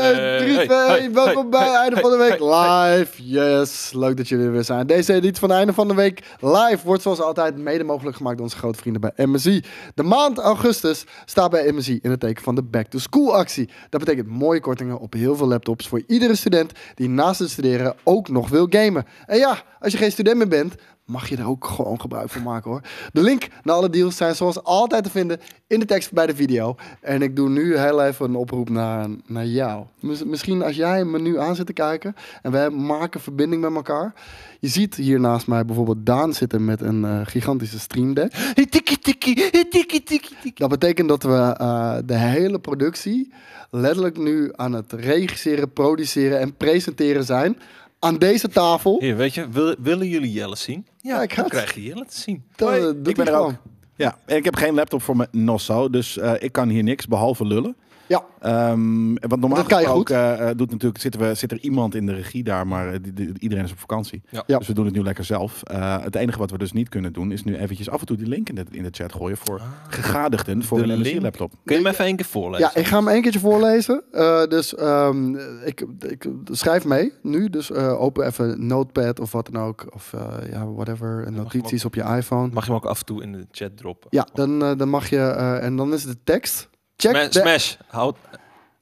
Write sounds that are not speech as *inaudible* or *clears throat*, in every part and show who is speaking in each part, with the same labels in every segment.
Speaker 1: Hey, 3,
Speaker 2: hey,
Speaker 1: 2,
Speaker 2: hey,
Speaker 1: welkom
Speaker 2: hey,
Speaker 1: bij
Speaker 2: hey,
Speaker 1: Einde van de
Speaker 2: hey,
Speaker 1: Week Live. Yes, leuk dat jullie er weer zijn. Deze editie van Einde van de Week Live wordt zoals altijd mede mogelijk gemaakt door onze grote vrienden bij MSI. De maand augustus staat bij MSI in het teken van de Back to School actie. Dat betekent mooie kortingen op heel veel laptops voor iedere student die naast het studeren ook nog wil gamen. En ja, als je geen student meer bent, mag je er ook gewoon gebruik van maken hoor. De link naar alle deals zijn zoals altijd te vinden in de tekst bij de video. En ik doe nu heel even een oproep naar, naar jou. Mis- misschien als jij me nu aan zit te kijken en wij maken verbinding met elkaar. Je ziet hier naast mij bijvoorbeeld Daan zitten met een eh, gigantische Stream Deck.
Speaker 2: Tiki tiki, tiki tiki tiki.
Speaker 1: Dat betekent dat we eh, de hele productie letterlijk nu aan het regisseren, produceren en presenteren zijn aan deze tafel.
Speaker 2: Hier, weet je, wil- willen jullie Jelle zien?
Speaker 1: Ja, ik ga
Speaker 2: Dan
Speaker 1: het.
Speaker 2: krijg je Jelle te zien.
Speaker 1: Dat,
Speaker 3: Hoi,
Speaker 1: eh, doet
Speaker 3: ik ben
Speaker 1: hij
Speaker 3: er ook.
Speaker 1: gewoon.
Speaker 3: Ja, en ik heb geen laptop voor mijn Nosso, dus eh, ik kan hier niks behalve lullen.
Speaker 1: Ja,
Speaker 3: Ehm, want normaal
Speaker 1: Dat kan je
Speaker 3: gesproken eh, eh, doet natuurlijk, zit, we, zit er iemand in de regie daar, maar eh, die- die- iedereen is op vakantie.
Speaker 2: Ja.
Speaker 1: Ja.
Speaker 3: Dus we doen het nu lekker zelf. Eh, het enige wat we dus niet kunnen doen, is nu eventjes af en toe die link in de, in de chat gooien voor gegadigden voor
Speaker 2: Ah. de
Speaker 3: een
Speaker 2: link.
Speaker 3: MSI-laptop.
Speaker 2: Kun je hem even één keer voorlezen?
Speaker 1: ja, ik ga hem één keertje voorlezen. Eh, dus ehm, ik, ik schrijf mee nu. Dus eh, open even Notepad of wat dan ook. Of eh, ja, whatever. En
Speaker 2: mag je
Speaker 1: notities op je iPhone.
Speaker 2: Mag je hem ook af en toe in de chat droppen?
Speaker 1: Ja, dan, eh, dan mag je... eh, en dan is de tekst. Check
Speaker 2: Sma-
Speaker 1: de-
Speaker 2: Smash, houd.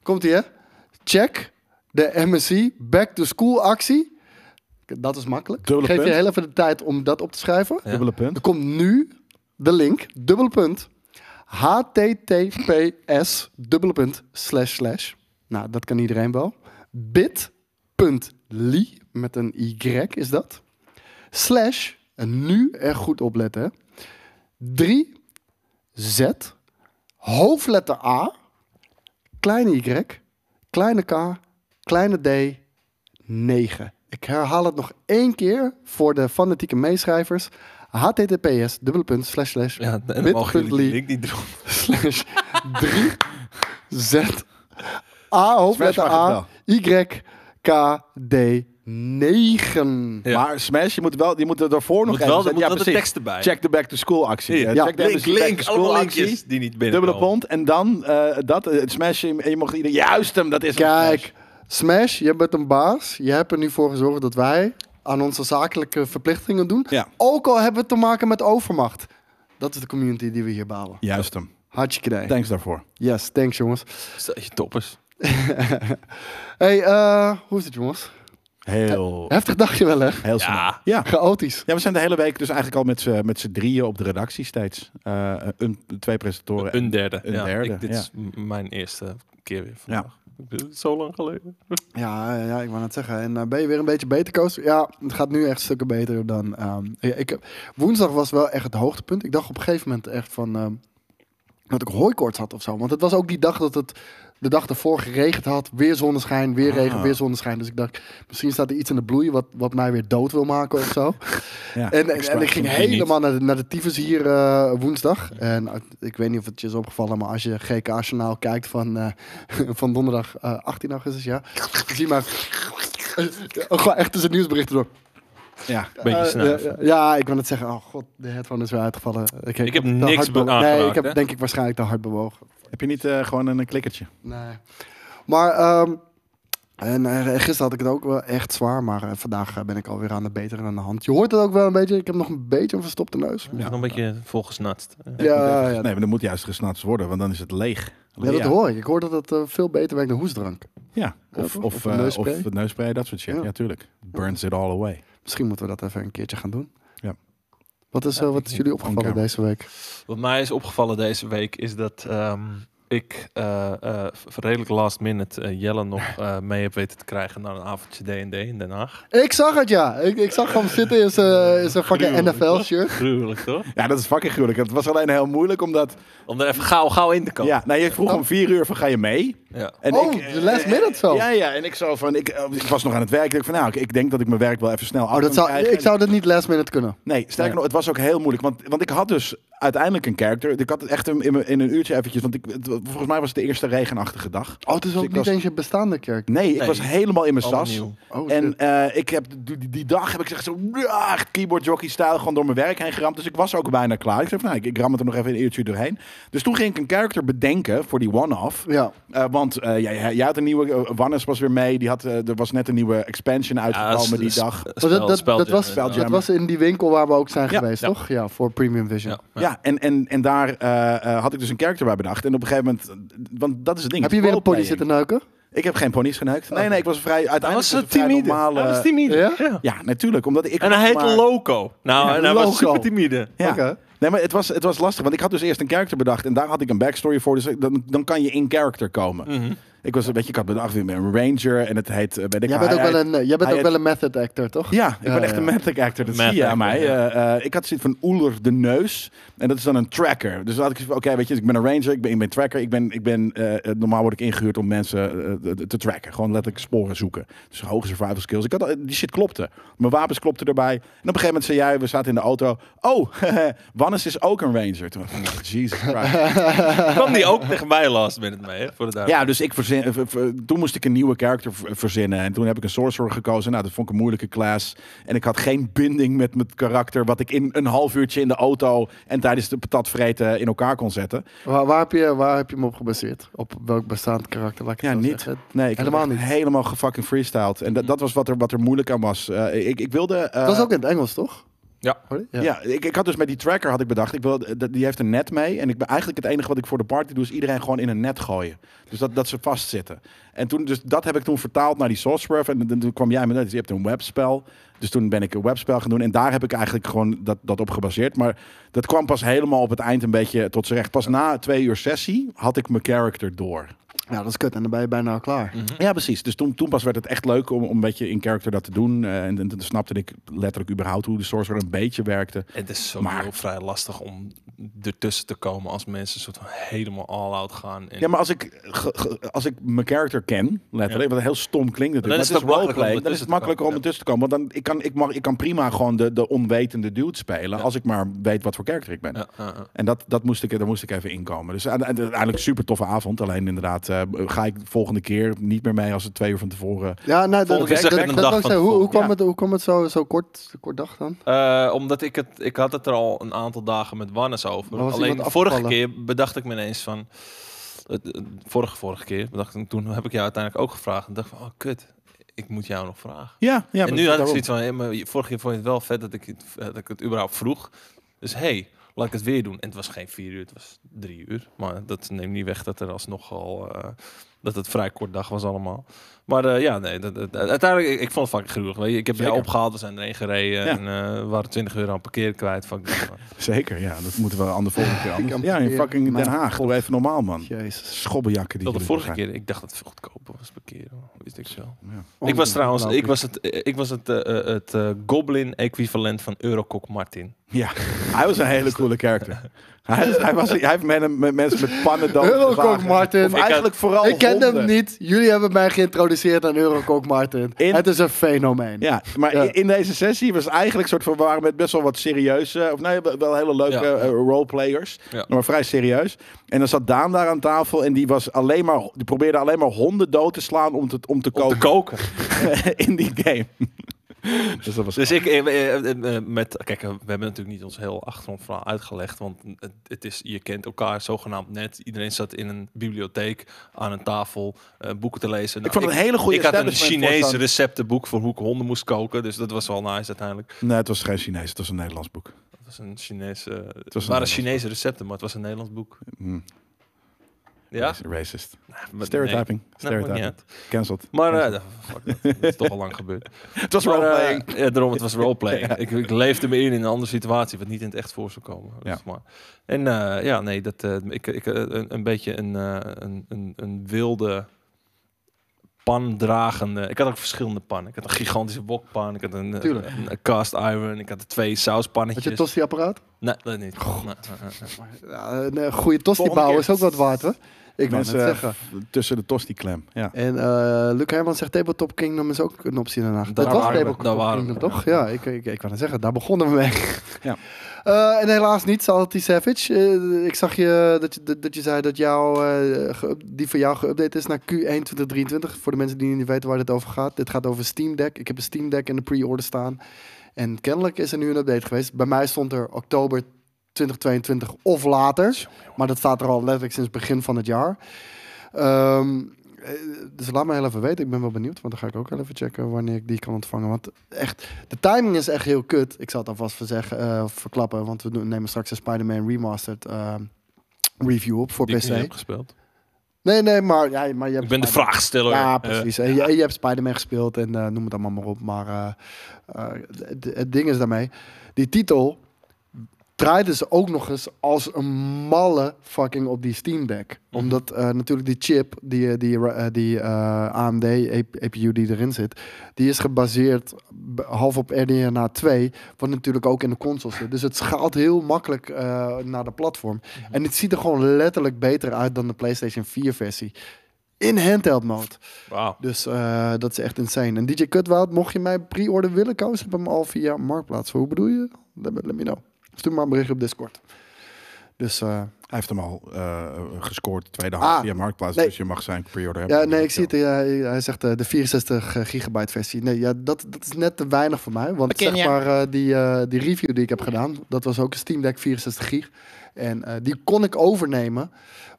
Speaker 1: Komt ie, hè? Check de MSC Back to School actie. Dat is makkelijk.
Speaker 3: Dubbele
Speaker 1: Geef je
Speaker 3: punt.
Speaker 1: heel even de tijd om dat op te schrijven.
Speaker 2: Ja.
Speaker 3: Dubbele punt.
Speaker 1: Er komt nu de link, dubbele punt, https, dubbele punt, slash, slash. Nou, dat kan iedereen wel. bit.ly, met een y is dat. Slash, en nu echt goed opletten, hè. 3, z, hoofdletter a, kleine y, kleine k, kleine d, 9. Ik herhaal het nog één keer voor de fanatieke meeschrijvers. https dubbele punt slash slash
Speaker 2: Ja, en dan mogen jullie die
Speaker 1: bit.ly
Speaker 2: link
Speaker 1: *laughs*
Speaker 2: niet droppen.
Speaker 1: slash
Speaker 2: *laughs*
Speaker 1: 3 z a hoofdletter
Speaker 3: Smash mag
Speaker 1: a
Speaker 3: het
Speaker 1: y k d 9.
Speaker 2: Ja.
Speaker 3: Maar Smash, je moet wel, je moet er daarvoor nog
Speaker 2: Moet wel, er
Speaker 3: zetten.
Speaker 2: moet wel de
Speaker 3: precies.
Speaker 2: tekst erbij.
Speaker 3: Check de back-to-school actie.
Speaker 2: Hier,
Speaker 3: Eh,
Speaker 1: ja.
Speaker 3: Check de
Speaker 2: Link,
Speaker 3: MSI back
Speaker 2: link,
Speaker 3: to
Speaker 2: allemaal
Speaker 3: school
Speaker 2: linkjes die niet binnen.
Speaker 3: Dubbele pond en dan eh, dat, eh, het Smash. En je mocht iedereen, juist hem, dat is hem, Smash.
Speaker 1: Kijk, Smash, je bent een baas. Je hebt er nu voor gezorgd dat wij aan onze zakelijke verplichtingen doen.
Speaker 3: Ja.
Speaker 1: Ook al hebben we te maken met overmacht. Dat is de community die we hier bouwen.
Speaker 3: Juist hem.
Speaker 1: Hartstikke idee.
Speaker 3: Thanks daarvoor.
Speaker 1: Yes, thanks jongens.
Speaker 2: Stel je toppers.
Speaker 1: Hey, eh, hoe is het jongens?
Speaker 3: Heel,
Speaker 1: Heftig dagje wel hè?
Speaker 3: heel snel.
Speaker 2: Ja.
Speaker 3: Ja.
Speaker 1: Chaotisch.
Speaker 3: Ja, we zijn de hele week dus eigenlijk al met z'n, met z'n drieën op de redactie steeds. Eh, een, twee presentatoren.
Speaker 2: Een derde.
Speaker 3: Een
Speaker 2: ja.
Speaker 3: derde,
Speaker 2: Ik- dit
Speaker 3: ja.
Speaker 2: is m- mijn eerste keer weer vandaag. Ik doe het zo lang geleden.
Speaker 1: Ja, eh, ja, ik wou net zeggen. En eh, ben je weer een beetje beter, Koos? Ja, het gaat nu echt stukken beter dan... ehm, ik, ik- woensdag was wel echt het hoogtepunt. Ik dacht op een gegeven moment echt van... ehm, dat ik hooikoorts had of zo. Want het was ook die dag dat het de dag ervoor geregend had. Weer zonneschijn, weer regen,
Speaker 3: Ah.
Speaker 1: weer zonneschijn. Dus ik dacht, misschien staat er iets in de bloei wat, wat mij weer dood wil maken of zo.
Speaker 3: Ja,
Speaker 1: En, en, en
Speaker 3: extraction
Speaker 1: ik ging
Speaker 3: die
Speaker 1: helemaal naar de, naar de tyfus hier eh, woensdag. En uit- ik weet niet of het je is opgevallen, maar als je GK-journaal kijkt van, eh, *laughs* van donderdag eh, 18 augustus, ja. dan Zie je maar eh, gewoon echt tussen nieuwsberichten door.
Speaker 3: niet- Ja.
Speaker 2: Beetje
Speaker 1: Eh,
Speaker 2: snuiven.
Speaker 1: ja, ja, ik wil net zeggen, oh god, de headphone is weer uitgevallen. Ik,
Speaker 2: Ik heb
Speaker 1: te
Speaker 2: niks
Speaker 1: hard
Speaker 2: be-
Speaker 1: bewogen. Nee, ik
Speaker 2: aangeraakt,
Speaker 1: heb
Speaker 2: hè?
Speaker 1: denk ik waarschijnlijk te hard bewogen.
Speaker 3: Heb je niet eh, gewoon een, klikkertje?
Speaker 1: Nee. Maar ehm, en, eh, gisteren had ik het ook wel echt zwaar, maar eh, vandaag eh, ben ik alweer aan de betere aan de hand. Je hoort het ook wel een beetje, ik heb nog een beetje een verstopte neus.
Speaker 2: Nog een beetje volgesnatst.
Speaker 1: Ja, ja,
Speaker 3: Nee, maar dat moet juist gesnatst worden, want dan is het leeg.
Speaker 1: Ja, dat
Speaker 3: Lea.
Speaker 1: hoor ik. Ik hoor dat het eh, veel beter werkt dan hoestdrank.
Speaker 3: Ja,
Speaker 1: Ja,
Speaker 3: of,
Speaker 1: toch?
Speaker 3: of,
Speaker 1: Of een
Speaker 3: eh,
Speaker 1: neusspray.
Speaker 3: of het neusspray, dat soort shit.
Speaker 1: Ja.
Speaker 3: Ja, tuurlijk. Burns it all away.
Speaker 1: Misschien moeten we dat even een keertje gaan doen.
Speaker 3: Ja.
Speaker 1: Wat is, eh,
Speaker 2: Ja,
Speaker 1: wat is jullie opgevallen
Speaker 3: onkamer.
Speaker 1: deze week?
Speaker 2: Wat mij is opgevallen deze week is dat ehm, ik eh, eh, v- redelijk last minute eh, Jelle nog eh, mee heb weten te krijgen naar een avondje D&D in Den Haag.
Speaker 1: Ik zag het, ja. Ik, ik zag hem zitten in zijn eh, in zijn fucking
Speaker 2: Gruwelijk,
Speaker 1: NFL-shirt.
Speaker 2: Gruwelijk toch?
Speaker 3: Ja, dat is fucking gruwelijk. Het was alleen heel moeilijk, omdat...
Speaker 2: Om er even gauw, gauw in te komen.
Speaker 3: Ja, nou, je vroeg om vier uur van, ga je mee?
Speaker 2: Ja.
Speaker 3: En
Speaker 1: Oh,
Speaker 3: ik- eh,
Speaker 1: de last minute zo.
Speaker 3: Ja, ja, en ik zo van... Ik, eh, ik was nog aan het werk. Ik dacht van, nou, ik, ik denk dat ik mijn werk wel even snel
Speaker 1: Oh, dat zou, ik zou dat niet last minute kunnen.
Speaker 3: Nee, sterker nog, het was ook heel moeilijk. Want, want ik had dus uiteindelijk een character. Ik had het echt in, in, in een uurtje eventjes. Want ik, het- volgens mij was het de eerste regenachtige dag. Dus
Speaker 1: Oh, het is ook
Speaker 3: ik
Speaker 1: niet
Speaker 3: was-
Speaker 1: eens je bestaande kerk.
Speaker 3: Nee, ik
Speaker 2: Nee.
Speaker 3: was helemaal in mijn
Speaker 2: Allemaal
Speaker 3: sas.
Speaker 2: nieuw.
Speaker 1: Oh, shit.
Speaker 3: En eh, ik heb die, die- die dag heb ik echt zo ja, echt keyboard jockey stijl gewoon door mijn werk heen geramd. Dus ik was ook bijna klaar. Ik zei van, nou, ik, ik ram het er nog even een uurtje doorheen. Dus toen ging ik een character bedenken voor die one-off.
Speaker 1: ja.
Speaker 3: Eh, want Want eh, jij, jij had een nieuwe... eh, Wannes was weer mee. Die had, eh, er was net een nieuwe expansion uitgekomen die dag.
Speaker 1: Maar dat, dat, dat, was,
Speaker 3: Spelljammer.
Speaker 1: dat was in die winkel waar we ook zijn
Speaker 3: Ja,
Speaker 1: geweest,
Speaker 2: ja.
Speaker 1: toch? Ja, voor Premium Vision.
Speaker 3: Ja, en, en, en daar eh, eh, had ik dus een character bij bedacht. En op een gegeven moment... eh, Want dat is het ding.
Speaker 1: Heb je weer een pony
Speaker 3: roleplaying.
Speaker 1: zitten neuken?
Speaker 3: Ik heb geen pony's geneukt. Nee, nee, ik was vrij... Uiteindelijk
Speaker 2: Hij was
Speaker 3: een
Speaker 2: zo
Speaker 3: vrij
Speaker 2: timide.
Speaker 3: normale-
Speaker 2: Hij was timide.
Speaker 1: Ja?
Speaker 2: eh, Ja.
Speaker 3: Ja, natuurlijk. Omdat ik
Speaker 2: En hij heette
Speaker 3: maar-
Speaker 2: Loco. Nou, en hij was
Speaker 1: Loco.
Speaker 2: super timide.
Speaker 3: Ja.
Speaker 1: Oké.
Speaker 3: Nee, maar het was, het was lastig. Want ik had dus eerst een character bedacht. En daar had ik een backstory voor. Dus ik- dan, dan kan je in character komen.
Speaker 2: Mhm.
Speaker 3: Ik was, weet je, ik had bedacht, ik ben een ranger. En het heet, eh, weet ik
Speaker 1: Jij
Speaker 3: wat,
Speaker 1: bent ook
Speaker 3: hij-
Speaker 1: wel een, jij bent
Speaker 3: hij
Speaker 1: ook wel een method actor, toch?
Speaker 3: Ja, ik
Speaker 1: Ja,
Speaker 3: ben echt
Speaker 1: ja.
Speaker 3: een method actor. Dat
Speaker 2: Method
Speaker 3: zie je aan
Speaker 2: actor,
Speaker 3: mij.
Speaker 2: ja.
Speaker 3: Eh, eh, ik had zoiets van Oeler de neus. En dat is dan een tracker. Dus dan had ik zoiets van, oké, weet je, ik ben een ranger. Ik ben, ik ben tracker. Ik ben, ik ben, eh, eh, normaal word ik ingehuurd om mensen eh, te- te tracken. Gewoon letterlijk sporen zoeken. Dus hoge survival skills. Ik had, al- die shit klopte. Mijn wapens klopten erbij. En op een gegeven moment zei jij, we zaten in de auto. Oh, *laughs* Wannes is ook een ranger. Toen dacht ik, oh, Jesus Christ.
Speaker 2: Kwam die ook tegen mij last minute mee, hè? Voor de duidelijkheid.
Speaker 3: Ja, dus ik verzin, eh, ver- ver- toen moest ik een nieuwe character ver- verzinnen. En toen heb ik een sorcerer gekozen. Nou, dat vond ik een moeilijke class. En ik had geen binding met mijn karakter. Wat ik in een half uurtje in de auto en tijdens de patatvreten in elkaar kon zetten.
Speaker 1: Waar, waar, heb je, waar heb je hem op gebaseerd? Op welk bestaand karakter? laat ik het
Speaker 3: Ja,
Speaker 1: zo
Speaker 3: niet.
Speaker 1: zeggen.
Speaker 3: Nee, ik
Speaker 1: Helemaal
Speaker 3: heb echt
Speaker 1: niet.
Speaker 3: Helemaal gefucking freestyled. En dat, dat was wat er, wat er moeilijk aan was. Eh, ik, ik wilde... eh,
Speaker 1: Dat was ook in het Engels, toch?
Speaker 2: Ja.
Speaker 1: Hoor je?
Speaker 3: Ja, ik, ik had dus met die tracker had ik bedacht, ik wil, eh, dat- die heeft een net mee. En ik ben eigenlijk het enige wat ik voor de party doe, is iedereen gewoon in een net gooien. Dus dat, dat ze vastzitten. En toen, dus dat heb ik toen vertaald naar die Sorcerer. En dan- toen kwam jij met, nou, dus je hebt een webspel. Dus toen ben ik een webspel gaan doen. En daar heb ik eigenlijk gewoon dat, dat op gebaseerd. Maar dat kwam pas helemaal op het eind een beetje tot z'n recht. Pas na twee uur sessie had ik mijn character door.
Speaker 1: Ja, Nou, dat is kut. En dan ben je bijna al klaar.
Speaker 3: Ja, precies. Dus toen, toen pas werd het echt leuk om, om een beetje in character dat te doen. Eh, en, en toen snapte ik letterlijk überhaupt hoe de Sorcerer een beetje werkte.
Speaker 2: Het is
Speaker 3: Maar-
Speaker 2: sowieso vrij lastig om ertussen te komen als mensen soort van helemaal all-out gaan. En
Speaker 3: Ja, maar als ik, ge- ge- als ik mijn character ken, letterlijk,
Speaker 2: Ja.
Speaker 3: wat heel stom klinkt natuurlijk,
Speaker 2: Dan
Speaker 3: maar
Speaker 2: is
Speaker 3: het
Speaker 2: het
Speaker 3: is
Speaker 2: ook makkelijker
Speaker 3: roleplay,
Speaker 2: om
Speaker 3: dan is
Speaker 2: ertussen
Speaker 3: het
Speaker 2: te
Speaker 3: makkelijker om
Speaker 2: komen,
Speaker 3: ertussen te komen. Want dan, ik, kan, ik, mag, ik kan prima gewoon de, de onwetende dude spelen, als ik maar weet wat voor character ik ben.
Speaker 2: Ja, ja, ja.
Speaker 3: En dat, dat moest ik, daar moest ik even inkomen. Dus uite- uite- uiteindelijk super toffe avond. Alleen inderdaad, eh, ga ik volgende keer niet meer mee als het twee uur van tevoren...
Speaker 1: Ja, nou, dat,
Speaker 2: Volgende
Speaker 1: dat,
Speaker 2: keer zeg ik
Speaker 1: dat,
Speaker 2: een
Speaker 1: dat
Speaker 2: dag
Speaker 1: wou ik
Speaker 2: van
Speaker 1: zeggen. hoe, hoe
Speaker 2: tevoren.
Speaker 1: kwam
Speaker 3: Ja.
Speaker 1: het, hoe kwam het zo, zo kort, kort dag dan?
Speaker 2: Eh, omdat ik het, ik had het er al een aantal dagen met Wannes over.
Speaker 1: Maar was
Speaker 2: Alleen
Speaker 1: iemand
Speaker 2: vorige
Speaker 1: afgevallen?
Speaker 2: keer bedacht ik me ineens van. het- het- vorige, vorige keer bedacht ik, toen heb ik jou uiteindelijk ook gevraagd. En dacht van, oh kut, ik moet jou nog vragen.
Speaker 3: Ja, ja
Speaker 2: en
Speaker 3: maar
Speaker 2: nu had ik
Speaker 3: daarom.
Speaker 2: zoiets van, hey, maar vorige keer vond je het wel vet dat ik, het- dat ik het überhaupt vroeg. Dus hey, laat ik het weer doen. En het was geen vier uur, het was drie uur. Maar dat neemt niet weg dat er alsnog al... eh, dat het vrij kort dag was allemaal. Maar eh, ja, nee, dat, dat- uiteindelijk, ik, ik vond het fucking gruwelijk. Weet je. Ik heb jou
Speaker 3: Zeker.
Speaker 2: opgehaald, we zijn erheen gereden.
Speaker 3: Ja.
Speaker 2: En eh, we waren 20 euro aan parkeer kwijt. Fuck
Speaker 3: *laughs*
Speaker 2: dit, man.
Speaker 3: Zeker, ja. Dat moeten we aan de volgende keer anders.
Speaker 1: kan
Speaker 3: Ja, in
Speaker 1: parkeren,
Speaker 3: fucking
Speaker 1: maar-
Speaker 3: Den Haag. Doe even normaal, man.
Speaker 1: Jezus.
Speaker 3: Schobbejakken die
Speaker 2: Tot de
Speaker 3: jullie
Speaker 2: vorige
Speaker 3: zijn.
Speaker 2: keer, ik dacht dat het veel goedkoper was parkeren. Wist ik zo.
Speaker 3: Ja.
Speaker 2: Ik was trouwens, ik
Speaker 1: Ongelooflijk.
Speaker 2: was het, ik was het, eh, eh, het eh, goblin-equivalent van Eurokok Martin.
Speaker 3: Ja, hij was een hele coole character. Hij, is- hij, was, hij heeft men, met mensen met pannen dan
Speaker 1: Eurokok
Speaker 3: geslagen.
Speaker 1: Martin.
Speaker 3: Of
Speaker 1: Ik
Speaker 3: eigenlijk vooral
Speaker 1: Ik ken hem
Speaker 3: honden.
Speaker 1: niet. Jullie hebben mij geïntroduceerd aan Eurokok Martin.
Speaker 3: In-
Speaker 1: Het is een fenomeen.
Speaker 3: Ja, maar
Speaker 1: Ja.
Speaker 3: in- in deze sessie was eigenlijk soort van, we waren met best wel wat serieuze, of nee, wel wel hele leuke
Speaker 2: Ja.
Speaker 3: eh, roleplayers,
Speaker 2: Ja.
Speaker 3: maar vrij serieus. En dan zat Daan daar aan tafel en die, was alleen maar, die probeerde alleen maar honden dood te slaan om te, om te
Speaker 2: Om te
Speaker 3: koken
Speaker 2: koken.
Speaker 3: *laughs* in die game. dus dat was
Speaker 2: Dus ik, eh, eh, eh, eh, met, kijk, eh, we hebben natuurlijk niet ons heel achtergrondverhaal uitgelegd, want het, het is, je kent elkaar zogenaamd net. Iedereen zat in een bibliotheek aan een tafel eh, boeken te lezen.
Speaker 3: Ik vond het een hele goede
Speaker 2: Ik had een
Speaker 3: establishment
Speaker 2: Chinees
Speaker 3: voorstand.
Speaker 2: receptenboek voor hoe ik honden moest koken, dus dat was wel nice uiteindelijk.
Speaker 3: Nee, het was geen Chinees, het was een Nederlands boek.
Speaker 2: Het was een Chinese, het
Speaker 3: was een
Speaker 2: waren
Speaker 3: Nederlands
Speaker 2: Chinese recepten, maar het was een Nederlands boek.
Speaker 3: Hm,
Speaker 2: Ja,
Speaker 3: raci- Racist.
Speaker 2: Maar nee. Nou,
Speaker 3: Stereotyping.
Speaker 2: Nee, maakt niet
Speaker 3: Stereotyping.
Speaker 2: uit.
Speaker 3: Cancelled.
Speaker 2: Maar eh, *laughs* fuck dat. dat is toch al lang gebeurd.
Speaker 3: Het was
Speaker 2: Maar, eh,
Speaker 3: roleplaying.
Speaker 2: ja, daarom, het was
Speaker 3: *laughs*
Speaker 2: roleplaying. ik, ik leefde me in in een andere situatie, wat niet in het echt voor zou komen. Dat
Speaker 3: Ja.
Speaker 2: is maar. En eh, ja, nee, dat, eh, ik, ik, eh, een, een beetje een, eh, een, een, een wilde pandragende... Ik had ook verschillende pannen. Ik had een gigantische wokpan, ik had een, eh,
Speaker 1: Tuurlijk.
Speaker 2: een, een cast iron, ik had er twee
Speaker 1: Had je een
Speaker 2: sauspannetjes.
Speaker 1: tosti-apparaat?
Speaker 2: nee, dat niet. Nee, nee, nee, nee.
Speaker 1: Ja, een goede tosti
Speaker 3: Volgende
Speaker 1: bouwen
Speaker 3: keer.
Speaker 1: is ook wat waard, hoor. Ik wil het
Speaker 3: Mensen
Speaker 1: zeggen.
Speaker 3: tussen de tosti-klem. Ja.
Speaker 1: En eh, Luc Herman zegt Tabletop Kingdom is ook een optie daarna. Dat
Speaker 2: Daar
Speaker 1: was
Speaker 2: waren we,
Speaker 1: Tabletop
Speaker 2: daar waren
Speaker 1: Kingdom,
Speaker 2: we,
Speaker 1: toch? Ja, ik, ik, ik wou net zeggen, daar begonnen we
Speaker 2: *laughs*
Speaker 1: mee.
Speaker 3: Ja.
Speaker 1: Eh, en helaas niet, Salty Savage. Eh, ik zag je dat, je dat- dat je zei dat jou, eh, geup- die van jou geüpdate is naar Q1 2023. Voor de mensen die niet weten waar dit over gaat. Dit gaat over Steam Deck. Ik heb een Steam Deck in de pre-order staan. En kennelijk is er nu een update geweest. Bij mij stond er oktober 2022 of later. Maar dat staat er al letterlijk sinds begin van het jaar. Ehm, dus laat me heel even weten. Ik ben wel benieuwd, want dan ga ik ook heel even checken wanneer ik die kan ontvangen. Want echt, de timing is echt heel kut. Ik zal het alvast verzeggen, eh, verklappen, want we doen- nemen straks een Spider-Man Remastered eh, review op voor
Speaker 2: Die ik niet
Speaker 1: PC.
Speaker 2: heb gespeeld.
Speaker 1: Nee, nee, maar, ja, maar je hebt
Speaker 2: Ik ben
Speaker 1: Spider-
Speaker 2: de vraagsteller.
Speaker 1: Ja,
Speaker 2: Eh,
Speaker 1: precies. en je, je hebt Spider-Man gespeeld en eh, noem het allemaal maar op. Maar eh, eh, d- d- het ding is daarmee, die titel draaiden ze ook nog eens als een malle fucking op die Steam Deck. Omdat eh, natuurlijk die chip, die, eh, die, eh, die eh, AMD AP- APU die erin zit, die is gebaseerd b- half op RDNA 2, wat natuurlijk ook in de console zit. Dus het schaalt heel makkelijk eh, naar de platform. En het ziet er gewoon letterlijk beter uit dan de PlayStation 4 versie. In handheld mode.
Speaker 2: Wauw.
Speaker 1: Dus eh, dat is echt insane. En DJ Cutwoud, mocht je mij pre-order willen, koos heb hem al via Marktplaats. Hoe bedoel je? Let me, let me know. Stuur maar een bericht op Discord. Dus eh,
Speaker 3: Hij heeft hem al eh, gescoord, tweede hand
Speaker 1: Ah,
Speaker 3: via Marktplaats.
Speaker 1: nee.
Speaker 3: Dus je mag zijn periode hebben.
Speaker 1: ja, nee, ik zie het. ja, hij zegt eh, de 64 gigabyte versie. Nee, ja, dat, dat is net te weinig voor mij. Want
Speaker 2: Ken
Speaker 1: zeg
Speaker 2: je?
Speaker 1: maar, eh, die, eh, die review die ik heb gedaan, dat was ook een Steam Deck 64 gig. En eh, die kon ik overnemen.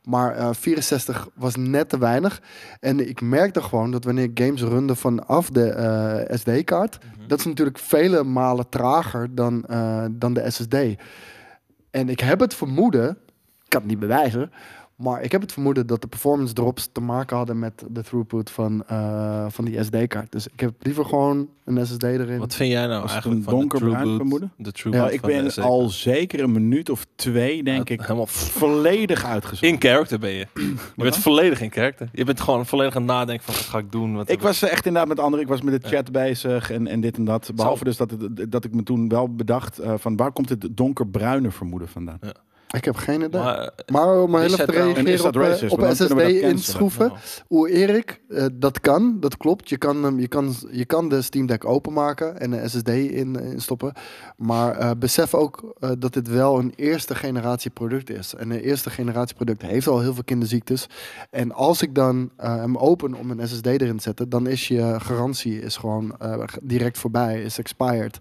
Speaker 1: Maar eh, 64 was net te weinig. En ik merkte gewoon dat wanneer games runden vanaf de eh, SD-kaart... dat is natuurlijk vele malen trager dan, eh, dan de SSD. En ik heb het vermoeden, ik kan het niet bewijzen... maar ik heb het vermoeden dat de performance drops te maken hadden... met de throughput van, eh, van die SD-kaart. Dus ik heb liever gewoon een SSD erin.
Speaker 2: Wat vind jij nou
Speaker 3: Was het
Speaker 2: eigenlijk
Speaker 3: een
Speaker 2: van de
Speaker 3: donkerbruin
Speaker 2: True Boot?
Speaker 3: vermoeden?
Speaker 2: De True
Speaker 3: Ja,
Speaker 2: Boot
Speaker 3: ik
Speaker 2: van eh, de SE?
Speaker 3: ben al zeker een minuut of twee, denk ik,
Speaker 2: Helemaal f-
Speaker 3: volledig uitgezocht.
Speaker 2: in character
Speaker 3: *clears throat*
Speaker 2: ben je. Je bent volledig in character. Je bent gewoon volledig aan het nadenken van wat ga ik doen. Wat
Speaker 3: Ik was eh, echt inderdaad met anderen. Ik was met de chat bezig en, en dit en dat. Behalve
Speaker 2: Zo.
Speaker 3: dus dat, het- dat ik me toen wel bedacht eh, van waar komt het donkerbruine vermoeden vandaan?
Speaker 1: Ik heb geen idee.
Speaker 2: Maar, eh,
Speaker 1: Maar om
Speaker 2: Is
Speaker 1: heel even
Speaker 2: dat
Speaker 1: te
Speaker 2: nou- en
Speaker 1: reageren
Speaker 3: is dat
Speaker 1: op, eh,
Speaker 3: racist?
Speaker 1: op
Speaker 3: Want
Speaker 1: een SSD
Speaker 3: dan kunnen we dat cancelen.
Speaker 1: inschroeven.
Speaker 2: nou,
Speaker 1: Oeh, Erik, eh, dat kan, dat klopt. Je kan, hem, je, kan, je kan de Steam Deck openmaken en een SSD in, in stoppen. Maar eh, besef ook eh, dat dit wel een eerste generatie product is. En een eerste generatie product heeft al heel veel kinderziektes. En als ik dan eh, hem open om een SSD erin te zetten, dan is je garantie is gewoon eh, g- direct voorbij, is expired.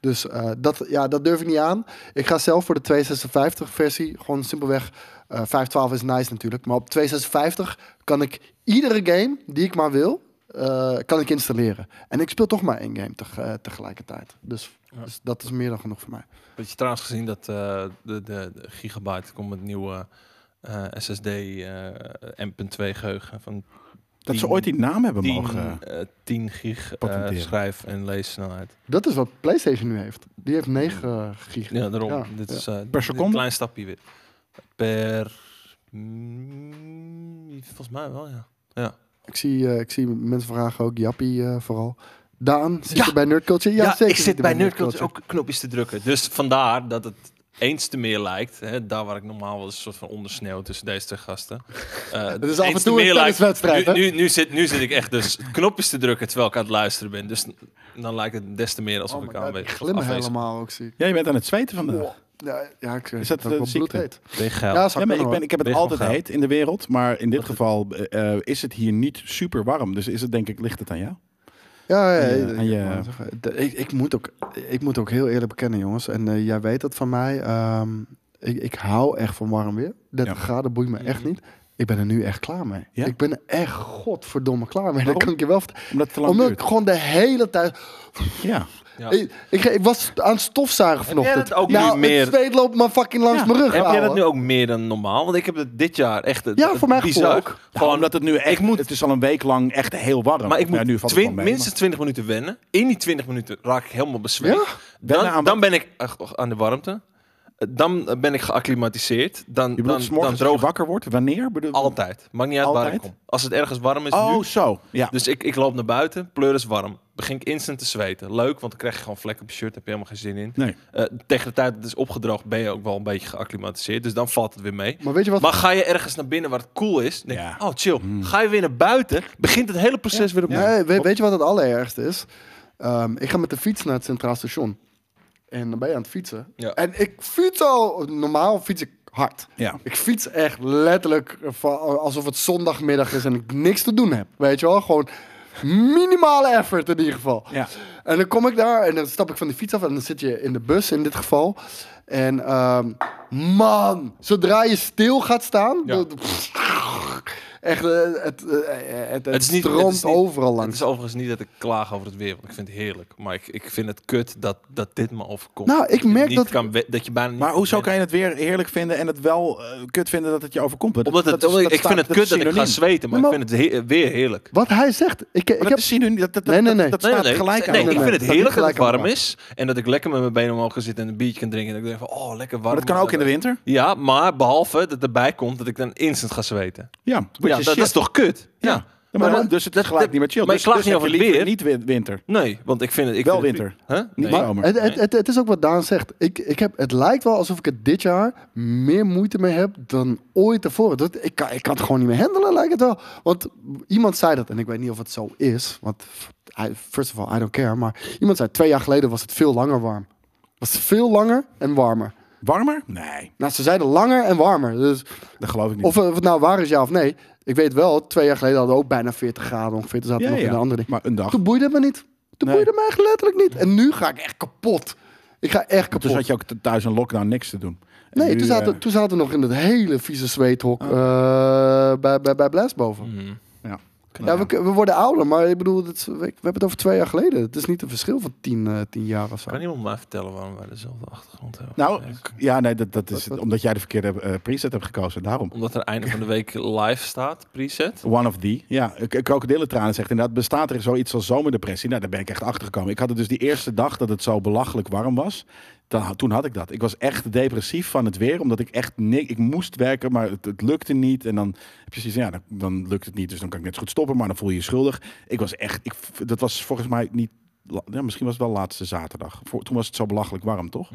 Speaker 1: Dus eh, dat, ja, dat durf ik niet aan. Ik ga zelf voor de 256 versie, gewoon simpelweg. eh, 512 is nice natuurlijk, maar op 256 kan ik iedere game die ik maar wil, eh, kan ik installeren. En ik speel toch maar één game teg- eh, tegelijkertijd. Dus, dus dat is meer dan genoeg voor mij.
Speaker 2: Heb je trouwens gezien dat eh, de, de, de Gigabyte komt met nieuwe eh, SSD eh, M.2 geheugen van
Speaker 3: Dat ze
Speaker 2: Tien-
Speaker 3: ooit die naam hebben
Speaker 2: 10,
Speaker 3: mogen.
Speaker 2: eh, 10 gig eh,
Speaker 3: patenteren.
Speaker 2: schrijf- en leessnelheid.
Speaker 1: Dat is wat PlayStation nu heeft. Die heeft eh, 9 gig.
Speaker 2: Ja, daarom.
Speaker 1: Ja,
Speaker 2: Dit
Speaker 1: ja.
Speaker 2: is eh,
Speaker 3: Per
Speaker 2: een
Speaker 3: seconde?
Speaker 2: klein stapje weer. Per... mm, volgens mij wel, ja.
Speaker 1: Ik, zie, eh, ik zie mensen vragen ook, Jappie eh, vooral. Daan, zit
Speaker 2: Ja.
Speaker 1: je bij Nerd Culture? Ja, zeker.
Speaker 2: ik zit bij
Speaker 1: Nerd
Speaker 2: Nerdcult ook knopjes te drukken. Dus vandaar dat het eens te meer lijkt. Hè, daar waar ik normaal wel een soort van ondersneeuw tussen deze twee
Speaker 1: *laughs*
Speaker 2: gasten. Eh,
Speaker 1: Het is
Speaker 2: eens
Speaker 1: af en
Speaker 2: te
Speaker 1: toe
Speaker 2: meer
Speaker 1: een
Speaker 2: lijkt-
Speaker 1: tenniswedstrijd,
Speaker 2: Nu,
Speaker 1: hè?
Speaker 2: nu, nu, zit, nu zit ik echt dus knopjes te drukken terwijl ik aan het luisteren ben. Dus n- dan lijkt het des te meer alsof
Speaker 1: Oh my
Speaker 2: ik
Speaker 1: God, ik
Speaker 2: aanwezig
Speaker 1: glim helemaal ook, zie ik.
Speaker 3: Ja, je bent aan het zweten vandaag.
Speaker 1: Wow. Ja, ja, ik
Speaker 3: Is
Speaker 1: is dat, dat
Speaker 3: dat de
Speaker 1: wel bloed
Speaker 3: ziekte?
Speaker 1: heet.
Speaker 2: Ja,
Speaker 1: Ja,
Speaker 3: Ja,
Speaker 1: zou
Speaker 3: maar
Speaker 1: kunnen,
Speaker 3: ik, ben,
Speaker 1: hoor.
Speaker 3: ik heb het
Speaker 2: Wees van
Speaker 3: altijd
Speaker 2: goud.
Speaker 3: heet in de wereld, maar in
Speaker 2: Dat
Speaker 3: dit
Speaker 2: het-
Speaker 3: geval eh, eh, is het hier niet super warm. Dus is het denk ik, ligt het aan jou?
Speaker 1: Ja, ja,
Speaker 3: Aan je-
Speaker 1: ja,
Speaker 3: aan
Speaker 1: ja,
Speaker 3: je-
Speaker 1: maar zeg, de- ik, ik, moet ook, ik moet ook heel eerlijk bekennen, jongens. En eh, jij weet dat van mij. ehm, ik, ik hou echt van warm weer. 30
Speaker 3: Ja.
Speaker 1: graden boeit me echt
Speaker 2: Mhm.
Speaker 1: niet. Ik ben er nu echt klaar mee.
Speaker 3: Ja?
Speaker 1: Ik ben er echt godverdomme klaar mee. Dat
Speaker 3: Waarom?
Speaker 1: kan ik je wel vertellen.
Speaker 3: Omdat het te lang
Speaker 1: Omdat ik
Speaker 3: duurt.
Speaker 1: gewoon de hele tijd...
Speaker 3: Ja.
Speaker 2: Ja.
Speaker 1: Ik, ik, ik was aan het stofzuigen
Speaker 2: Heb jij
Speaker 1: vanochtend.
Speaker 2: dat ook
Speaker 1: nou,
Speaker 2: nu meer?
Speaker 1: het zweet loopt me fucking langs
Speaker 3: Ja.
Speaker 1: mijn rug.
Speaker 2: Heb jij dat
Speaker 1: ouwe.
Speaker 2: nu ook meer dan normaal? Want ik heb het dit jaar echt eh,
Speaker 1: Ja, voor mijn gevoel
Speaker 2: bizar.
Speaker 1: ook. Nou,
Speaker 3: Gewoon
Speaker 2: Gewoon
Speaker 3: omdat het nu echt,
Speaker 2: ik moet-
Speaker 3: het is al een week lang echt heel warm.
Speaker 2: Maar ik moet
Speaker 3: Ja, nu valt het
Speaker 2: twin-
Speaker 3: wel mee,
Speaker 2: minstens 20 minuten wennen. In die 20 minuten raak ik helemaal bezweet.
Speaker 1: Ja?
Speaker 2: Dan,
Speaker 3: Wennen aan
Speaker 2: dan ben ik ach, aan de warmte. Eh, Dan eh, ben ik geacclimatiseerd. Dan,
Speaker 3: maar- Je bedoelt,
Speaker 2: dan,
Speaker 3: s
Speaker 2: dan
Speaker 3: morgens als je
Speaker 2: droog ik
Speaker 3: wakker wordt? Wanneer? Bedoel...
Speaker 2: altijd. Maakt niet uit waar ik
Speaker 3: Altijd?
Speaker 2: kom. Als het ergens warm is,
Speaker 3: Oh,
Speaker 2: nu.
Speaker 3: zo. Ja.
Speaker 2: Dus ik, ik loop naar buiten, pleur is warm. Begin ik instant te zweten. Leuk, want dan krijg je gewoon vlekken op je shirt. Heb je helemaal geen zin in.
Speaker 3: Nee.
Speaker 2: Eh, tegen de tijd dat het is opgedroogd, ben je ook wel een beetje geacclimatiseerd. Dus dan valt het weer mee.
Speaker 1: Maar weet je wat?
Speaker 2: Maar ga je ergens naar binnen waar het cool is, denk je,
Speaker 3: Ja. Mm.
Speaker 2: oh chill. Ga je weer naar buiten, begint het hele proces weer opnieuw.
Speaker 1: Nee, weet, weet je wat het allerergste is? Ehm, ik ga met de fiets naar het Centraal Station. En dan ben je aan het fietsen.
Speaker 2: Ja.
Speaker 1: En ik fiets al... Normaal fiets ik hard.
Speaker 3: Ja.
Speaker 1: Ik fiets echt letterlijk van- alsof het zondagmiddag is en ik niks te doen heb. Weet je wel? Gewoon minimale effort in ieder geval.
Speaker 3: Ja.
Speaker 1: En dan kom ik daar en dan stap ik van die fiets af en dan zit je in de bus in dit geval. En ehm, man, zodra je stil gaat staan...
Speaker 2: Ja.
Speaker 1: dat- *laughs* Echt, eh, het, eh, eh, het, het
Speaker 2: is niet- het
Speaker 1: stroomt
Speaker 2: is niet-
Speaker 1: overal
Speaker 2: Het
Speaker 1: langs.
Speaker 2: is overigens niet dat ik klaag over het weer, want ik vind het heerlijk. Maar ik, ik vind het kut dat, dat dit me overkomt.
Speaker 1: Nou, ik
Speaker 2: Dat je
Speaker 1: merk
Speaker 2: niet
Speaker 1: dat-
Speaker 2: Kan we- dat je bijna niet
Speaker 3: Maar
Speaker 2: kan
Speaker 3: hoezo
Speaker 2: wennen.
Speaker 3: kan je het weer heerlijk vinden en het wel eh, kut vinden dat het je overkomt? Dat-
Speaker 2: Omdat het,
Speaker 3: dat is-
Speaker 2: omdat ik-
Speaker 3: dat
Speaker 2: ik vind het
Speaker 3: staat-
Speaker 2: kut dat ik ga
Speaker 3: synoniem.
Speaker 2: zweten, maar,
Speaker 1: Nee,
Speaker 2: ik vind het he- weer heerlijk.
Speaker 1: Wat hij zegt, ik, ik
Speaker 3: Maar
Speaker 1: heb
Speaker 3: dat is synoniem. Dat, dat,
Speaker 1: Nee, nee, nee.
Speaker 3: dat, dat
Speaker 2: Nee,
Speaker 3: staat
Speaker 2: nee,
Speaker 3: gelijk
Speaker 2: nee,
Speaker 3: aan.
Speaker 2: ik
Speaker 1: elkaar.
Speaker 2: vind het
Speaker 1: Staat niet
Speaker 2: heerlijk dat
Speaker 1: gelijk
Speaker 2: het warm
Speaker 1: aan
Speaker 2: is en dat ik lekker met mijn benen omhoog ga zitten en een biertje kan drinken. En dat ik denk van, oh, lekker warm.
Speaker 3: Maar dat kan ook in de winter.
Speaker 2: Ja, maar behalve dat erbij komt dat ik dan instant ga zweten.
Speaker 3: Ja,
Speaker 2: Ja, dat, dat is toch kut? Ja.
Speaker 3: Ja. maar
Speaker 2: Maar
Speaker 3: dan- dus het is gelijk
Speaker 2: dat-
Speaker 3: niet meer chill.
Speaker 2: maar
Speaker 3: dus,
Speaker 2: ik klaag
Speaker 3: dus
Speaker 2: niet
Speaker 3: heb
Speaker 2: over
Speaker 3: je
Speaker 2: het
Speaker 3: liever
Speaker 2: weer.
Speaker 3: Niet win- winter.
Speaker 2: Nee, want ik vind het... Ik
Speaker 3: Wel
Speaker 2: vind
Speaker 3: winter.
Speaker 2: Het, huh?
Speaker 3: Niet
Speaker 2: Nee.
Speaker 3: zomer.
Speaker 1: Het, het, het, het is ook wat Daan zegt. Ik, ik heb, het lijkt wel alsof ik het dit jaar meer moeite mee heb dan ooit tevoren. Dat, ik, kan, ik kan het gewoon niet meer handelen, lijkt het wel. Want iemand zei dat, en ik weet niet of het zo is. Want I- first of all, I don't care. Maar iemand zei, twee jaar geleden was het veel langer warm. Was het veel langer en warmer.
Speaker 3: Warmer? Nee,
Speaker 1: Nou, ze zeiden langer en warmer. Dus
Speaker 3: dat geloof ik niet.
Speaker 1: of, of het nou waar is, ja of nee. Ik weet wel, twee jaar geleden hadden we ook bijna 40 graden ongeveer. Toen zaten
Speaker 3: ja,
Speaker 1: we nog
Speaker 3: ja.
Speaker 1: in de andere ding.
Speaker 3: Maar een dag.
Speaker 1: Toen boeide het me niet. Toen
Speaker 3: Nee.
Speaker 1: boeide het me echt letterlijk niet. En nu ga ik echt kapot. Ik ga echt kapot.
Speaker 3: Dus had je ook t- thuis een lockdown niks te doen. En
Speaker 1: Nee,
Speaker 3: nu,
Speaker 1: toen zaten,
Speaker 3: eh, Oh.
Speaker 1: toen zaten we nog in het hele vieze zweethok eh, bij, bij, bij Blaasboven.
Speaker 2: Hmm.
Speaker 3: Nou ja.
Speaker 1: Ja, we, we worden ouder, maar ik bedoel, dat is- we, we hebben het over twee jaar geleden. Het is niet een verschil van tien, eh, tien jaar of zo.
Speaker 2: Kan iemand mij vertellen waarom wij dezelfde achtergrond hebben?
Speaker 3: Nou,
Speaker 2: Ja.
Speaker 3: ja, nee, dat, dat is
Speaker 1: Wat- wat?
Speaker 3: omdat jij de verkeerde eh, preset hebt gekozen. Daarom.
Speaker 2: Omdat er einde van de week live staat, preset.
Speaker 3: One of the. Ja, k- krokodillentranen zegt inderdaad. Bestaat er zoiets als zomerdepressie? Nou, daar ben ik echt achter gekomen. Ik had het dus die eerste dag dat het zo belachelijk warm was. Dan, toen had ik dat. Ik was echt depressief van het weer, omdat ik echt niks. Ik moest werken, maar het, het lukte niet. En dan heb je zoiets, ja, dan, dan lukt het niet. Dus dan kan ik net zo goed stoppen, maar dan voel je je schuldig. Ik was echt. Ik, v- dat was volgens mij niet. la- Ja, misschien was het wel laatste zaterdag. Voor, toen was het zo belachelijk warm, toch?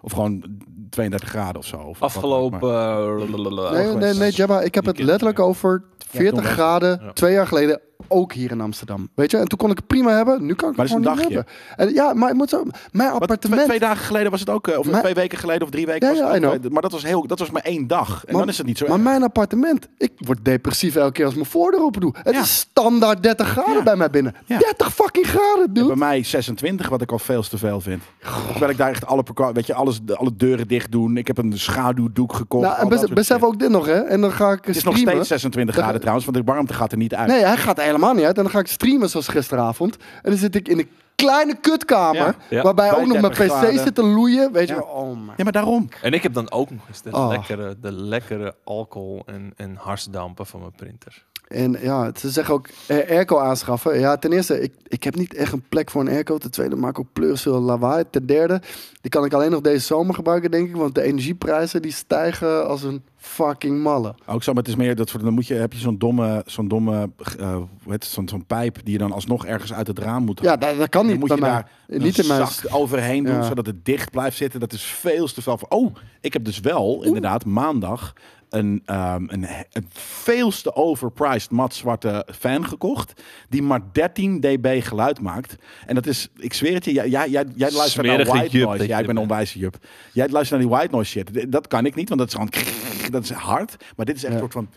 Speaker 3: Of gewoon 32 graden of zo. of wat dan ook,
Speaker 2: Afgelopen...
Speaker 3: maar-
Speaker 2: eh, lalalala,
Speaker 1: Nee, nee, nee, Jabba, ik heb het
Speaker 2: Weekend,
Speaker 1: letterlijk
Speaker 2: ja.
Speaker 1: over 40
Speaker 3: toen was-
Speaker 1: graden,
Speaker 2: ja.
Speaker 1: twee jaar geleden, ook hier in Amsterdam. Weet je, en toen kon ik het prima hebben, nu kan ik
Speaker 3: Maar
Speaker 1: het
Speaker 3: dat is
Speaker 1: gewoon
Speaker 3: een
Speaker 1: niet hebben. En, ja, maar ik moet zo, mijn
Speaker 3: Wat, twee,
Speaker 1: appartement...
Speaker 3: twee dagen geleden was het ook, eh, of
Speaker 1: Maar-
Speaker 3: twee weken geleden of drie weken.
Speaker 1: Ja,
Speaker 3: was
Speaker 1: ja,
Speaker 3: het ook,
Speaker 1: I know.
Speaker 3: eh, Maar dat was, heel, dat was maar één dag. En
Speaker 1: Maar-
Speaker 3: dan is het niet zo
Speaker 1: Maar
Speaker 3: erg.
Speaker 1: mijn appartement, ik word depressief elke keer als ik mijn voordeur open doe. Het
Speaker 3: Ja.
Speaker 1: is standaard 30 graden
Speaker 3: Ja.
Speaker 1: bij mij binnen.
Speaker 3: Ja.
Speaker 1: 30 fucking graden, dude.
Speaker 3: Bij mij 26, wat ik al veel te veel vind. Terwijl ik daar echt alle, perco- weet je, alles, de- alle deuren dicht doen. Ik heb een schaduwdoek gekocht.
Speaker 1: Nou,
Speaker 3: al
Speaker 1: en
Speaker 3: dat
Speaker 1: bes-
Speaker 3: soort
Speaker 1: besef
Speaker 3: shit.
Speaker 1: ook dit nog, hè? En dan ga ik
Speaker 3: Het is nog
Speaker 1: streamen.
Speaker 3: steeds eh, 26
Speaker 1: Dat-
Speaker 3: graden trouwens, want de warmte gaat er niet uit.
Speaker 1: Nee, hij gaat er helemaal niet uit. En dan ga ik streamen zoals gisteravond. En dan zit ik in een kleine kutkamer.
Speaker 3: Ja,
Speaker 2: ja.
Speaker 1: Waarbij
Speaker 3: Bij
Speaker 1: ook nog mijn
Speaker 3: 30 graden.
Speaker 1: pc zit te loeien. Weet je
Speaker 3: Ja.
Speaker 1: wel, oh man.
Speaker 3: Ja, maar daarom.
Speaker 2: En ik heb dan ook nog eens de,
Speaker 1: Oh.
Speaker 2: lekkere, de lekkere alcohol en, en harsdampen van mijn printer.
Speaker 1: En ja, ze zeggen ook eh, airco aanschaffen. Ja, ten eerste, ik, ik heb niet echt een plek voor een airco. Ten tweede, maak ik ook pleursveel lawaai. Ten derde, die kan ik alleen nog deze zomer gebruiken, denk ik. Want de energieprijzen die stijgen als een fucking malle.
Speaker 3: Ook zo, Oh, maar het is meer dat soort- dan moet je, heb je zo'n domme, zo'n domme, eh, hoe heet het, zo'n zo'n pijp die je dan alsnog ergens uit het raam moet.
Speaker 1: Ja, dat, dat kan
Speaker 3: Dan
Speaker 1: niet
Speaker 3: moet
Speaker 1: bij
Speaker 3: je
Speaker 1: mij.
Speaker 3: daar
Speaker 1: Niet in mijn...
Speaker 3: zacht overheen doen,
Speaker 1: Ja.
Speaker 3: zodat het dicht blijft zitten. Dat is veel te veel. voor- Oh, ik heb dus wel inderdaad maandag een, ehm een, een veel te overpriced matzwarte fan gekocht. Die maar 13 dB geluid maakt. En dat is, ik zweer het je, jij, jij, jij, jij luistert
Speaker 2: Smerige
Speaker 3: naar white
Speaker 2: jup dat
Speaker 3: noise.
Speaker 2: je
Speaker 3: Ja, ik ben
Speaker 2: bent.
Speaker 3: een onwijze jup. Jij luistert naar die white noise shit. Dat kan ik niet, want dat is gewoon... *laughs* Dat is hard. Maar dit is echt
Speaker 1: Ja.
Speaker 3: een soort van...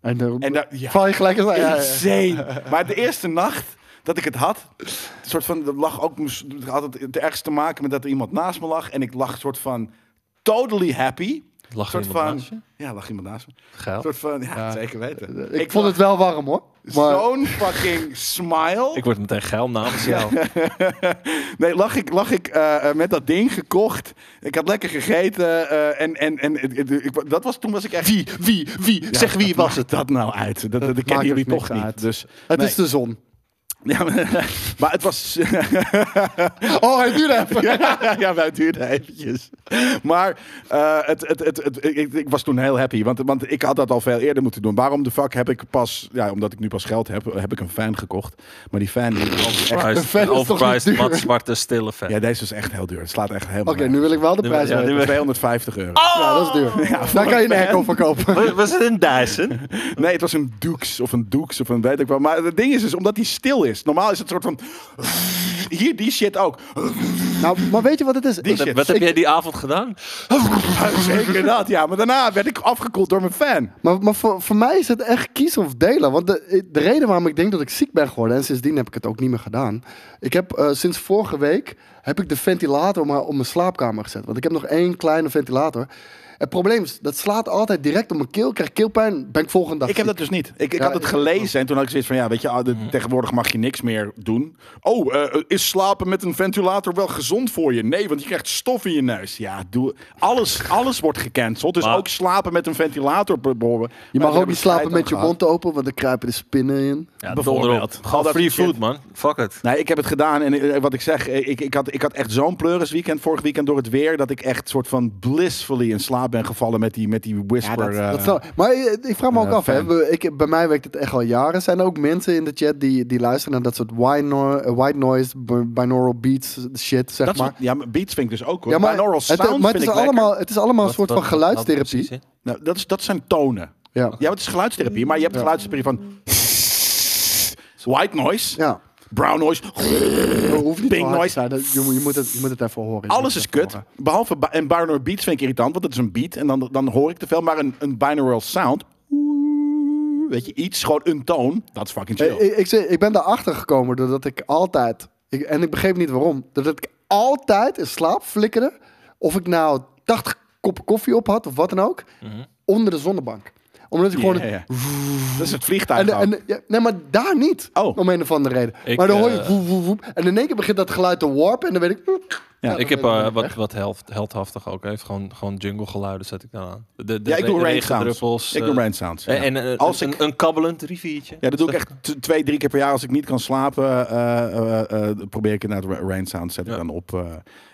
Speaker 1: En, daar-
Speaker 3: En daar- ja.
Speaker 1: Val je gelijk eens aan. Ja, ja, ja.
Speaker 3: Insane. Maar de eerste nacht dat ik het had, een soort van, dat lag ook, moest- had het het ergst te maken met dat er iemand naast me lag. En ik lag soort van totally happy.
Speaker 2: Lag er
Speaker 3: soort
Speaker 2: iemand
Speaker 3: van,
Speaker 2: naast je?
Speaker 3: Ja, lag iemand naast me.
Speaker 2: Geil.
Speaker 3: soort van, ja, zeker weten.
Speaker 1: Ik, vond het wel warm, hoor. Maar
Speaker 3: Zo'n fucking smile.
Speaker 2: Ik word meteen geil namens
Speaker 1: *laughs*
Speaker 2: jou.
Speaker 3: *laughs* Nee, lag ik, lag ik eh, eh, met dat ding gekocht. Ik had lekker gegeten. eh, en en, en het- het- ik, dat was, toen was ik echt... Wie, wie, wie? zeg wie was het? Dat nou uit. Dat, dat, dat
Speaker 1: maakt
Speaker 3: kennen jullie
Speaker 1: niks
Speaker 3: toch
Speaker 1: uit.
Speaker 3: niet. Dus,
Speaker 1: het
Speaker 3: nee.
Speaker 1: is de zon.
Speaker 3: Ja, *laughs* maar, maar het was...
Speaker 1: Oh, hij duurde even.
Speaker 3: *laughs* ja, ja, wij duurden eventjes. Maar eh, het, het, het, het, ik, ik was toen heel happy. Want, want ik had dat al veel eerder moeten doen. Waarom de fuck heb ik pas... Ja, omdat ik nu pas geld heb, heb ik een fan gekocht. Maar die fan... Die was echt,
Speaker 2: Overpriced,
Speaker 1: fan is toch niet
Speaker 2: overpriced
Speaker 1: duur?
Speaker 2: mat zwarte stille fan.
Speaker 3: ja,
Speaker 1: *laughs*
Speaker 3: deze is echt heel duur. Het slaat echt helemaal
Speaker 1: Oké, nu Ah! wil ik wel de
Speaker 2: Nu-
Speaker 1: prijs
Speaker 2: ja, nu
Speaker 1: weten. *laughs*
Speaker 2: wil-
Speaker 3: 250 euro.
Speaker 1: Ja, dat is duur.
Speaker 3: Oh!
Speaker 1: daar kan je een airco voor kopen.
Speaker 2: Was, was het een *laughs* Dyson?
Speaker 3: Nee, het was een Dukes of een Dukes of een weet ik wel. Maar het ding is dus, omdat die stil is. Normaal is het een soort van... Hier, die shit ook. *laughs*
Speaker 1: Nou, maar weet je wat het is?
Speaker 3: Die
Speaker 1: Ik-
Speaker 3: shit.
Speaker 2: Wat heb
Speaker 1: Ik-
Speaker 2: jij die avond gedaan?
Speaker 3: Zeker dat, ja. Maar daarna werd ik afgekoeld door mijn fan.
Speaker 1: Maar, maar voor, voor mij is het echt kiezen of delen. Want de, de reden waarom ik denk dat ik ziek ben geworden, en sindsdien heb ik het ook niet meer gedaan. Ik heb eh, sinds vorige week heb ik de ventilator maar op mijn slaapkamer gezet. Want ik heb nog één kleine ventilator. Het probleem is, dat slaat altijd direct op mijn keel. Krijg keelpijn, ben ik volgende dag
Speaker 3: Ik heb
Speaker 1: ziek.
Speaker 3: dat dus niet. Ik, ik
Speaker 1: Ja,
Speaker 3: had het
Speaker 1: ik- Mhm.
Speaker 3: gelezen en toen had ik zoiets van, ja, weet je, ah, de- tegenwoordig mag je niks meer doen. Oh, eh, is slapen met een ventilator wel gezond voor je? Nee, want je krijgt stof in je neus. Ja, doe, alles, alles wordt gecanceld. Dus
Speaker 2: Maar-
Speaker 3: ook slapen met een ventilator. be- behoren.
Speaker 1: Je
Speaker 3: Maar
Speaker 1: mag
Speaker 3: daar
Speaker 1: ook
Speaker 3: heb
Speaker 1: niet
Speaker 3: ik
Speaker 1: slapen
Speaker 3: strijd
Speaker 1: met je
Speaker 3: aan gehad.
Speaker 1: mond open, want dan kruipen de spinnen in.
Speaker 2: Ja,
Speaker 3: Bijvoorbeeld.
Speaker 2: donder op.
Speaker 3: Al
Speaker 2: Gewoon
Speaker 3: dat
Speaker 2: free
Speaker 3: shit.
Speaker 2: food, man. Fuck it.
Speaker 3: Nee, ik heb het gedaan en eh, wat ik zeg, eh, ik, ik, had, ik had echt zo'n pleuris weekend vorig weekend door het weer dat ik echt soort van blissfully in slaap ben gevallen met die, met die whisper.
Speaker 1: dat
Speaker 3: eh,
Speaker 1: snap ik. Maar eh, ik vraag me ook
Speaker 3: eh,
Speaker 1: af, hè.
Speaker 3: fan.
Speaker 1: We- Ik, bij mij werkt het echt al jaren. Zijn er ook mensen in de chat die, die luisteren naar dat soort white, no- eh, white noise, bi- binaural beats shit, zeg
Speaker 3: dat
Speaker 1: maar.
Speaker 3: soort- ja, maar beats vind ik dus ook hoor.
Speaker 1: Ja, maar
Speaker 3: Binaural
Speaker 1: het,
Speaker 3: sound
Speaker 1: maar het
Speaker 3: vind
Speaker 1: is
Speaker 3: ik lekker.
Speaker 1: allemaal, het is allemaal een
Speaker 2: Wat-
Speaker 1: soort
Speaker 2: wat-
Speaker 1: van
Speaker 2: wat houdt het
Speaker 1: geluidstherapie.
Speaker 2: precies in?
Speaker 3: Nou, dat, is, dat zijn tonen.
Speaker 1: Ja.
Speaker 3: Ja, maar het is geluidstherapie, maar je hebt geluidstherapie van. *laughs* White noise,
Speaker 1: ja.
Speaker 3: brown noise,
Speaker 1: *laughs* Je hoeft niet
Speaker 3: Pink
Speaker 1: zo hard te
Speaker 3: noise.
Speaker 1: zijn. Dat- Je, moet- je, moet het, je moet het even horen. Je moet
Speaker 3: alles
Speaker 1: het
Speaker 3: is
Speaker 1: even
Speaker 3: kut. Behalve ba- en binaural beats vind ik irritant, want het is een beat en dan, dan hoor ik te veel. Maar een, een binaural sound, weet je, iets, gewoon een toon, dat is fucking chill.
Speaker 1: horen. Ik, ik, zeg- ik ben daarachter gekomen doordat ik altijd, ik, en ik begreep niet waarom, doordat ik altijd in slaap flikkerde. Of ik nou 80 koppen koffie op had of wat dan ook,
Speaker 2: Mhm.
Speaker 1: onder de zonnebank. Omdat ik
Speaker 3: Ja,
Speaker 1: gewoon.
Speaker 3: ja. Dat is het vliegtuig.
Speaker 1: En,
Speaker 3: ook.
Speaker 1: en, ja, nee, maar daar niet.
Speaker 3: Oh.
Speaker 1: Om een of andere reden.
Speaker 2: Ik,
Speaker 1: maar dan hoor je
Speaker 2: eh,
Speaker 1: woep, woep, woep. En in één keer begint dat geluid te warpen. En dan weet ik...
Speaker 3: Ja,
Speaker 2: ik
Speaker 1: dan
Speaker 2: heb
Speaker 1: ben
Speaker 2: eh,
Speaker 1: ik
Speaker 2: wat,
Speaker 1: weg.
Speaker 2: wat helft, heldhaftig ook heeft. Gewoon, gewoon jungle geluiden zet ik dan aan. De, de
Speaker 3: ja, ik doe
Speaker 2: re-
Speaker 3: rain
Speaker 2: regendruppels,
Speaker 3: sounds. Ik
Speaker 2: eh,
Speaker 3: doe rain sounds. ja.
Speaker 2: En, en, eh,
Speaker 3: Als
Speaker 2: een,
Speaker 3: ik-
Speaker 2: een kabbelend riviertje.
Speaker 3: Ja, dat doe ik echt t- twee, drie keer per jaar. Als ik niet kan slapen, eh, eh, eh, probeer ik inderdaad Ra- Rain Sound zet ik
Speaker 2: Ja.
Speaker 3: dan op. eh.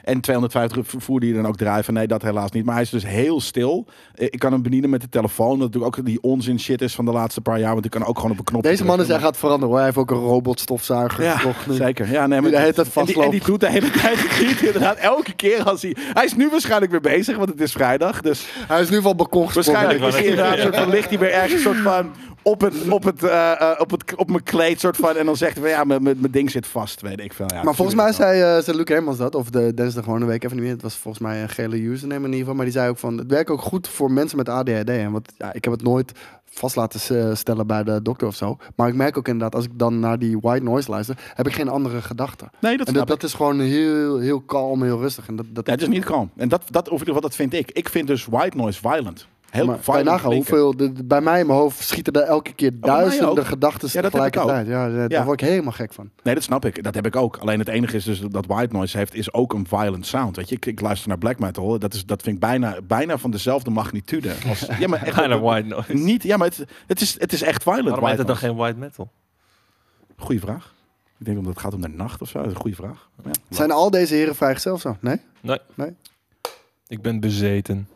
Speaker 3: en 250 v- voer die dan ook drijven. Nee, dat helaas niet. Maar hij is dus heel stil. Eh, ik kan hem bedienen met de telefoon. Dat natuurlijk ook die onzin shit is van de laatste paar jaar. Want ik kan ook gewoon op een knop
Speaker 1: Deze man is echt
Speaker 3: drukken.
Speaker 1: aan het veranderen hoor. Hij heeft ook een robotstofzuiger gekocht
Speaker 3: Ja,
Speaker 1: nu.
Speaker 3: zeker. Ja, nee, maar
Speaker 1: Die de hele tijd
Speaker 3: en, die, en die
Speaker 1: vastloopt.
Speaker 3: doet de hele tijd *laughs* niet, inderdaad. Elke keer als hij... Hij is nu waarschijnlijk weer bezig, want het is vrijdag. Dus
Speaker 1: Hij is nu van balkon gesprongen.
Speaker 3: Waarschijnlijk
Speaker 2: Ja,
Speaker 3: is
Speaker 2: ik wou
Speaker 3: hij
Speaker 2: net
Speaker 3: inderdaad soort *laughs* van ligt hij weer ergens soort van op het op het eh, eh, op het op mijn kleed soort van en dan zegt hij van ja mijn- mijn mijn ding zit vast weet ik veel. Ja,
Speaker 1: Maar volgens mij
Speaker 3: natuurlijk wel.
Speaker 1: zei, eh zei Luc Hermans dat, of de Dennis de Gewone Week, even niet meer. Het was volgens mij een gele username in ieder geval. Maar die zei ook van, het werkt ook goed voor mensen met ADHD. En want ja, ik heb het nooit vast laten eh, stellen bij de dokter of zo. Maar ik merk ook inderdaad, als ik dan naar die white noise luister, heb ik geen andere gedachten.
Speaker 3: nee dat
Speaker 1: En
Speaker 3: snap
Speaker 1: dat,
Speaker 3: ik.
Speaker 1: dat is gewoon heel, heel kalm, heel rustig. En dat, dat
Speaker 3: Ja, het is niet kalm en dat dat of in ieder geval dat vind ik. Ik vind dus white noise violent. Heel
Speaker 1: maar kan je
Speaker 3: violent.
Speaker 1: nagaan
Speaker 3: klinken.
Speaker 1: hoeveel, de- de- bij mij in mijn hoofd schieten er elke keer
Speaker 3: Oh, bij mij ook.
Speaker 1: duizenden gedachten
Speaker 3: Ja, dat heb ik
Speaker 1: tegelijkertijd. Ja, daar
Speaker 3: Ja.
Speaker 1: word ik helemaal gek van.
Speaker 3: Nee, dat snap ik. Dat heb ik ook. Alleen het enige is dus dat white noise heeft is ook een violent sound. Weet je, ik, ik luister naar black metal. Dat is dat vind ik bijna bijna van dezelfde magnitude. *laughs* Als, ja, maar echt,
Speaker 2: *laughs* Bijna white noise.
Speaker 3: niet. Ja, maar het, het is het is echt violent.
Speaker 2: Waarom heet
Speaker 3: white
Speaker 2: het dan
Speaker 3: noise.
Speaker 2: geen white metal?
Speaker 3: Goeie vraag. Ik denk omdat het gaat om de nacht of zo. Dat is een goede vraag. Ja.
Speaker 1: Zijn al deze heren vrijgezel of zo? Nee?
Speaker 2: Nee.
Speaker 1: Nee.
Speaker 2: Ik ben bezeten.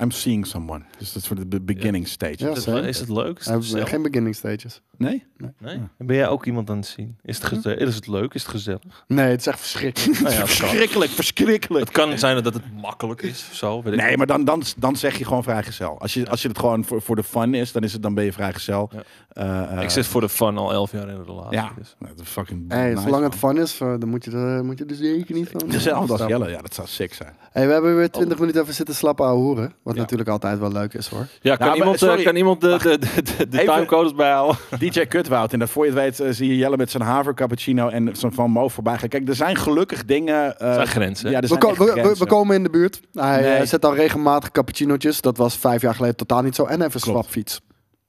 Speaker 3: I'm seeing someone. Dus dat is voor de be- beginning stage.
Speaker 1: Ja,
Speaker 2: Is het,
Speaker 1: zeker.
Speaker 2: is het leuk? Is
Speaker 1: Hij heeft
Speaker 2: het gezellig?
Speaker 1: geen beginning stages.
Speaker 3: Nee?
Speaker 2: Nee? Ben jij ook iemand aan het zien? Is het, geze- is het leuk? Is het gezellig?
Speaker 1: Nee, *laughs* het is echt verschrikkelijk.
Speaker 3: *laughs* Oh
Speaker 2: Nou ja, het, kan.
Speaker 3: Verschrikkelijk, verschrikkelijk.
Speaker 2: het kan zijn dat het makkelijk is of zo. Weet ik.
Speaker 3: Nee, maar dan, dan, dan zeg je gewoon vrijgezel. Als je, als je het gewoon voor, voor de fun is, dan, is het, dan ben je vrijgezel.
Speaker 2: Ja.
Speaker 3: Eh, eh,
Speaker 2: Ik zit voor de fun al elf jaar in een relatie.
Speaker 3: Ja,
Speaker 2: dus.
Speaker 3: Nou, dat is fucking
Speaker 1: Hey,
Speaker 3: nice,
Speaker 1: zolang het
Speaker 3: man.
Speaker 1: fun is, eh, dan moet je er, moet je er zeker niet van.
Speaker 3: Gezellig als Jelle, ja, dat zou sick zijn.
Speaker 1: Hey, we hebben weer 20 minuten even zitten slappen ouwe hoeren. Wat
Speaker 3: Ja.
Speaker 1: natuurlijk altijd wel leuk is hoor.
Speaker 2: ja, kan,
Speaker 3: maar
Speaker 2: iemand, eh,
Speaker 3: sorry.
Speaker 2: kan iemand de, de, de, de, de
Speaker 3: Even-
Speaker 2: timecodes bijhouden?
Speaker 3: DJ Kutwoud. En dat voor je het weet eh, zie je Jelle met zijn haver cappuccino en zijn Van Mo voorbij gaan. Kijk, er zijn gelukkig dingen... eh,
Speaker 2: Dat zijn grenzen.
Speaker 3: ja, er
Speaker 1: We,
Speaker 3: zijn
Speaker 1: ko-
Speaker 3: echt
Speaker 1: we- we, we
Speaker 3: grenzen.
Speaker 1: komen in de buurt. Hij
Speaker 3: Nee.
Speaker 1: eh, zet al regelmatig cappuccinootjes. Dat was vijf jaar geleden totaal niet zo. En even
Speaker 3: Klopt.
Speaker 1: swapfiets.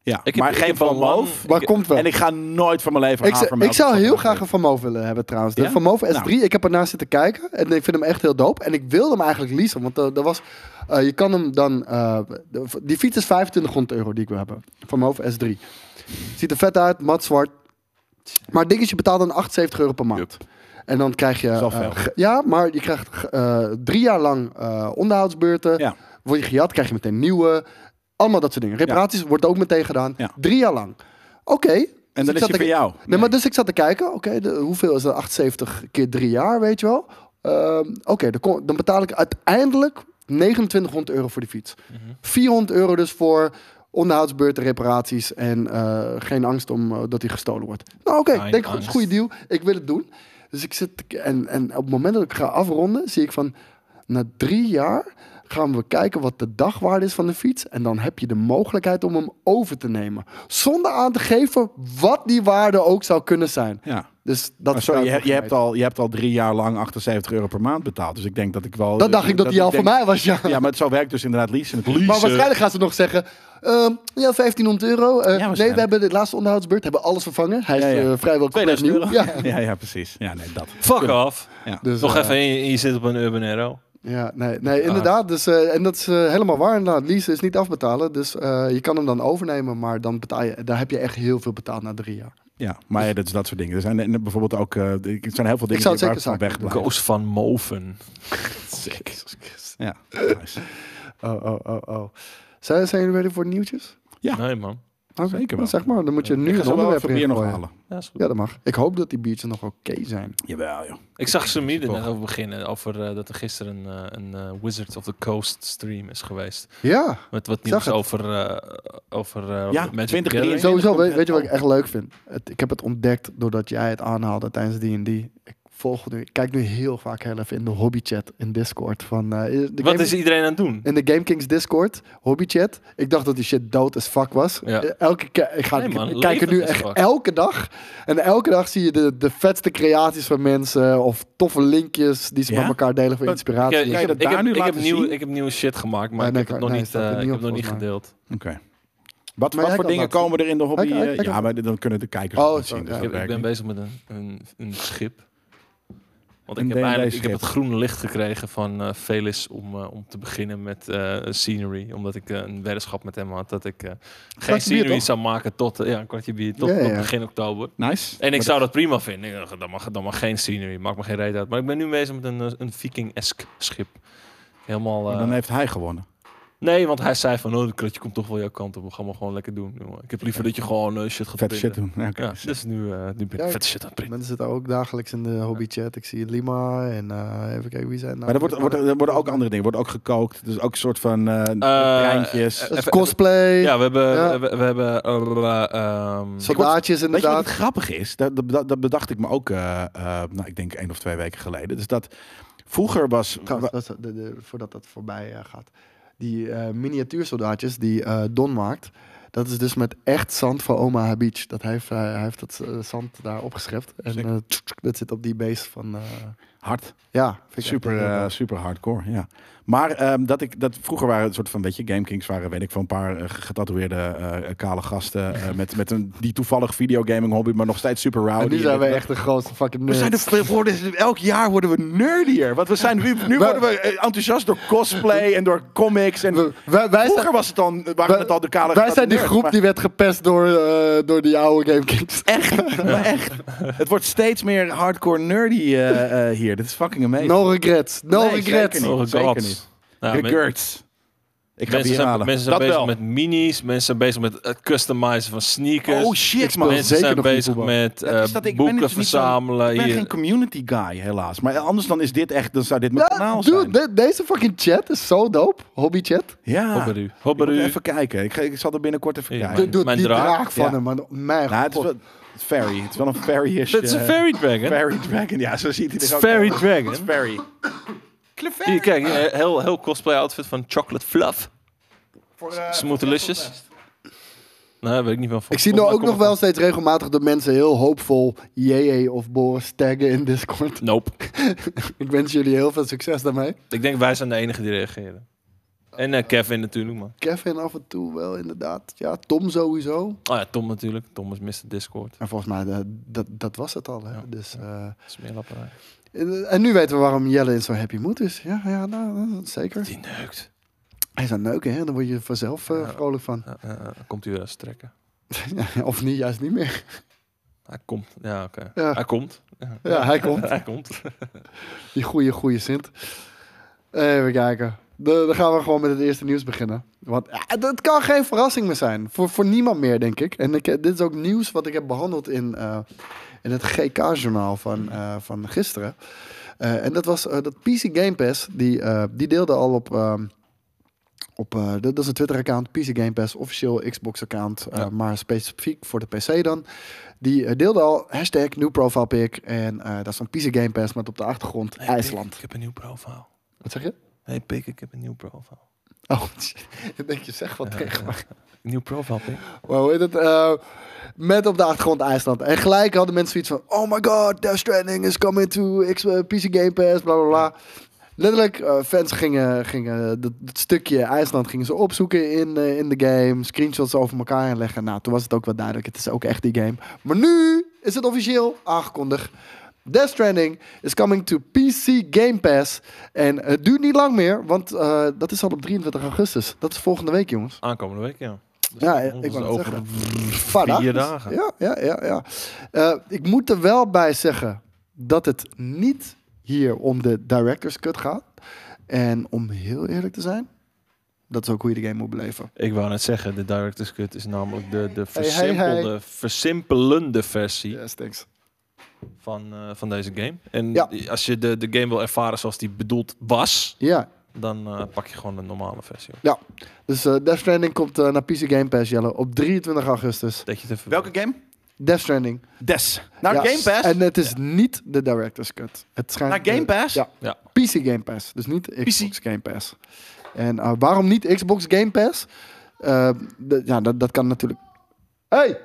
Speaker 3: Ja,
Speaker 2: Ik heb-
Speaker 3: maar
Speaker 2: ik
Speaker 3: geen
Speaker 2: heb
Speaker 3: Van
Speaker 2: al lang-
Speaker 3: Mo.
Speaker 1: Maar
Speaker 2: Ik-
Speaker 1: komt wel.
Speaker 3: En ik ga nooit van mijn leven
Speaker 1: Ik, zou-
Speaker 3: havermelk
Speaker 1: ik zou
Speaker 3: op
Speaker 1: heel
Speaker 3: chocolade
Speaker 1: graag
Speaker 3: drinken.
Speaker 1: een Van Moof willen hebben trouwens. De
Speaker 3: Ja?
Speaker 1: Van Moof S3,
Speaker 3: Nou.
Speaker 1: ik heb ernaar zitten kijken. En ik vind hem echt heel dope. En ik wilde hem eigenlijk leasen. Want eh, er was, eh, je kan hem dan... eh, de- die fiets is 2500 euro die ik wil hebben. Van Moof S3. Ziet er vet uit, mat zwart. Maar het dingetje betaalt dan 78 euro per maand. En dan krijg je...
Speaker 3: is wel
Speaker 1: eh,
Speaker 3: veel.
Speaker 1: ge- ja, maar je krijgt eh, drie jaar lang eh, onderhoudsbeurten.
Speaker 3: Ja.
Speaker 1: Word je gejat, krijg je meteen nieuwe. Allemaal dat soort dingen. Reparaties wordt ook meteen gedaan.
Speaker 3: Ja.
Speaker 1: Drie jaar lang. Oké.
Speaker 3: En
Speaker 1: Dus
Speaker 3: dan
Speaker 1: ik
Speaker 3: is
Speaker 1: zat
Speaker 3: hij
Speaker 1: te-
Speaker 3: voor jou.
Speaker 1: Nee, maar dus ik zat te kijken, oké, de- hoeveel is dat? 78 keer drie jaar, weet je wel. Ehm, oké, dan, kon- dan betaal ik uiteindelijk 2900 euro voor die fiets. 400 euro dus voor onderhoudsbeurten, reparaties en eh, geen angst om eh, dat hij gestolen wordt. Nou oké,
Speaker 2: Geen
Speaker 1: ik denk goed, is een
Speaker 2: angst.
Speaker 1: goede deal. Ik wil het doen. Dus ik zit, en, en op het moment dat ik ga afronden, zie ik van, na drie jaar gaan we kijken wat de dagwaarde is van de fiets. En dan heb je de mogelijkheid om hem over te nemen. Zonder aan te geven wat die waarde ook zou kunnen zijn.
Speaker 3: Ja.
Speaker 1: Dus dat
Speaker 3: Maar sorry, je,
Speaker 1: vertrouwt
Speaker 3: je,
Speaker 1: me
Speaker 3: hebt
Speaker 1: gemeten.
Speaker 3: al, je hebt al drie jaar lang 78 euro per maand betaald. Dus ik denk dat ik wel...
Speaker 1: Dat dacht ik dat die al voor
Speaker 3: denk-
Speaker 1: mij was, ja.
Speaker 3: Ja, maar het zo werkt dus inderdaad leasen. Het leasen.
Speaker 1: Maar waarschijnlijk gaan ze nog zeggen... ehm, ja, 1500 euro. Eh, nee,
Speaker 3: waarschijnlijk.
Speaker 1: we hebben de laatste onderhoudsbeurt hebben alles vervangen. Hij is
Speaker 3: Ja, ja.
Speaker 1: eh, vrijwel compleet
Speaker 2: 2000
Speaker 1: nieuw.
Speaker 2: euro.
Speaker 1: Ja.
Speaker 3: *laughs* Ja, ja, precies. Ja, nee, dat.
Speaker 2: Fuck off.
Speaker 3: Ja.
Speaker 1: Dus,
Speaker 2: Nog
Speaker 1: eh,
Speaker 2: even, je, je zit op een Urban Aero.
Speaker 1: Ja, nee,
Speaker 3: Ah.
Speaker 1: nee inderdaad. Dus, eh, en dat is eh, helemaal waar. Inderdaad. Lease is niet afbetalen. Dus eh, je kan hem dan overnemen. Maar dan betaal je, daar heb je echt heel veel betaald na drie jaar.
Speaker 3: Ja, maar ja, dat, is dat soort dingen. Er zijn en bijvoorbeeld ook... eh, er zijn heel veel dingen
Speaker 1: zou het
Speaker 3: die
Speaker 1: zeker
Speaker 3: waar we van
Speaker 1: zaken doen.
Speaker 3: wegblijven.
Speaker 2: Ghost van Moven.
Speaker 3: Sick. Ja, nice.
Speaker 1: Oh, oh, oh, oh. Zijn, zijn jullie ready voor de nieuwtjes?
Speaker 3: Ja.
Speaker 2: Nee, man.
Speaker 1: Oké,
Speaker 3: Zeker wel.
Speaker 1: nou, Zeg maar, dan moet je nu
Speaker 3: Ik ga
Speaker 1: een
Speaker 3: zo wel
Speaker 1: onderwerp
Speaker 3: even bier
Speaker 1: erin
Speaker 3: nog
Speaker 1: gooien.
Speaker 3: halen.
Speaker 2: Ja, is goed.
Speaker 1: Ja, dat mag. Ik hoop dat die biertjes nog oké zijn.
Speaker 3: Jawel, joh.
Speaker 2: Ik zag Samir er
Speaker 3: Toch.
Speaker 2: net over beginnen. Over eh, dat er gisteren eh, een eh, Wizards of the Coast stream is geweest.
Speaker 1: Ja,
Speaker 2: Met wat
Speaker 1: Zag
Speaker 2: nieuws
Speaker 1: het.
Speaker 2: over, eh, over eh,
Speaker 3: Ja,
Speaker 2: Magic the Gathering.
Speaker 3: 20 drieëndertig.
Speaker 1: sowieso.
Speaker 3: dat
Speaker 1: Weet,
Speaker 3: komt
Speaker 1: weet je wat ik
Speaker 3: echt
Speaker 1: echt leuk vind? Het, ik heb het ontdekt doordat jij het aanhaalde tijdens D&D. Ik volg nu, ik kijk nu heel vaak heel even in de hobbychat in Discord. Van, eh, de
Speaker 2: Wat
Speaker 1: game-
Speaker 2: is iedereen aan het doen?
Speaker 1: in de Game Kings Discord, hobbychat. Ik dacht dat die shit dood as fuck was.
Speaker 2: Ja.
Speaker 1: Eh, Elke ke- ik ga
Speaker 2: Nee, man,
Speaker 1: ik kijk er nu
Speaker 2: levend as
Speaker 1: echt
Speaker 2: fuck.
Speaker 1: elke dag. En elke dag zie je de, de vetste creaties van mensen of toffe linkjes die ze
Speaker 3: Ja?
Speaker 1: met elkaar delen voor
Speaker 3: Wat-
Speaker 1: inspiratie.
Speaker 2: Ik,
Speaker 3: je
Speaker 2: ik,
Speaker 3: dat
Speaker 2: ik,
Speaker 3: daar
Speaker 2: heb,
Speaker 3: nu
Speaker 2: ik, heb
Speaker 3: laten
Speaker 2: nieuwe,
Speaker 3: zien?
Speaker 2: ik heb nieuwe shit gemaakt, maar
Speaker 1: Nee, nee,
Speaker 2: ik heb het nog
Speaker 1: nee,
Speaker 2: niet,
Speaker 1: staat er
Speaker 2: eh,
Speaker 1: niet
Speaker 2: ik
Speaker 1: op,
Speaker 2: heb het nog niet
Speaker 1: volgens mij.
Speaker 2: gedeeld.
Speaker 3: Oké. Wat,
Speaker 1: Maar
Speaker 3: wat
Speaker 1: jij
Speaker 3: voor
Speaker 1: kan
Speaker 3: dingen
Speaker 1: dat.
Speaker 3: komen er in de hobby?
Speaker 1: Hij kan- hij
Speaker 3: eh,
Speaker 1: kan
Speaker 3: ja,
Speaker 1: dat.
Speaker 3: maar dan kunnen de kijkers
Speaker 1: Oh,
Speaker 3: het niet
Speaker 1: zo,
Speaker 3: zien. Dus
Speaker 1: ja.
Speaker 2: Ik,
Speaker 3: dat
Speaker 2: heb- ik
Speaker 3: werkt
Speaker 2: ben
Speaker 3: niet.
Speaker 2: bezig met een, een, een schip. Want
Speaker 3: Een
Speaker 2: ik heb,
Speaker 3: D&D
Speaker 2: eindelijk, ik heb
Speaker 3: schip.
Speaker 2: het groene licht gekregen van eh Felis om, eh, om te beginnen met eh, scenery. Omdat ik eh, een weddenschap met hem had dat ik eh,
Speaker 1: bier,
Speaker 2: geen scenery
Speaker 1: toch?
Speaker 2: zou maken tot eh, ja, een kwartje bier tot,
Speaker 1: Ja,
Speaker 2: tot
Speaker 1: ja.
Speaker 2: begin oktober.
Speaker 3: Nice.
Speaker 2: En ik
Speaker 3: Maar
Speaker 2: zou dat prima vinden. Ik dacht, Dan mag, dan mag geen scenery, maakt me geen reet uit. Maar ik ben nu bezig met een, eh, een Viking-esk schip. Helemaal...
Speaker 3: dat-
Speaker 2: eh,
Speaker 3: Dan heeft hij gewonnen.
Speaker 2: Nee, want hij zei van, oh, dat kratje komt toch wel jouw kant op. We gaan maar gewoon lekker doen. jongen. Ik heb liever dat je gewoon eh, shit gaat
Speaker 3: Vet shit
Speaker 2: printen.
Speaker 3: doen. Ja, oké.
Speaker 2: Ja, dus nu, eh nu ben ik
Speaker 1: Ja,
Speaker 2: vet shit aan het printen.
Speaker 1: Mensen zitten ook dagelijks in de hobbychat. Ik zie Lima en eh, even kijken wie zijn nou.
Speaker 3: Maar er, wordt, wordt, er worden ook andere dingen. Er wordt ook gekookt. Dus ook een soort van eh treintjes.
Speaker 1: Dat is
Speaker 2: Even-
Speaker 1: cosplay,
Speaker 2: Ja, we hebben...
Speaker 1: Ja.
Speaker 2: We, we hebben eh, eh, ehm,
Speaker 1: soldaatjes
Speaker 3: Weet je wat
Speaker 1: inderdaad.
Speaker 3: het grappig is? Dat, dat, dat bedacht ik me ook, eh, eh, nou, ik denk één of twee weken geleden. Dus dat vroeger was...
Speaker 1: Trouwens, dat is- de, de- voordat dat voorbij eh, gaat. Die eh, miniatuursoldaatjes die eh, Don maakt. Dat is dus met echt zand van Omaha Beach. Dat hij, heeft, eh, hij heeft dat eh, zand daar opgeschept. En
Speaker 3: Sick.
Speaker 1: eh, tsk, tsk, dat zit op die base van... eh,
Speaker 3: hard.
Speaker 1: ja, vind ik echt
Speaker 3: Super,
Speaker 1: heel
Speaker 3: eh,
Speaker 1: gaaf.
Speaker 3: super hardcore, ja. Maar ehm, dat ik, dat vroeger waren het soort van, weet je, Game Kings waren, weet ik van een paar eh, getatoeëerde eh, kale gasten eh, met, met een, die toevallig videogaming hobby, maar nog steeds super rowdy.
Speaker 1: en nu zijn
Speaker 3: En
Speaker 1: we
Speaker 3: dat-
Speaker 1: echt de grootste fucking
Speaker 3: We
Speaker 1: nerds.
Speaker 3: zijn er, worden, elk jaar worden we nerdier. Want we zijn nu,
Speaker 1: *laughs*
Speaker 3: nu worden we eh, enthousiast door cosplay en door comics. En
Speaker 1: We- wij, wij zijn,
Speaker 3: vroeger was het dan, eh, waren
Speaker 1: wij-
Speaker 3: het al de kale
Speaker 1: wij zijn die
Speaker 3: nerds,
Speaker 1: groep
Speaker 3: maar-
Speaker 1: die werd gepest door, eh, door die oude Game Kings.
Speaker 3: Echt, maar echt. Het wordt steeds meer hardcore nerdy eh, eh, hier. Dit is fucking amazing.
Speaker 1: *laughs* No regrets. No
Speaker 3: Nee,
Speaker 1: regrets.
Speaker 3: zeker niet.
Speaker 2: oh,
Speaker 3: zeker
Speaker 2: God.
Speaker 3: niet.
Speaker 2: Nou, men-
Speaker 3: Regrets. Ik ga het
Speaker 2: mensen
Speaker 3: hier
Speaker 2: zijn,
Speaker 3: halen.
Speaker 2: mensen zijn
Speaker 3: Dat
Speaker 2: bezig
Speaker 3: wel.
Speaker 2: met minis. Mensen zijn bezig met het customizen van sneakers.
Speaker 3: Oh shit, man.
Speaker 1: speel
Speaker 2: mensen
Speaker 1: zeker
Speaker 2: zijn
Speaker 1: nog niet
Speaker 2: bezig
Speaker 1: voetbal.
Speaker 2: met
Speaker 3: Dat is
Speaker 2: eh,
Speaker 3: dat ik- ik ben
Speaker 2: boeken
Speaker 3: dus niet zo'n-
Speaker 2: verzamelen.
Speaker 3: Ik ben
Speaker 2: hier.
Speaker 3: geen community guy, helaas. Maar anders dan is dit echt, dan zou dit mijn
Speaker 1: Ja,
Speaker 3: kanaal
Speaker 1: dude,
Speaker 3: zijn.
Speaker 1: de- deze fucking chat is zo dope. Hobby chat.
Speaker 3: ja.
Speaker 2: Hopperu.
Speaker 3: Ik moet
Speaker 2: Hopperu.
Speaker 3: Even kijken. Ik, ga, ik zal er binnenkort even
Speaker 2: Ja.
Speaker 3: kijken.
Speaker 1: Doe,
Speaker 2: Mijn-
Speaker 1: doe
Speaker 2: mijn
Speaker 1: die draak,
Speaker 2: draak.
Speaker 1: van
Speaker 3: Ja.
Speaker 1: hem, man. Mijn
Speaker 3: Nou, het is
Speaker 1: god.
Speaker 3: wel fairy. Het is wel een fairy-ish.
Speaker 2: *laughs* *laughs* Het is een
Speaker 3: eh,
Speaker 2: fairy dragon.
Speaker 3: fairy dragon. Ja, zo ziet hij
Speaker 2: It's
Speaker 3: er ook
Speaker 2: fairy
Speaker 3: uit.
Speaker 2: dragon.
Speaker 3: Het is fairy.
Speaker 2: Hier, kijk, hier, heel, heel cosplay outfit van Chocolate Fluff.
Speaker 1: Voor, eh,
Speaker 2: Smoothelicious. Nee, weet ik niet van.
Speaker 1: Ik zie
Speaker 2: Volgens
Speaker 1: nou
Speaker 2: mij
Speaker 1: ook
Speaker 2: komt
Speaker 1: nog
Speaker 2: het
Speaker 1: wel steeds regelmatig de mensen heel hoopvol JJ of Boris taggen in Discord. *laughs*
Speaker 2: van- Nope.
Speaker 1: Ik wens jullie heel veel succes daarmee.
Speaker 2: Ik denk wij zijn de enigen die reageren. En eh, Kevin natuurlijk, man.
Speaker 1: Kevin af en toe wel, inderdaad. Ja, Tom sowieso.
Speaker 2: Oh ja, Tom natuurlijk. Tom is Mr. Discord.
Speaker 1: En volgens mij, eh, dat, dat was het al. Hè?
Speaker 2: Ja.
Speaker 1: Dus, eh,
Speaker 2: Smeerlapperij.
Speaker 1: en- en nu weten we waarom Jelle in zo'n happy mood is. Ja, ja nou, dat- zeker.
Speaker 2: Die neukt.
Speaker 1: Hij is aan het neuken, hè? dan word je vanzelf eh,
Speaker 2: Ja.
Speaker 1: vrolijk van. *laughs*
Speaker 2: Ja, ja, ja. komt hij weer eens trekken.
Speaker 1: of niet, juist niet meer.
Speaker 2: Hij komt. Ja, oké.
Speaker 1: Ja.
Speaker 2: Hij komt.
Speaker 1: Ja, hij komt.
Speaker 2: *laughs* Hij komt.
Speaker 1: Die goede, goede Sint. Even kijken. De- dan gaan we gewoon met het eerste nieuws beginnen. Want ja, dat kan geen verrassing meer zijn. Voor, voor niemand meer, denk ik. En ik, eh, dit is ook nieuws wat ik heb behandeld in, eh, in het GK-journaal van, eh, van gisteren. Eh, en dat was eh, dat PC Game Pass. Die, eh, die deelde al op... ehm, op, eh, dat dat is een Twitter-account, PC Game Pass, officieel Xbox-account, eh,
Speaker 2: Ja.
Speaker 1: maar specifiek voor de PC dan. Die eh, deelde al hashtag new profile pic en eh, dat is een PC Game Pass met op de achtergrond IJsland.
Speaker 2: Ik heb een nieuw profiel.
Speaker 1: Wat zeg je?
Speaker 2: Ik Hey Pik, ik heb een nieuw profile.
Speaker 1: Oh, *laughs* ik denk je zegt wat
Speaker 2: Ja,
Speaker 1: tegen
Speaker 2: ja.
Speaker 1: me.
Speaker 2: Nieuw profile, Pik.
Speaker 1: Maar hoe heet het? Eh, met op de achtergrond IJsland. En gelijk hadden mensen zoiets van... Oh my god, Death Stranding is coming to X, eh, PC Game Pass, bla bla bla. Letterlijk, eh, fans gingen, gingen dat, dat stukje IJsland gingen ze opzoeken in, eh, in de game. Screenshots over elkaar inleggen. Nou, toen was het ook wel duidelijk. Het is ook echt die game. Maar nu is het officieel aangekondigd. Death Stranding is coming to PC Game Pass. En het duurt niet lang meer, want eh, dat is al op 23 augustus. Dat is volgende week, jongens.
Speaker 2: Aankomende week, ja. Dus
Speaker 1: Ja, ik
Speaker 2: dat is
Speaker 1: wou het
Speaker 2: over
Speaker 1: zeggen.
Speaker 2: vier
Speaker 1: Vandaag
Speaker 2: dagen.
Speaker 1: dus. Ja, ja, ja. ja. Eh, ik moet er wel bij zeggen dat het niet hier om de director's cut gaat. En om heel eerlijk te zijn, dat is ook hoe je de game moet beleven.
Speaker 2: Ik wou net zeggen, de director's cut is namelijk de, de
Speaker 1: Hey, hey, hey.
Speaker 2: versimpelde, versimpelende versie
Speaker 1: Yes, thanks.
Speaker 2: van, eh, van deze game. En
Speaker 1: Ja.
Speaker 2: als je de, de game wil ervaren zoals die bedoeld was,
Speaker 1: Ja,
Speaker 2: dan eh, pak je gewoon de normale versie. op.
Speaker 1: ja. Dus eh, Death Stranding komt eh, naar PC Game Pass, Jelle, op 23 augustus.
Speaker 2: Dat je het even
Speaker 3: Welke game?
Speaker 1: Death Stranding.
Speaker 3: Des. eh, Naar
Speaker 1: Ja,
Speaker 3: Game Pass?
Speaker 1: En het is niet de director's cut. Het schijnt
Speaker 3: Naar Game
Speaker 1: de-
Speaker 3: Pass?
Speaker 1: Ja.
Speaker 2: Ja.
Speaker 1: PC Game Pass, dus niet Xbox Game Pass. En eh, waarom niet Xbox Game Pass? Eh, d- ja, dat, dat kan natuurlijk. Hey!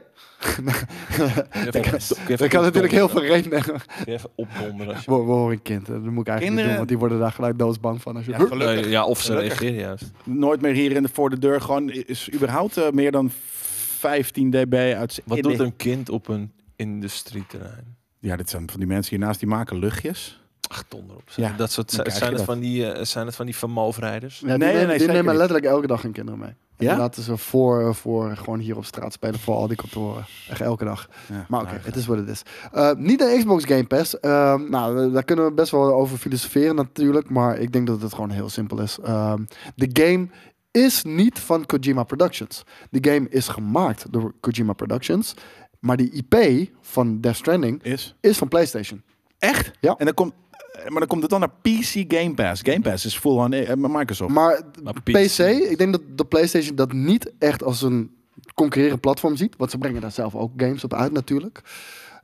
Speaker 2: Even
Speaker 1: Dat kan-
Speaker 2: opdonderen. Even
Speaker 1: *laughs* Dat kan natuurlijk heel veel
Speaker 2: opdonderen.
Speaker 1: redenen.
Speaker 2: Even opdonderen. als je-
Speaker 1: We, we horen een kind, hè. dat moet ik eigenlijk niet
Speaker 3: Kinderen.
Speaker 1: doen, want die worden daar gelijk doodsbang van. Als je...
Speaker 3: Ja,
Speaker 1: Huh?
Speaker 3: gelukkig.
Speaker 2: Nee, ja, of ze
Speaker 3: Gelukkig.
Speaker 2: reageren juist.
Speaker 3: Nooit meer hier in de, voor de deur. Gewoon is überhaupt eh, meer dan 15 dB uit. z-
Speaker 2: Wat
Speaker 3: in
Speaker 2: doet
Speaker 3: de-
Speaker 2: een kind op een industrieterrein?
Speaker 3: Ja, dit zijn van die mensen hiernaast die maken luchtjes.
Speaker 2: Ach, donder op.
Speaker 3: Ja,
Speaker 2: dat soort,
Speaker 3: dan krijg je
Speaker 2: zijn, het
Speaker 3: dat. Dus,
Speaker 2: van die, eh, zijn het van die vermalvrijders?
Speaker 1: Ja, die
Speaker 3: Nee, nee,
Speaker 1: nemen,
Speaker 3: nee,
Speaker 1: die
Speaker 3: zeker
Speaker 1: nemen
Speaker 3: niet.
Speaker 1: letterlijk elke dag hun kinderen mee. En
Speaker 3: Ja?
Speaker 1: die laten ze voor, voor gewoon hier op straat spelen voor al die kantoren. Echt elke dag.
Speaker 3: Ja,
Speaker 1: Maar oké,
Speaker 3: nou,
Speaker 1: het is wat het is. Eh, niet een Xbox Game Pass. Ehm, nou, daar kunnen we best wel over filosoferen natuurlijk. Maar ik denk dat het gewoon heel simpel is. Ehm, de game is niet van Kojima Productions. De game is gemaakt door Kojima Productions. Maar die IP van Death Stranding
Speaker 3: Is.
Speaker 1: is van PlayStation.
Speaker 3: Echt?
Speaker 1: Ja.
Speaker 3: En dan komt, eh, maar dan komt het dan naar PC Game Pass. Game Pass is full on eh, Microsoft.
Speaker 1: Maar
Speaker 2: Maar
Speaker 1: PC, ik denk dat de PlayStation dat niet echt als een concurrerend platform ziet. Want ze brengen daar zelf ook games op uit natuurlijk.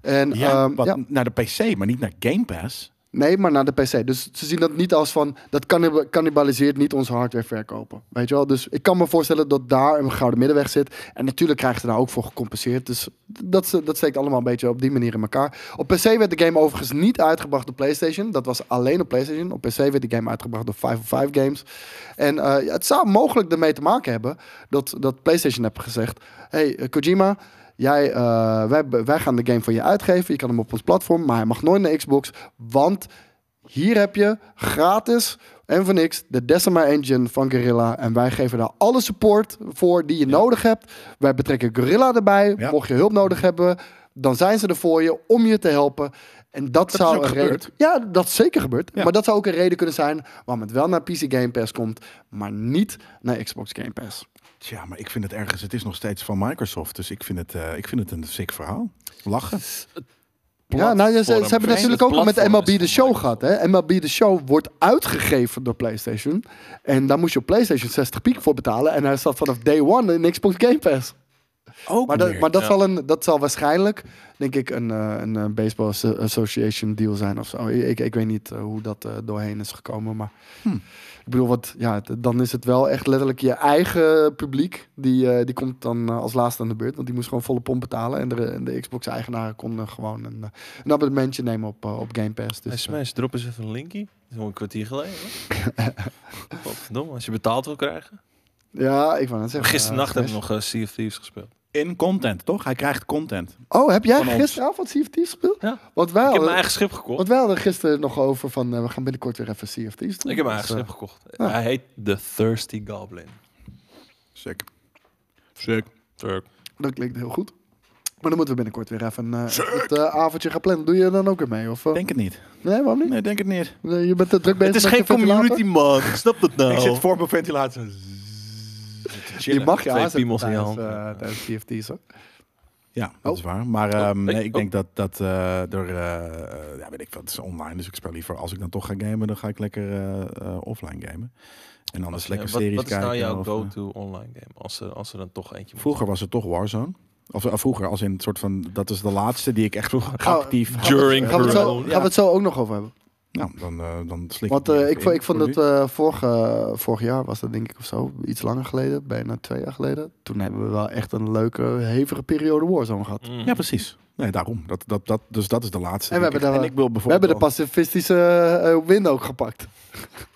Speaker 1: En,
Speaker 3: ja,
Speaker 1: ehm,
Speaker 3: Eh, wat,
Speaker 1: ja.
Speaker 3: Naar de PC, maar niet naar Game Pass.
Speaker 1: Nee, maar naar de PC. Dus ze zien dat niet als van. Dat cannib- cannibaliseert niet onze hardware verkopen. Weet je wel? Dus ik kan me voorstellen dat daar een gouden middenweg zit. En natuurlijk krijgen ze daar ook voor gecompenseerd. Dus dat, ze- dat steekt allemaal een beetje op die manier in elkaar. Op PC werd de game overigens niet uitgebracht door PlayStation. Dat was alleen op PlayStation. Op PC werd de game uitgebracht door 505 Games. En eh, ja, het zou mogelijk ermee te maken hebben dat, dat PlayStation heeft gezegd: Hey eh, Kojima. Jij, eh, wij, wij gaan de game voor je uitgeven. Je kan hem op ons platform, maar hij mag nooit naar Xbox. Want hier heb je gratis en voor niks de Decima Engine van Gorilla. En wij geven daar alle support voor die je nodig hebt. Wij betrekken Gorilla erbij.
Speaker 3: Ja.
Speaker 1: Mocht je hulp nodig hebben, dan zijn ze er voor je om je te helpen. En dat,
Speaker 3: is
Speaker 1: zou
Speaker 3: ook
Speaker 1: een
Speaker 3: gebeurd.
Speaker 1: reden. Ja, dat is zeker gebeurd.
Speaker 3: Ja.
Speaker 1: Maar dat zou ook een reden kunnen zijn waarom het wel naar PC Game Pass komt, maar niet naar Xbox Game Pass.
Speaker 3: Tja, maar ik vind het ergens. Het is nog steeds van Microsoft. Dus ik vind het, eh, ik vind het een sick verhaal. Lachen.
Speaker 1: Ja, nou, ze, ze hebben
Speaker 2: Platform.
Speaker 1: natuurlijk
Speaker 2: Het
Speaker 1: ook al met
Speaker 2: platform
Speaker 1: MLB
Speaker 2: is
Speaker 1: de
Speaker 2: van
Speaker 1: Show
Speaker 2: Microsoft.
Speaker 1: gehad. Hè? MLB de Show wordt uitgegeven door PlayStation. En daar moest je op PlayStation 60 piek voor betalen. En hij zat vanaf day one in Xbox Game Pass.
Speaker 3: Ook
Speaker 1: Maar, dat,
Speaker 3: weer.
Speaker 1: maar dat,
Speaker 2: Ja.
Speaker 1: zal een, dat zal waarschijnlijk, denk ik, een, eh, een eh, Baseball Asso- Association deal zijn of zo. Ik, ik weet niet eh, hoe dat eh, doorheen is gekomen. Maar
Speaker 2: Hmm.
Speaker 1: ik bedoel, wat, ja, het- dan is het wel echt letterlijk je eigen publiek. Die, eh, die komt dan eh, als laatste aan de beurt. Want die moest gewoon volle pomp betalen. En de, en de Xbox-eigenaren konden gewoon een, eh, een abonnementje nemen op, eh, op Game Pass. Dus,
Speaker 2: Hey,
Speaker 1: eh,
Speaker 2: Smash, drop eens even een linkie. Dat is al een kwartier geleden. hoor.
Speaker 3: *laughs*
Speaker 2: Godverdomme, als je betaald wil krijgen.
Speaker 1: ja, ik wou net zeggen.
Speaker 2: Gisternacht
Speaker 1: eh,
Speaker 2: hebben we nog eh, Sea of Thieves gespeeld.
Speaker 3: In content, toch? Hij krijgt content.
Speaker 1: Oh, heb jij
Speaker 3: van ons.
Speaker 1: gisteravond CFT gespeeld?
Speaker 2: Ja.
Speaker 1: Want wij
Speaker 2: ik heb mijn
Speaker 1: hadden,
Speaker 2: eigen schip gekocht.
Speaker 1: want wij hadden gisteren nog over van... eh, we gaan binnenkort weer even CFT's doen.
Speaker 2: Ik heb mijn eigen
Speaker 1: Dus, eh,
Speaker 2: schip gekocht.
Speaker 1: ja.
Speaker 2: Hij heet The Thirsty Goblin.
Speaker 3: Sick. Sick.
Speaker 2: Turk.
Speaker 1: Dat klinkt heel goed. Maar dan moeten we binnenkort weer even eh, het eh, avondje gaan plannen. Doe je dan ook weer mee? Of, eh?
Speaker 3: Denk het niet.
Speaker 1: Nee, waarom niet?
Speaker 3: Nee, denk het niet.
Speaker 1: Nee, Je bent te druk bezig met je ventilator.
Speaker 2: man. Snap dat nou?
Speaker 3: Ik zit voor mijn ventilator.
Speaker 1: Je mag je
Speaker 2: Twee
Speaker 1: aanzetten
Speaker 2: piemels in je
Speaker 1: tijdens,
Speaker 2: hand.
Speaker 1: eh, tijdens CFT's. Hoor.
Speaker 3: Ja, dat
Speaker 1: Oh.
Speaker 3: is waar. Maar ehm,
Speaker 2: Oh,
Speaker 3: nee,
Speaker 2: hey,
Speaker 3: ik denk dat dat eh, er, eh, eh, ja, weet ik wat, het is online, dus ik speel liever als ik dan toch ga gamen, dan ga ik lekker eh, eh, offline gamen. En anders lekker
Speaker 2: wat,
Speaker 3: series
Speaker 2: wat is
Speaker 3: kijken.
Speaker 2: nou jouw
Speaker 3: of, eh,
Speaker 2: go-to online game? Als er, als er dan toch eentje moet
Speaker 3: vroeger was het toch Warzone. Of eh, vroeger, als in het soort van, dat is de laatste die ik echt *laughs* vroeger
Speaker 1: Gaan we-
Speaker 3: actief.
Speaker 1: Gaan we, het zo,
Speaker 2: Corona.
Speaker 1: gaan we het zo ook nog over hebben?
Speaker 3: Nou, dan, eh, dan slik
Speaker 1: Want
Speaker 3: het
Speaker 1: eh,
Speaker 3: maar
Speaker 1: ik,
Speaker 3: even
Speaker 1: vond-
Speaker 3: in
Speaker 1: ik vond
Speaker 3: voor
Speaker 1: dat
Speaker 3: nu.
Speaker 1: eh, vorig, eh, vorig jaar was dat denk ik of zo, iets langer geleden, bijna twee jaar geleden. Toen hebben we wel echt een leuke, hevige periode Warzone gehad.
Speaker 2: Mm.
Speaker 3: Ja, precies. Nee, daarom. Dat, dat, dat, dus dat is de laatste.
Speaker 1: eh, En we
Speaker 3: die ik
Speaker 1: hebben
Speaker 3: echt-
Speaker 1: de-
Speaker 3: en ik wil
Speaker 1: We hebben de
Speaker 3: bijvoorbeeld wel-
Speaker 1: pacifistische eh, eh, win ook gepakt.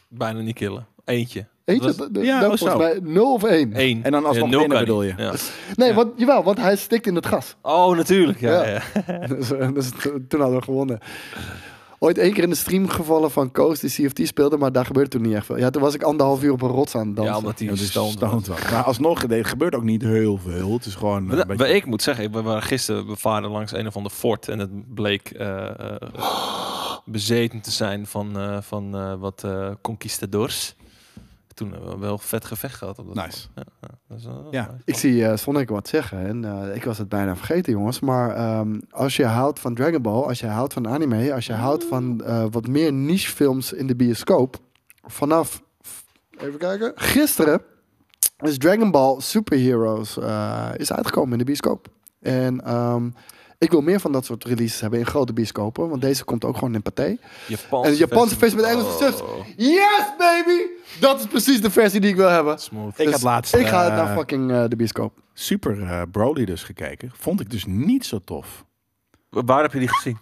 Speaker 2: Bijna niet killen. Eentje.
Speaker 1: Eentje,
Speaker 2: Dat was-
Speaker 1: dat- dat-
Speaker 3: Ja,
Speaker 1: dat
Speaker 3: oh,
Speaker 1: volgens
Speaker 3: zo.
Speaker 1: mij 0 of 1.
Speaker 2: Eén.
Speaker 3: En dan alsnog
Speaker 2: Eh, nul
Speaker 3: winnen,
Speaker 2: kan
Speaker 3: bedoel
Speaker 2: niet.
Speaker 3: je?
Speaker 2: Ja.
Speaker 1: Nee,
Speaker 2: Ja.
Speaker 1: want, jawel, want hij stikt in het gas.
Speaker 2: Oh, natuurlijk. Ja,
Speaker 1: Ja.
Speaker 2: ja.
Speaker 1: *laughs* dus, eh, dus t- toen hadden we gewonnen. Ooit één keer in de stream gevallen van Koos die CFT speelde, maar daar gebeurde toen niet echt veel. Ja, toen was ik anderhalf uur op een rots aan het dansen.
Speaker 2: Ja, omdat hij
Speaker 3: Ja, dus
Speaker 2: stoned was.
Speaker 3: stoned was. Maar alsnog, er gebeurt ook niet heel veel. Het is gewoon... eh,
Speaker 2: Maar
Speaker 3: een
Speaker 2: da-
Speaker 3: beetje-
Speaker 2: Ik moet zeggen, we waren gisteren we varen langs een of ander fort en het bleek eh, eh, bezeten te zijn van, eh, van eh, wat eh, conquistadors. Toen hebben we wel vet gevecht gehad. Op dat
Speaker 3: Nice.
Speaker 2: Ja, ja, dat is wel-
Speaker 3: Nou, Ja.
Speaker 2: nice.
Speaker 1: Ik zie eh Sonic wat zeggen en eh, ik was het bijna vergeten, jongens. Maar ehm, als je houdt van Dragon Ball, als je houdt van anime, als je houdt van eh, wat meer niche films in de bioscoop, vanaf, even kijken, gisteren is Dragon Ball Superheroes eh, is uitgekomen in de bioscoop. En ehm, ik wil meer van dat soort releases hebben in grote bioscopen, want deze komt ook gewoon in paté.
Speaker 2: Japanse Oh.
Speaker 1: En de Japanse versie met Engelse subs. Yes, baby! Dat is precies de versie die ik wil hebben.
Speaker 2: Smooth.
Speaker 3: Ik
Speaker 1: Dus
Speaker 3: had laatst...
Speaker 1: Ik ga het
Speaker 3: eh,
Speaker 1: naar fucking eh, de bioscoop.
Speaker 3: Super eh, Broly dus gekeken. Vond ik dus niet zo tof.
Speaker 2: Wa- Waar heb je die gezien?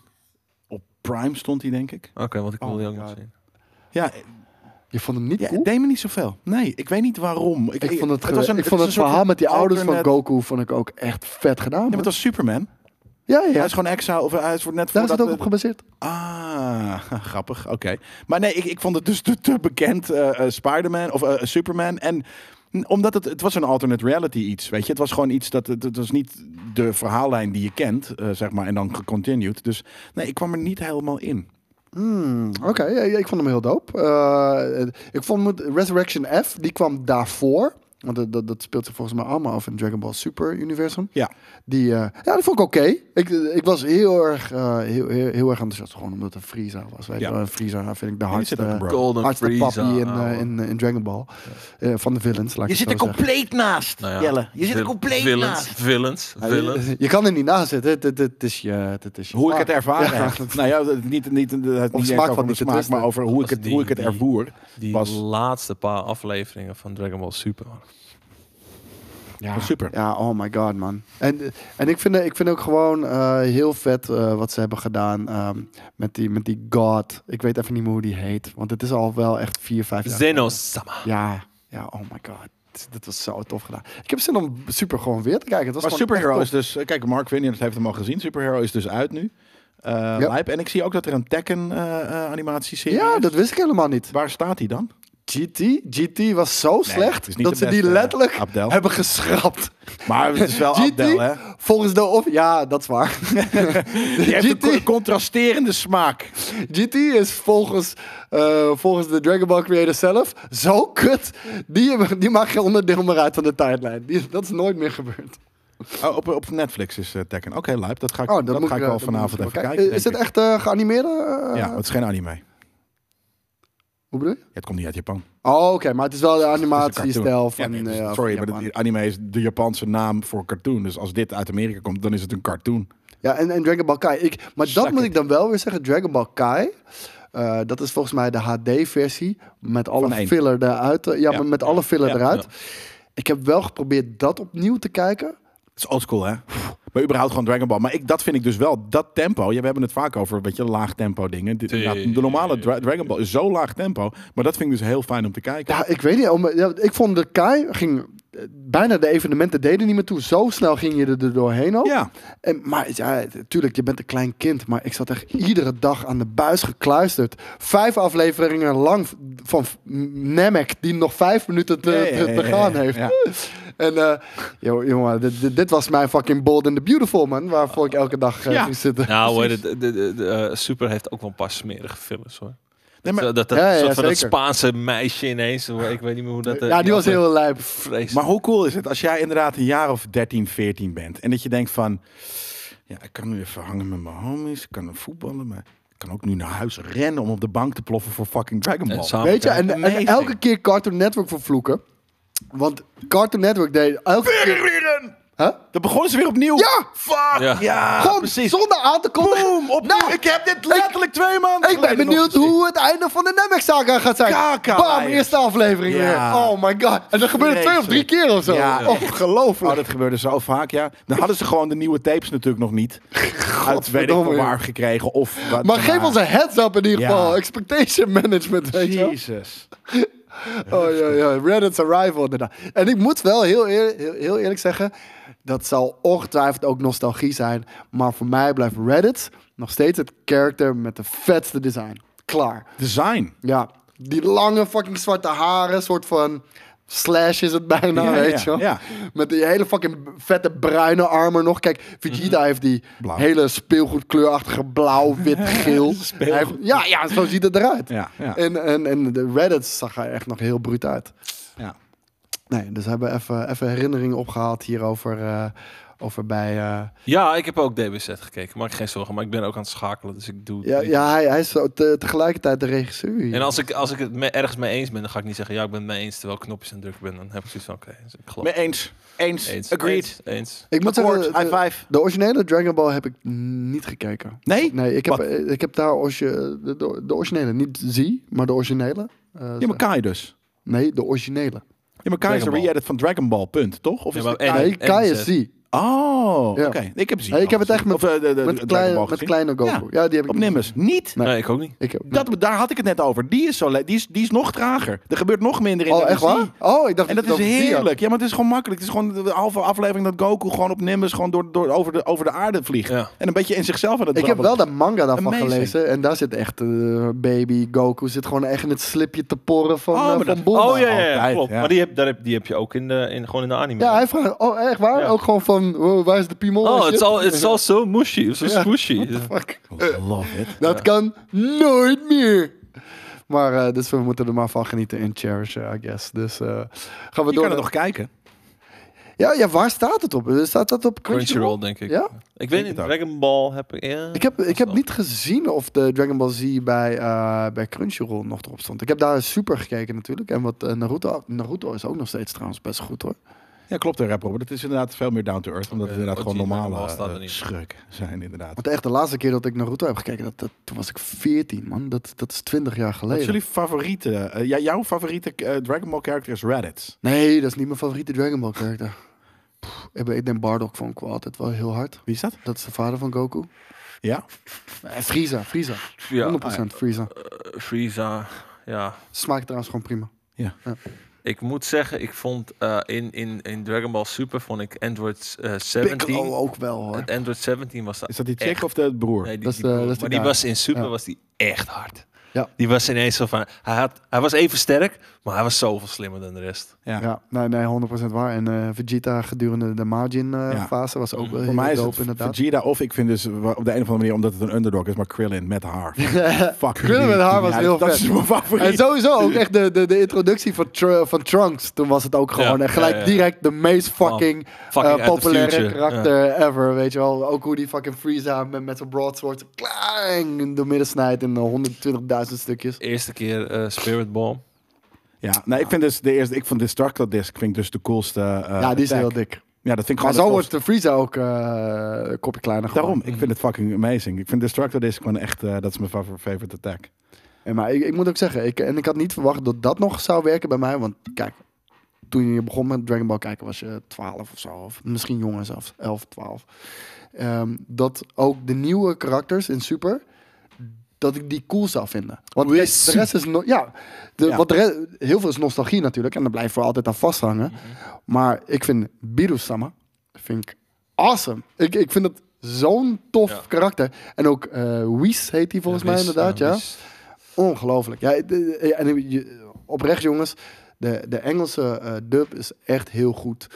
Speaker 3: Op Prime stond hij, denk ik.
Speaker 2: Oké, want ik
Speaker 1: Oh
Speaker 2: wil die
Speaker 1: my
Speaker 2: ook nog
Speaker 1: God.
Speaker 2: zien.
Speaker 3: Ja,
Speaker 1: Je vond hem niet
Speaker 3: ja
Speaker 1: cool?
Speaker 3: het deed me niet zoveel. Nee, ik weet niet waarom.
Speaker 1: Ik, vond het,
Speaker 3: was
Speaker 1: ik
Speaker 3: een-
Speaker 1: vond
Speaker 3: was
Speaker 1: het
Speaker 3: een soort
Speaker 1: verhaal met die ouders van
Speaker 3: alternate-
Speaker 1: Goku vond ik ook echt vet gedaan.
Speaker 3: Ja, maar
Speaker 1: man.
Speaker 3: het was Superman.
Speaker 1: Ja, ja,
Speaker 3: Hij is gewoon exile. Of hij is wordt net
Speaker 1: daar is
Speaker 3: voordat
Speaker 1: het ook
Speaker 3: we-
Speaker 1: op gebaseerd.
Speaker 3: Ah, *laughs* grappig. Oké. Maar nee, ik, ik vond het dus te, te bekend eh, eh, Spider-Man of eh, Superman. En n- omdat het, het was een alternate reality iets, weet je. Het was gewoon iets dat, het, het was niet de verhaallijn die je kent, eh, zeg maar, en dan gecontinued. Dus nee, ik kwam er niet helemaal in.
Speaker 1: Hmm, Oké, ja, ja, ik vond hem heel dope. Eh, ik vond met Resurrection F, die kwam daarvoor. Want dat, dat, dat speelt zich volgens mij allemaal af in Dragon Ball Super Universum.
Speaker 3: Ja.
Speaker 1: Die, eh, ja, die vond ik oké. Ik, ik was heel erg, eh, heel, heel, heel erg enthousiast. Gewoon omdat het een Frieza was. Weet je
Speaker 3: Ja.
Speaker 1: wel. Frieza vind ik de
Speaker 3: die zit ook in
Speaker 1: hardste,
Speaker 3: Bro-
Speaker 2: Golden Nou
Speaker 1: hardste
Speaker 2: Freezer,
Speaker 1: papi in,
Speaker 2: ouwe.
Speaker 1: eh, in, in Dragon Ball. Eh, van de villains, laat ik het zo zeggen.
Speaker 3: compleet naast,
Speaker 2: Nou ja, vil- villains, Villains, villains.
Speaker 1: Je kan er niet naast zitten. Het, het, het is je, het is je
Speaker 3: Hoe ik
Speaker 1: smaak.
Speaker 3: het ervaren
Speaker 1: Ja. *laughs*
Speaker 3: heb. *laughs* Nou ja, dat- niet, niet, dat- niet
Speaker 1: smaak
Speaker 3: eens
Speaker 1: valt
Speaker 3: over de
Speaker 1: niet te
Speaker 3: smaak,
Speaker 1: twisten.
Speaker 3: maar over hoe ik,
Speaker 2: Was
Speaker 3: het,
Speaker 2: die-
Speaker 3: hoe ik het
Speaker 2: die-
Speaker 3: ervoer.
Speaker 2: Die
Speaker 3: was-
Speaker 2: laatste paar afleveringen van Dragon Ball Super.
Speaker 1: Ja.
Speaker 3: Was super.
Speaker 1: Ja, oh my god, man. En, en ik, vind, ik vind ook gewoon eh, heel vet eh, wat ze hebben gedaan ehm, met, die, met die god. Ik weet even niet meer hoe die heet. Want het is al wel echt vier, vijf jaar.
Speaker 2: Zenos-sama.
Speaker 1: Ja, ja, oh my god. Dat was zo tof gedaan. Ik heb zin om super gewoon weer te kijken. Het was
Speaker 3: Maar
Speaker 1: gewoon echt
Speaker 3: Superhero
Speaker 1: tof.
Speaker 3: is dus... eh, Kijk, Mark Williams heeft hem al gezien. Superhero is dus uit nu. Eh, lijp. En ik zie ook dat er een Tekken eh, eh, animatieserie
Speaker 1: Ja,
Speaker 3: is.
Speaker 1: dat wist ik helemaal niet.
Speaker 3: Waar staat hij dan?
Speaker 1: GT, GT was zo
Speaker 3: het is
Speaker 1: slecht
Speaker 3: niet
Speaker 1: dat
Speaker 3: de
Speaker 1: ze die
Speaker 3: beste,
Speaker 1: letterlijk
Speaker 3: Abdel.
Speaker 1: hebben geschrapt.
Speaker 3: Maar het *laughs* is wel
Speaker 1: GT?
Speaker 3: Abdel, hè?
Speaker 1: Volgens de... Of, ja, dat is waar.
Speaker 3: Die heeft een
Speaker 1: GT.
Speaker 3: co- contrasterende smaak.
Speaker 1: GT is volgens, eh, volgens de Dragon Ball creator zelf zo kut. Die, die maakt geen onderdeel meer uit van de tijdlijn. Die, dat is nooit meer gebeurd.
Speaker 3: Oh, op, op Netflix is eh, Tekken. Oké, lijp. Dat ga ik,
Speaker 1: Oh,
Speaker 3: dat
Speaker 1: moet
Speaker 3: ga ik
Speaker 1: eh,
Speaker 3: wel
Speaker 1: dat
Speaker 3: vanavond
Speaker 1: moet ik
Speaker 3: even
Speaker 1: wel
Speaker 3: kijken.
Speaker 1: Eh, Is
Speaker 3: denk
Speaker 1: het echt eh geanimeerd? eh,
Speaker 3: ik. Ja, het is geen anime.
Speaker 1: Hoe bedoel je?
Speaker 3: Het komt niet uit Japan.
Speaker 1: Oh, oké, maar het is wel de
Speaker 3: Ah, Het is een
Speaker 1: animatiestijl
Speaker 3: cartoon.
Speaker 1: van.
Speaker 3: Ja, nee,
Speaker 1: eh,
Speaker 3: dus-
Speaker 1: van
Speaker 3: sorry, maar
Speaker 1: Japan.
Speaker 3: dat- anime is de Japanse naam voor cartoon. Dus als dit uit Amerika komt, dan is het een cartoon.
Speaker 1: Ja, en, en Dragon Ball Kai. Ik, maar
Speaker 3: Suck
Speaker 1: dat moet
Speaker 3: it.
Speaker 1: ik dan wel weer zeggen. Dragon Ball Kai. eh, dat is volgens mij de HD-versie. Met alle
Speaker 3: Van één.
Speaker 1: filler eruit. eh, Ja,
Speaker 3: Ja.
Speaker 1: maar met alle filler
Speaker 3: Ja,
Speaker 1: eruit.
Speaker 2: ja.
Speaker 1: Ik heb wel geprobeerd dat opnieuw te kijken.
Speaker 3: Het is oldschool, hè? Maar überhaupt gewoon Dragon Ball. Maar ik, dat vind ik dus wel, dat tempo. Ja, we hebben het vaak over, weet je, laag tempo dingen. Dit- ja, De normale Dra- Dragon Ball is zo laag tempo. Maar dat vind ik dus heel fijn om te kijken.
Speaker 1: Ja, ik weet niet. om- ja, Ik vond de Kai ging... eh, Bijna de evenementen deden niet meer toe. Zo snel ging je er er doorheen ook.
Speaker 3: Ja,
Speaker 1: En, maar ja, tuurlijk, je bent een klein kind. Maar ik zat echt iedere dag aan de buis gekluisterd. Vijf afleveringen lang v- van v- Namek. Die nog vijf minuten te,
Speaker 3: Ja, ja,
Speaker 1: te- te
Speaker 3: ja, ja,
Speaker 1: gaan
Speaker 3: ja.
Speaker 1: heeft.
Speaker 3: Ja.
Speaker 1: En eh, joh, jongen, dit, dit- dit was mijn fucking Bold and the Beautiful, man. Waarvoor ik elke dag eh,
Speaker 3: Ja.
Speaker 1: ging zitten.
Speaker 2: Nou, hoor, de, de, de- de, eh, Super heeft ook wel een paar smerige films hoor. Zo
Speaker 3: nee, maar,
Speaker 2: dat dat,
Speaker 1: Ja, ja,
Speaker 2: soort van dat
Speaker 1: zeker.
Speaker 2: Spaanse meisje ineens, hoor, ik weet niet meer hoe dat... eh,
Speaker 1: ja, die was heel lijp.
Speaker 2: Vrees.
Speaker 3: maar hoe cool is het als jij inderdaad een jaar of 13, 14 bent. En dat je denkt van, ja, ik kan nu even hangen met mijn homies. Ik kan voetballen, maar ik kan ook nu naar huis rennen om op de bank te ploffen voor fucking Dragon Ball.
Speaker 1: Weet je, en, en
Speaker 3: Amazing.
Speaker 1: elke keer Cartoon Network vervloeken. Want Cartoon Network deed elke keer... Huh?
Speaker 3: Dan begonnen ze weer opnieuw.
Speaker 1: Ja!
Speaker 3: Fuck! Ja,
Speaker 2: Ja.
Speaker 1: Gewoon
Speaker 3: precies.
Speaker 1: zonder aan te kondigen.
Speaker 3: Boom! Opnieuw.
Speaker 1: Nou,
Speaker 3: ik heb dit letterlijk twee maanden
Speaker 1: Ik ben
Speaker 3: geleden nog
Speaker 1: benieuwd
Speaker 3: gezien.
Speaker 1: hoe het einde van de Nemec-saga gaat zijn.
Speaker 3: Kaka,
Speaker 1: Bam,
Speaker 3: Lions.
Speaker 1: eerste aflevering
Speaker 3: Ja.
Speaker 1: weer. Oh my god. En dat gebeurde twee of drie keer of zo.
Speaker 3: Ja, echt. Oh,
Speaker 1: Ongelooflijk.
Speaker 3: dat gebeurde zo vaak, ja. Dan hadden ze gewoon de nieuwe tapes natuurlijk nog niet. Uit weet ik
Speaker 1: Godverdomme,
Speaker 3: van
Speaker 1: joh.
Speaker 3: waar gekregen. Of wat
Speaker 1: maar
Speaker 3: dan
Speaker 1: geef
Speaker 3: ook.
Speaker 1: ons een heads up in ieder
Speaker 3: Ja.
Speaker 1: geval. Expectation management, weet je wel.
Speaker 3: Jezus.
Speaker 1: Oh ja, ja. Reddit's arrival inderdaad. En ik moet wel heel, eer- heel, heel eerlijk zeggen, dat zal ongetwijfeld ook nostalgie zijn. Maar voor mij blijft Reddit nog steeds het character met de vetste design. Klaar.
Speaker 3: Design.
Speaker 1: Ja, die lange fucking zwarte haren, soort van slash is het bijna,
Speaker 3: Ja,
Speaker 1: weet
Speaker 3: ja,
Speaker 1: je wel.
Speaker 3: ja.
Speaker 1: Met die hele fucking vette bruine armor nog. Kijk, Vegeta heeft die
Speaker 3: Mhm. Blauw.
Speaker 1: hele speelgoedkleurachtige blauw,
Speaker 3: *laughs*
Speaker 1: wit, geel. Hij heeft- ja, ja, zo ziet het eruit.
Speaker 3: Ja, ja.
Speaker 1: En, en, en de Reddit zag er echt nog heel bruut uit.
Speaker 3: ja.
Speaker 1: Nee, dus hebben we even, even herinneringen opgehaald hierover eh, over bij... eh,
Speaker 2: Ja, ik heb ook DBZ gekeken. Maak je geen zorgen, maar ik ben ook aan het schakelen. Dus ik doe.
Speaker 1: ja,
Speaker 2: ik-
Speaker 1: ja, hij, hij is zo te- tegelijkertijd de regisseur. hier.
Speaker 2: En als ik, als ik het me ergens mee eens ben, dan ga ik niet zeggen: ja, ik ben het mee eens terwijl ik knopjes aan het drukken ben. Dan heb ik zoiets van: oké, dus ik geloof.
Speaker 3: Mee eens. Eens.
Speaker 2: Eens,
Speaker 3: Agreed.
Speaker 2: Eens. eens.
Speaker 1: ik moet
Speaker 3: Akkoord.
Speaker 1: zeggen, de-
Speaker 3: High five.
Speaker 1: de originele Dragon Ball heb ik niet gekeken.
Speaker 3: eh, Nee?
Speaker 1: Nee, ik heb,
Speaker 3: Wat?
Speaker 1: ik heb daar orgi- de, de, de originele. Niet zie, maar de originele. Eh,
Speaker 3: Ja, maar Kai dus.
Speaker 1: Nee, de originele.
Speaker 3: Ja, maar Kai is
Speaker 2: Dragon
Speaker 3: een
Speaker 2: Ball.
Speaker 3: re-edit van Dragon Ball, punt, toch? Of
Speaker 2: Ja,
Speaker 3: is
Speaker 2: maar
Speaker 3: het
Speaker 2: en-
Speaker 3: Kai?
Speaker 1: nee, Kai is
Speaker 2: Z.
Speaker 1: zie.
Speaker 3: Oh,
Speaker 1: Ja.
Speaker 3: oké. Ik heb ze.
Speaker 1: Nee, ik heb het echt met-
Speaker 3: of, eh, de, de,
Speaker 1: Met,
Speaker 3: Dragon
Speaker 1: klein,
Speaker 3: Ball
Speaker 1: met
Speaker 3: gezien.
Speaker 1: kleine Goku. Ja, die heb ik
Speaker 3: Op
Speaker 1: niet
Speaker 3: Nimbus. Niet.
Speaker 1: Nee.
Speaker 2: Nee. ik ook niet.
Speaker 1: gezien. Ik heb,
Speaker 3: Dat, daar had ik het net over. Die is, zo le- die is, die is nog trager. Er gebeurt nog minder in
Speaker 1: oh,
Speaker 3: de
Speaker 1: echt
Speaker 3: MSI.
Speaker 1: waar? Oh, ik dacht
Speaker 3: En dat is
Speaker 1: ik die had.
Speaker 3: heerlijk. Ja, maar het is gewoon makkelijk. Het is gewoon de halve aflevering dat Goku gewoon op Nimbus gewoon door, door, over, de, over de aarde vliegt.
Speaker 2: Ja.
Speaker 3: En een beetje in zichzelf aan het
Speaker 1: Ik heb wel
Speaker 3: brabbelen.
Speaker 1: de manga daarvan
Speaker 3: Amazing.
Speaker 1: gelezen. En daar zit echt eh, baby Goku. Zit gewoon echt in het slipje te porren van,
Speaker 3: Oh,
Speaker 1: eh,
Speaker 3: maar
Speaker 1: van
Speaker 3: dat-
Speaker 1: Bulma.
Speaker 2: Oh ja, ja, ja,
Speaker 3: altijd,
Speaker 2: klopt.
Speaker 3: ja.
Speaker 2: Maar die heb, daar heb, die heb je ook in de, in, gewoon in de anime.
Speaker 1: Ja, hij vraagt. Oh, echt waar?
Speaker 2: Ja.
Speaker 1: Ook gewoon van. wow, waar is de piemel? en
Speaker 2: oh,
Speaker 1: shit?
Speaker 2: het is al,
Speaker 1: *laughs*
Speaker 2: it's al zo mushy, zo
Speaker 1: Ja.
Speaker 2: squishy.
Speaker 1: Fuck.
Speaker 3: Oh, Love it.
Speaker 1: Dat kan nooit meer. Maar eh, dus we moeten er maar van genieten en cherishen, I guess. Dus eh, gaan we
Speaker 3: Je
Speaker 1: door.
Speaker 3: kan
Speaker 1: naar-
Speaker 3: er nog kijken.
Speaker 1: ja, ja, waar staat het op? Staat dat op Crunchyroll?
Speaker 2: Crunchyroll, denk ik.
Speaker 1: Ja?
Speaker 2: Ik weet
Speaker 3: Denk
Speaker 2: niet,
Speaker 3: het ook.
Speaker 2: Dragon Ball heb ik... Ja.
Speaker 1: Ik heb, ik heb
Speaker 2: Zo.
Speaker 1: niet gezien of de Dragon Ball Z bij, eh, bij Crunchyroll nog erop stond. Ik heb daar super gekeken natuurlijk. En wat eh, Naruto, Naruto is ook nog steeds trouwens best goed hoor.
Speaker 3: Ja, klopt er, Robert. Het is inderdaad veel meer down to earth. Omdat het
Speaker 2: Eh,
Speaker 3: inderdaad
Speaker 2: OG
Speaker 3: gewoon normale
Speaker 2: Dragon Ball staat er
Speaker 3: eh,
Speaker 2: niet.
Speaker 3: schurken zijn, inderdaad.
Speaker 1: Want echt de laatste keer dat ik Naruto heb gekeken, dat, dat, toen was ik 14 man. Dat, dat is 20 jaar
Speaker 3: Wat is
Speaker 1: geleden.
Speaker 3: jullie favoriete... eh, ja, jouw favoriete eh, Dragon Ball character is Raditz.
Speaker 1: Nee, dat is niet mijn favoriete Dragon Ball character. Pff, Ik ben- ik denk Bardock vond ik wel altijd wel heel hard.
Speaker 3: Wie is dat?
Speaker 1: Dat is de vader van Goku.
Speaker 3: Ja?
Speaker 1: Eh, Frieza, Frieza.
Speaker 2: Ja,
Speaker 1: 100% Frieza.
Speaker 2: eh, Frieza. Ja,
Speaker 1: Smaakt trouwens gewoon prima.
Speaker 2: ik moet zeggen, ik vond eh, in, in, in Dragon Ball Super vond ik Android eh, 17.
Speaker 1: Piccolo ook wel hoor.
Speaker 2: Het Android 17 was dat.
Speaker 3: Is dat die
Speaker 2: echt-
Speaker 3: chick of de broer?
Speaker 2: Nee, die,
Speaker 1: Dat is
Speaker 2: die
Speaker 1: de-
Speaker 2: broer.
Speaker 1: dat is de
Speaker 2: maar die
Speaker 1: guy.
Speaker 2: was in Super
Speaker 1: Ja.
Speaker 2: was die echt hard.
Speaker 1: Ja.
Speaker 2: Die was ineens zo van... Hij, had, hij was even sterk, maar hij was zoveel slimmer dan de rest.
Speaker 3: Ja.
Speaker 1: Ja, nee, nee, 100% waar. En eh, Vegeta gedurende de
Speaker 3: Ja.
Speaker 1: Majin-fase was ook wel heel
Speaker 3: Voor mij is
Speaker 1: dope,
Speaker 3: het
Speaker 1: inderdaad.
Speaker 3: Vegeta of ik vind dus wa- op de een of andere manier, omdat het een underdog is, maar Krillin met
Speaker 1: *laughs*
Speaker 3: haar. Fuck
Speaker 1: Krillin met haar was heel
Speaker 3: Dat
Speaker 1: vet.
Speaker 3: is mijn
Speaker 1: En
Speaker 3: favoriet.
Speaker 1: sowieso ook echt de, de, de introductie van, Tr- van Trunks. Toen was het ook gewoon
Speaker 2: Ja,
Speaker 1: en gelijk
Speaker 2: ja, ja.
Speaker 1: direct de meest fucking,
Speaker 2: Fucking
Speaker 1: eh,
Speaker 2: uit de
Speaker 1: populaire
Speaker 2: future,
Speaker 1: karakter ever. Weet je wel, ook hoe die fucking Frieza met, met zijn broadsword klang door midden snijdt in eh, 120.000 stukjes.
Speaker 2: Eerste keer eh, Spirit Bomb.
Speaker 3: Ja, nou, ik vind dus de eerste, ik vond Destructo Disc vind ik dus de coolste. eh,
Speaker 1: ja, die is
Speaker 3: attack.
Speaker 1: heel dik.
Speaker 3: Ja, dat vind ik
Speaker 1: Maar
Speaker 3: gewoon
Speaker 1: zo
Speaker 3: de
Speaker 1: wordt de
Speaker 3: coolste.
Speaker 1: Frieza ook eh, een kopje kleiner geworden.
Speaker 3: Daarom,
Speaker 2: Mm.
Speaker 3: ik vind het fucking amazing. Ik vind Destructo Disc gewoon echt, eh, dat is mijn favor- favorite attack.
Speaker 1: En maar ik, ik moet ook zeggen, ik, en ik had niet verwacht dat dat nog zou werken bij mij. Want kijk, toen je begon met Dragon Ball kijken was je 12 of zo. Of misschien jonger zelfs, 11, 12. Ehm, dat ook de nieuwe karakters in Super, dat ik die cool zou vinden. Want
Speaker 3: Hoe
Speaker 1: kijk,
Speaker 3: is-
Speaker 1: de rest is... No ja, de,
Speaker 3: Ja.
Speaker 1: Wat de re- heel veel is nostalgie natuurlijk. En daar blijf je voor altijd aan vasthangen. Maar ik vind Biru-sama, vind ik awesome. Ik, ik vind dat zo'n tof
Speaker 2: Ja.
Speaker 1: karakter. En ook eh Whis heet hij volgens mij
Speaker 2: Wies,
Speaker 1: inderdaad, ja.
Speaker 2: Wies.
Speaker 1: Ongelooflijk. Ja, de- de- en je- oprecht jongens, de, de Engelse eh, dub is echt heel goed.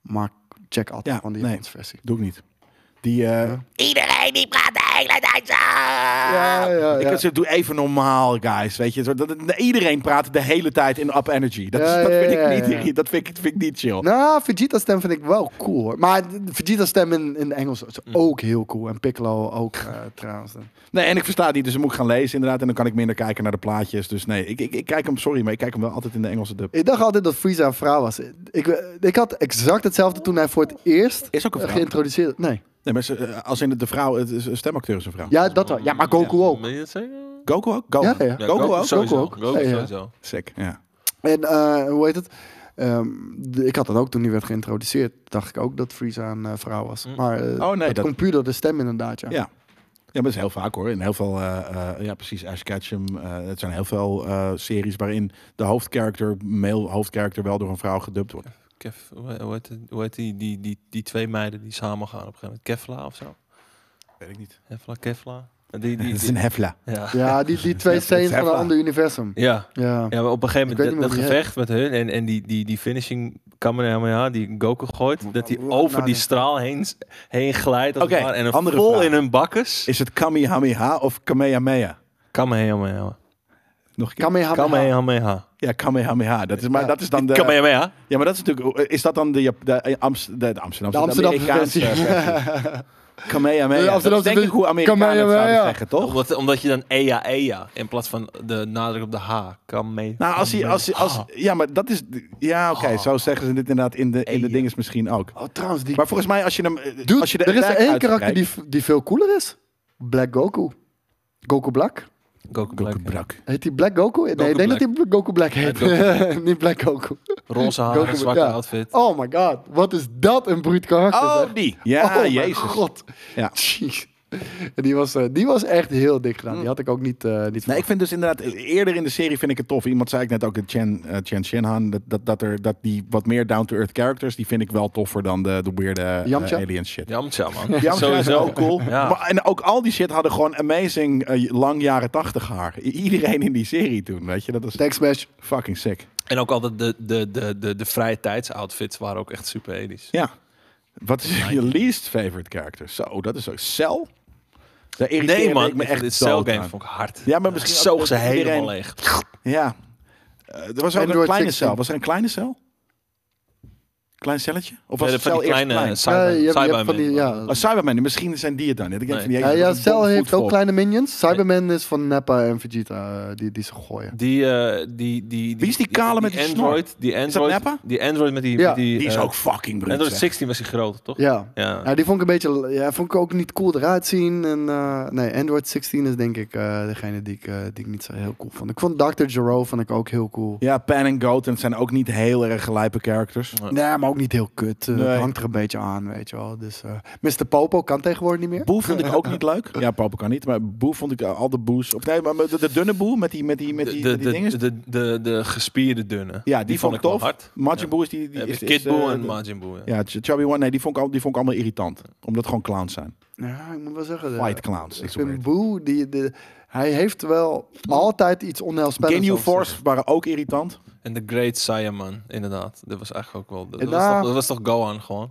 Speaker 1: Maar check altijd
Speaker 3: Ja,
Speaker 1: van de
Speaker 3: nee.
Speaker 1: Japanse versie.
Speaker 3: Doe ik niet. Die, eh, Iedereen die praat de hele tijd zo. Ja,
Speaker 1: ja, ja.
Speaker 3: Ik zeg, doe even normaal, guys. Weet je, Zo dat, dat- iedereen praat de hele tijd in Up Energy. Dat, is-
Speaker 1: Ja,
Speaker 3: dat
Speaker 1: ja,
Speaker 3: vind
Speaker 1: ja,
Speaker 3: ik niet,
Speaker 1: ja.
Speaker 3: dat vind ik, vind ik niet chill.
Speaker 1: Nou, Vegeta's stem vind ik wel cool hoor. Maar Vegeta's stem in, in de Engels is
Speaker 3: Mm.
Speaker 1: ook heel cool. En Piccolo ook
Speaker 3: *laughs*
Speaker 1: eh, trouwens.
Speaker 3: Nee, en ik versta het niet, dus dan moet ik gaan lezen inderdaad. En dan kan ik minder kijken naar de plaatjes. Dus nee, ik, ik, ik kijk hem, sorry, maar ik kijk hem wel altijd in de Engelse dub.
Speaker 1: Ik dacht altijd dat Frieza een vrouw was. Ik, eh, ik had exact hetzelfde toen hij voor het eerst eh,
Speaker 3: Is ook een vrouw.
Speaker 1: geïntroduceerd. Nee.
Speaker 3: Nee, maar ze, eh, als in de, de vrouw, het is- een stemacteur is een vrouw.
Speaker 1: Ja, dat wel. Ja, maar Goku ook.
Speaker 2: Wil je dat zeggen?
Speaker 3: Goku ook? Goku,
Speaker 1: Ja, ja, ja.
Speaker 2: Ja,
Speaker 3: Goku ook?
Speaker 2: sowieso.
Speaker 1: ook.
Speaker 2: Goku
Speaker 1: Ja, ja.
Speaker 2: sowieso.
Speaker 3: Sick, ja.
Speaker 1: En eh, hoe heet het? Ehm, de- ik had dat ook toen hij werd geïntroduceerd. Dacht ik ook dat Frieza een eh, vrouw was.
Speaker 2: Mm.
Speaker 1: Maar eh
Speaker 3: Oh, nee,
Speaker 1: het
Speaker 3: dat-
Speaker 1: komt puur door de stem inderdaad. Ja.
Speaker 3: Ja. Ja, maar dat is heel vaak hoor. In heel veel, eh, eh, ja precies, Ash Ketchum. eh, het zijn heel veel eh, series waarin de hoofdcharacter, male hoofdcharacter, wel door een vrouw gedubt wordt.
Speaker 2: Kev, hoe hoe heet, het- hoe heet die, die, die, die twee meiden die samen gaan op een gegeven moment? Kevla of zo?
Speaker 3: Weet ik niet.
Speaker 2: Hefla, Kevla? Die, die,
Speaker 3: Het is
Speaker 2: die-
Speaker 3: een hefla.
Speaker 2: ja.
Speaker 1: Ja, die,
Speaker 3: *laughs*
Speaker 1: die twee stenen van een ander universum.
Speaker 2: ja.
Speaker 1: Ja.
Speaker 2: Ja, maar op een gegeven
Speaker 1: Ik weet niet meer
Speaker 2: moment dat, dat
Speaker 1: hoe die
Speaker 2: gevecht met hun en, en die, die, die finishing Kamehameha die Goku gooit, dat die
Speaker 1: Wow,
Speaker 2: over
Speaker 1: nou,
Speaker 2: die
Speaker 1: nee.
Speaker 2: straal heen, s- heen glijdt als het
Speaker 3: Oké,
Speaker 2: ware, en een
Speaker 3: andere
Speaker 2: vol
Speaker 3: vraag.
Speaker 2: in hun bakkes.
Speaker 3: Is het Kamehameha of Kamehameha?
Speaker 2: Kamehameha.
Speaker 3: Nog een keer?
Speaker 1: Kamehameha.
Speaker 2: Kamehameha.
Speaker 3: ja, Kamehameha. Dat is, maar
Speaker 1: Ja.
Speaker 3: dat is dan de...
Speaker 2: Kamehameha.
Speaker 3: Ja, maar dat is natuurlijk... Is dat dan de, Jap- de, Amst, de, de Amsterdamse...
Speaker 1: De Amsterdamse
Speaker 3: Amerikaanse
Speaker 1: versie. *laughs*
Speaker 3: Kamehameha.
Speaker 1: De
Speaker 3: dat is
Speaker 1: Amsterdamse
Speaker 3: denk ik
Speaker 1: versie.
Speaker 3: hoe Amerikanen het
Speaker 1: Kamehameha.
Speaker 3: zouden zeggen, toch?
Speaker 2: Omdat, omdat je dan ea ea in plaats van de nadruk op de h. Ah, Kame.
Speaker 3: Nou, als hij... Als, hij- als,
Speaker 2: Kamehameha.
Speaker 3: ja, maar dat is... Ja, oké. Zo zeggen ze dit inderdaad in de, in de
Speaker 2: Ey,
Speaker 3: dinges misschien ook.
Speaker 1: Oh, trouwens, die...
Speaker 3: Maar volgens mij als je hem... eh,
Speaker 1: Dude,
Speaker 3: als je de
Speaker 1: er is
Speaker 3: attack
Speaker 1: er één
Speaker 3: uitspreekt-
Speaker 1: karakter die, v- die veel cooler is. Black Goku. Goku Black?
Speaker 2: Goku
Speaker 3: Goku
Speaker 2: Black.
Speaker 3: Brak.
Speaker 1: Heet die Black Goku? nee, ik denk
Speaker 2: Black.
Speaker 1: dat hij Goku Black heet.
Speaker 2: Ja,
Speaker 1: *laughs* Niet Black Goku.
Speaker 2: Roze
Speaker 1: Goku-
Speaker 2: haar, Ah, zwarte
Speaker 1: ja.
Speaker 2: outfit.
Speaker 1: Oh my god, wat is dat een bruut karakter. zeg.
Speaker 3: Oh, die. Ja,
Speaker 1: oh mijn
Speaker 3: jezus.
Speaker 1: god.
Speaker 3: Ja.
Speaker 1: Jeez. En die was, eh, die was echt heel dik gedaan. Die had ik ook niet, eh niet
Speaker 3: Mm. Nee, ik vind dus inderdaad, eerder in de serie vind ik het tof. Iemand zei ik net ook, eh, Chen, eh, Chen Shinhan, dat, dat, dat, er, dat die wat meer down-to-earth characters, die vind ik wel toffer dan de, de weirde eh,
Speaker 1: Yamcha?
Speaker 3: alien shit.
Speaker 2: Jamtja, man.
Speaker 3: Ja, sowieso
Speaker 2: Sowieso.
Speaker 3: ook cool.
Speaker 2: *laughs* Ja.
Speaker 3: Maar, en ook al die shit hadden gewoon amazing eh, lang jaren tachtig haar. I- Iedereen in die serie toen, weet je. Dat is
Speaker 1: Tag Smash.
Speaker 3: fucking sick.
Speaker 2: En ook altijd de, de, de, de, de vrije tijdsoutfits waren ook echt super edisch.
Speaker 3: Ja. Wat is je least favorite character? Zo, dat is ook Cell. Daar irriteerde
Speaker 2: Nee, man.
Speaker 3: ik me echt
Speaker 2: dit
Speaker 3: dood
Speaker 2: Cell game
Speaker 3: aan.
Speaker 2: vond ik hard.
Speaker 3: Ja, maar misschien ook-
Speaker 2: zoog ze
Speaker 3: iedereen-
Speaker 2: helemaal leeg.
Speaker 3: Ja. Eh, er was ook een
Speaker 1: Android
Speaker 3: kleine
Speaker 1: 16.
Speaker 3: cel. Was er een kleine cel? Klein celletje? Of was
Speaker 2: Ja,
Speaker 3: het
Speaker 2: van
Speaker 3: cel
Speaker 2: die
Speaker 3: eerst
Speaker 2: kleine
Speaker 3: klein?
Speaker 2: cyber-
Speaker 1: Ja, je hebt- je hebt
Speaker 2: Cybermen.
Speaker 1: van die, ja.
Speaker 3: Oh, Cyberman, misschien zijn die het dan. Ik denk van die
Speaker 1: Ja,
Speaker 3: heeft
Speaker 1: ja,
Speaker 3: een
Speaker 1: Cell
Speaker 3: bom
Speaker 1: heeft ook
Speaker 3: voetvol.
Speaker 1: kleine minions. Cyberman is van Nappa en Vegeta eh, die, die ze gooien.
Speaker 2: Die, eh, die, die, die,
Speaker 3: Wie is die kale met die snor?
Speaker 2: Android, die Android,
Speaker 3: Nappa?
Speaker 2: Die Android met die...
Speaker 1: Ja.
Speaker 2: met die,
Speaker 3: Die is
Speaker 2: eh,
Speaker 3: ook fucking bruut.
Speaker 2: Android
Speaker 3: zeg.
Speaker 2: 16 was die grote, toch?
Speaker 1: Ja.
Speaker 2: Ja.
Speaker 1: Ja, die vond ik een beetje, ja, vond ik ook niet cool eruit zien. En, eh, nee, Android 16 is denk ik eh, degene die ik, eh, die ik niet zo heel cool vond. Ik vond Dr. Gero vond ik ook heel cool.
Speaker 3: Ja, Pan en Goat. En het zijn ook niet heel erg gelijpe characters.
Speaker 1: Nee, maar ook niet heel kut. Eh,
Speaker 3: Nee.
Speaker 1: Het hangt er een beetje aan, weet je wel. Dus, eh, Mr. Popo kan tegenwoordig niet meer.
Speaker 3: Boe vond ik ook niet leuk. Ja, Popo kan niet. Maar Boe vond ik eh, al de boes. Of nee, maar de, de dunne Boe met die, met die, met
Speaker 2: De,
Speaker 3: die,
Speaker 2: de,
Speaker 3: met die dingen.
Speaker 2: de, de, de, de gespierde dunne.
Speaker 3: Ja, die, vond ik
Speaker 2: wel
Speaker 3: tof.
Speaker 2: hard.
Speaker 3: Majin
Speaker 2: Ja.
Speaker 3: Boe is die... die
Speaker 2: Ja,
Speaker 3: is,
Speaker 2: de
Speaker 3: is,
Speaker 2: Kid Buu
Speaker 3: eh,
Speaker 2: en
Speaker 3: de-
Speaker 2: Majin Buu. Ja.
Speaker 3: Ja, Ch- Chubby One. Nee, die vond ik, al, die vond ik allemaal irritant. Omdat het gewoon clowns zijn.
Speaker 1: Ja, ik moet wel zeggen. eh,
Speaker 3: White clowns.
Speaker 1: Ik
Speaker 3: is hoe het
Speaker 1: vind
Speaker 3: heet.
Speaker 1: Boe, die, de, hij heeft wel altijd iets onheilspellends.
Speaker 3: Can You
Speaker 1: over zich.
Speaker 3: Force waren ook irritant.
Speaker 2: En de Great Saiyaman, inderdaad. Dat was eigenlijk ook wel... Dat,
Speaker 1: En
Speaker 2: was,
Speaker 1: daar-
Speaker 2: toch, dat was toch Gohan gewoon?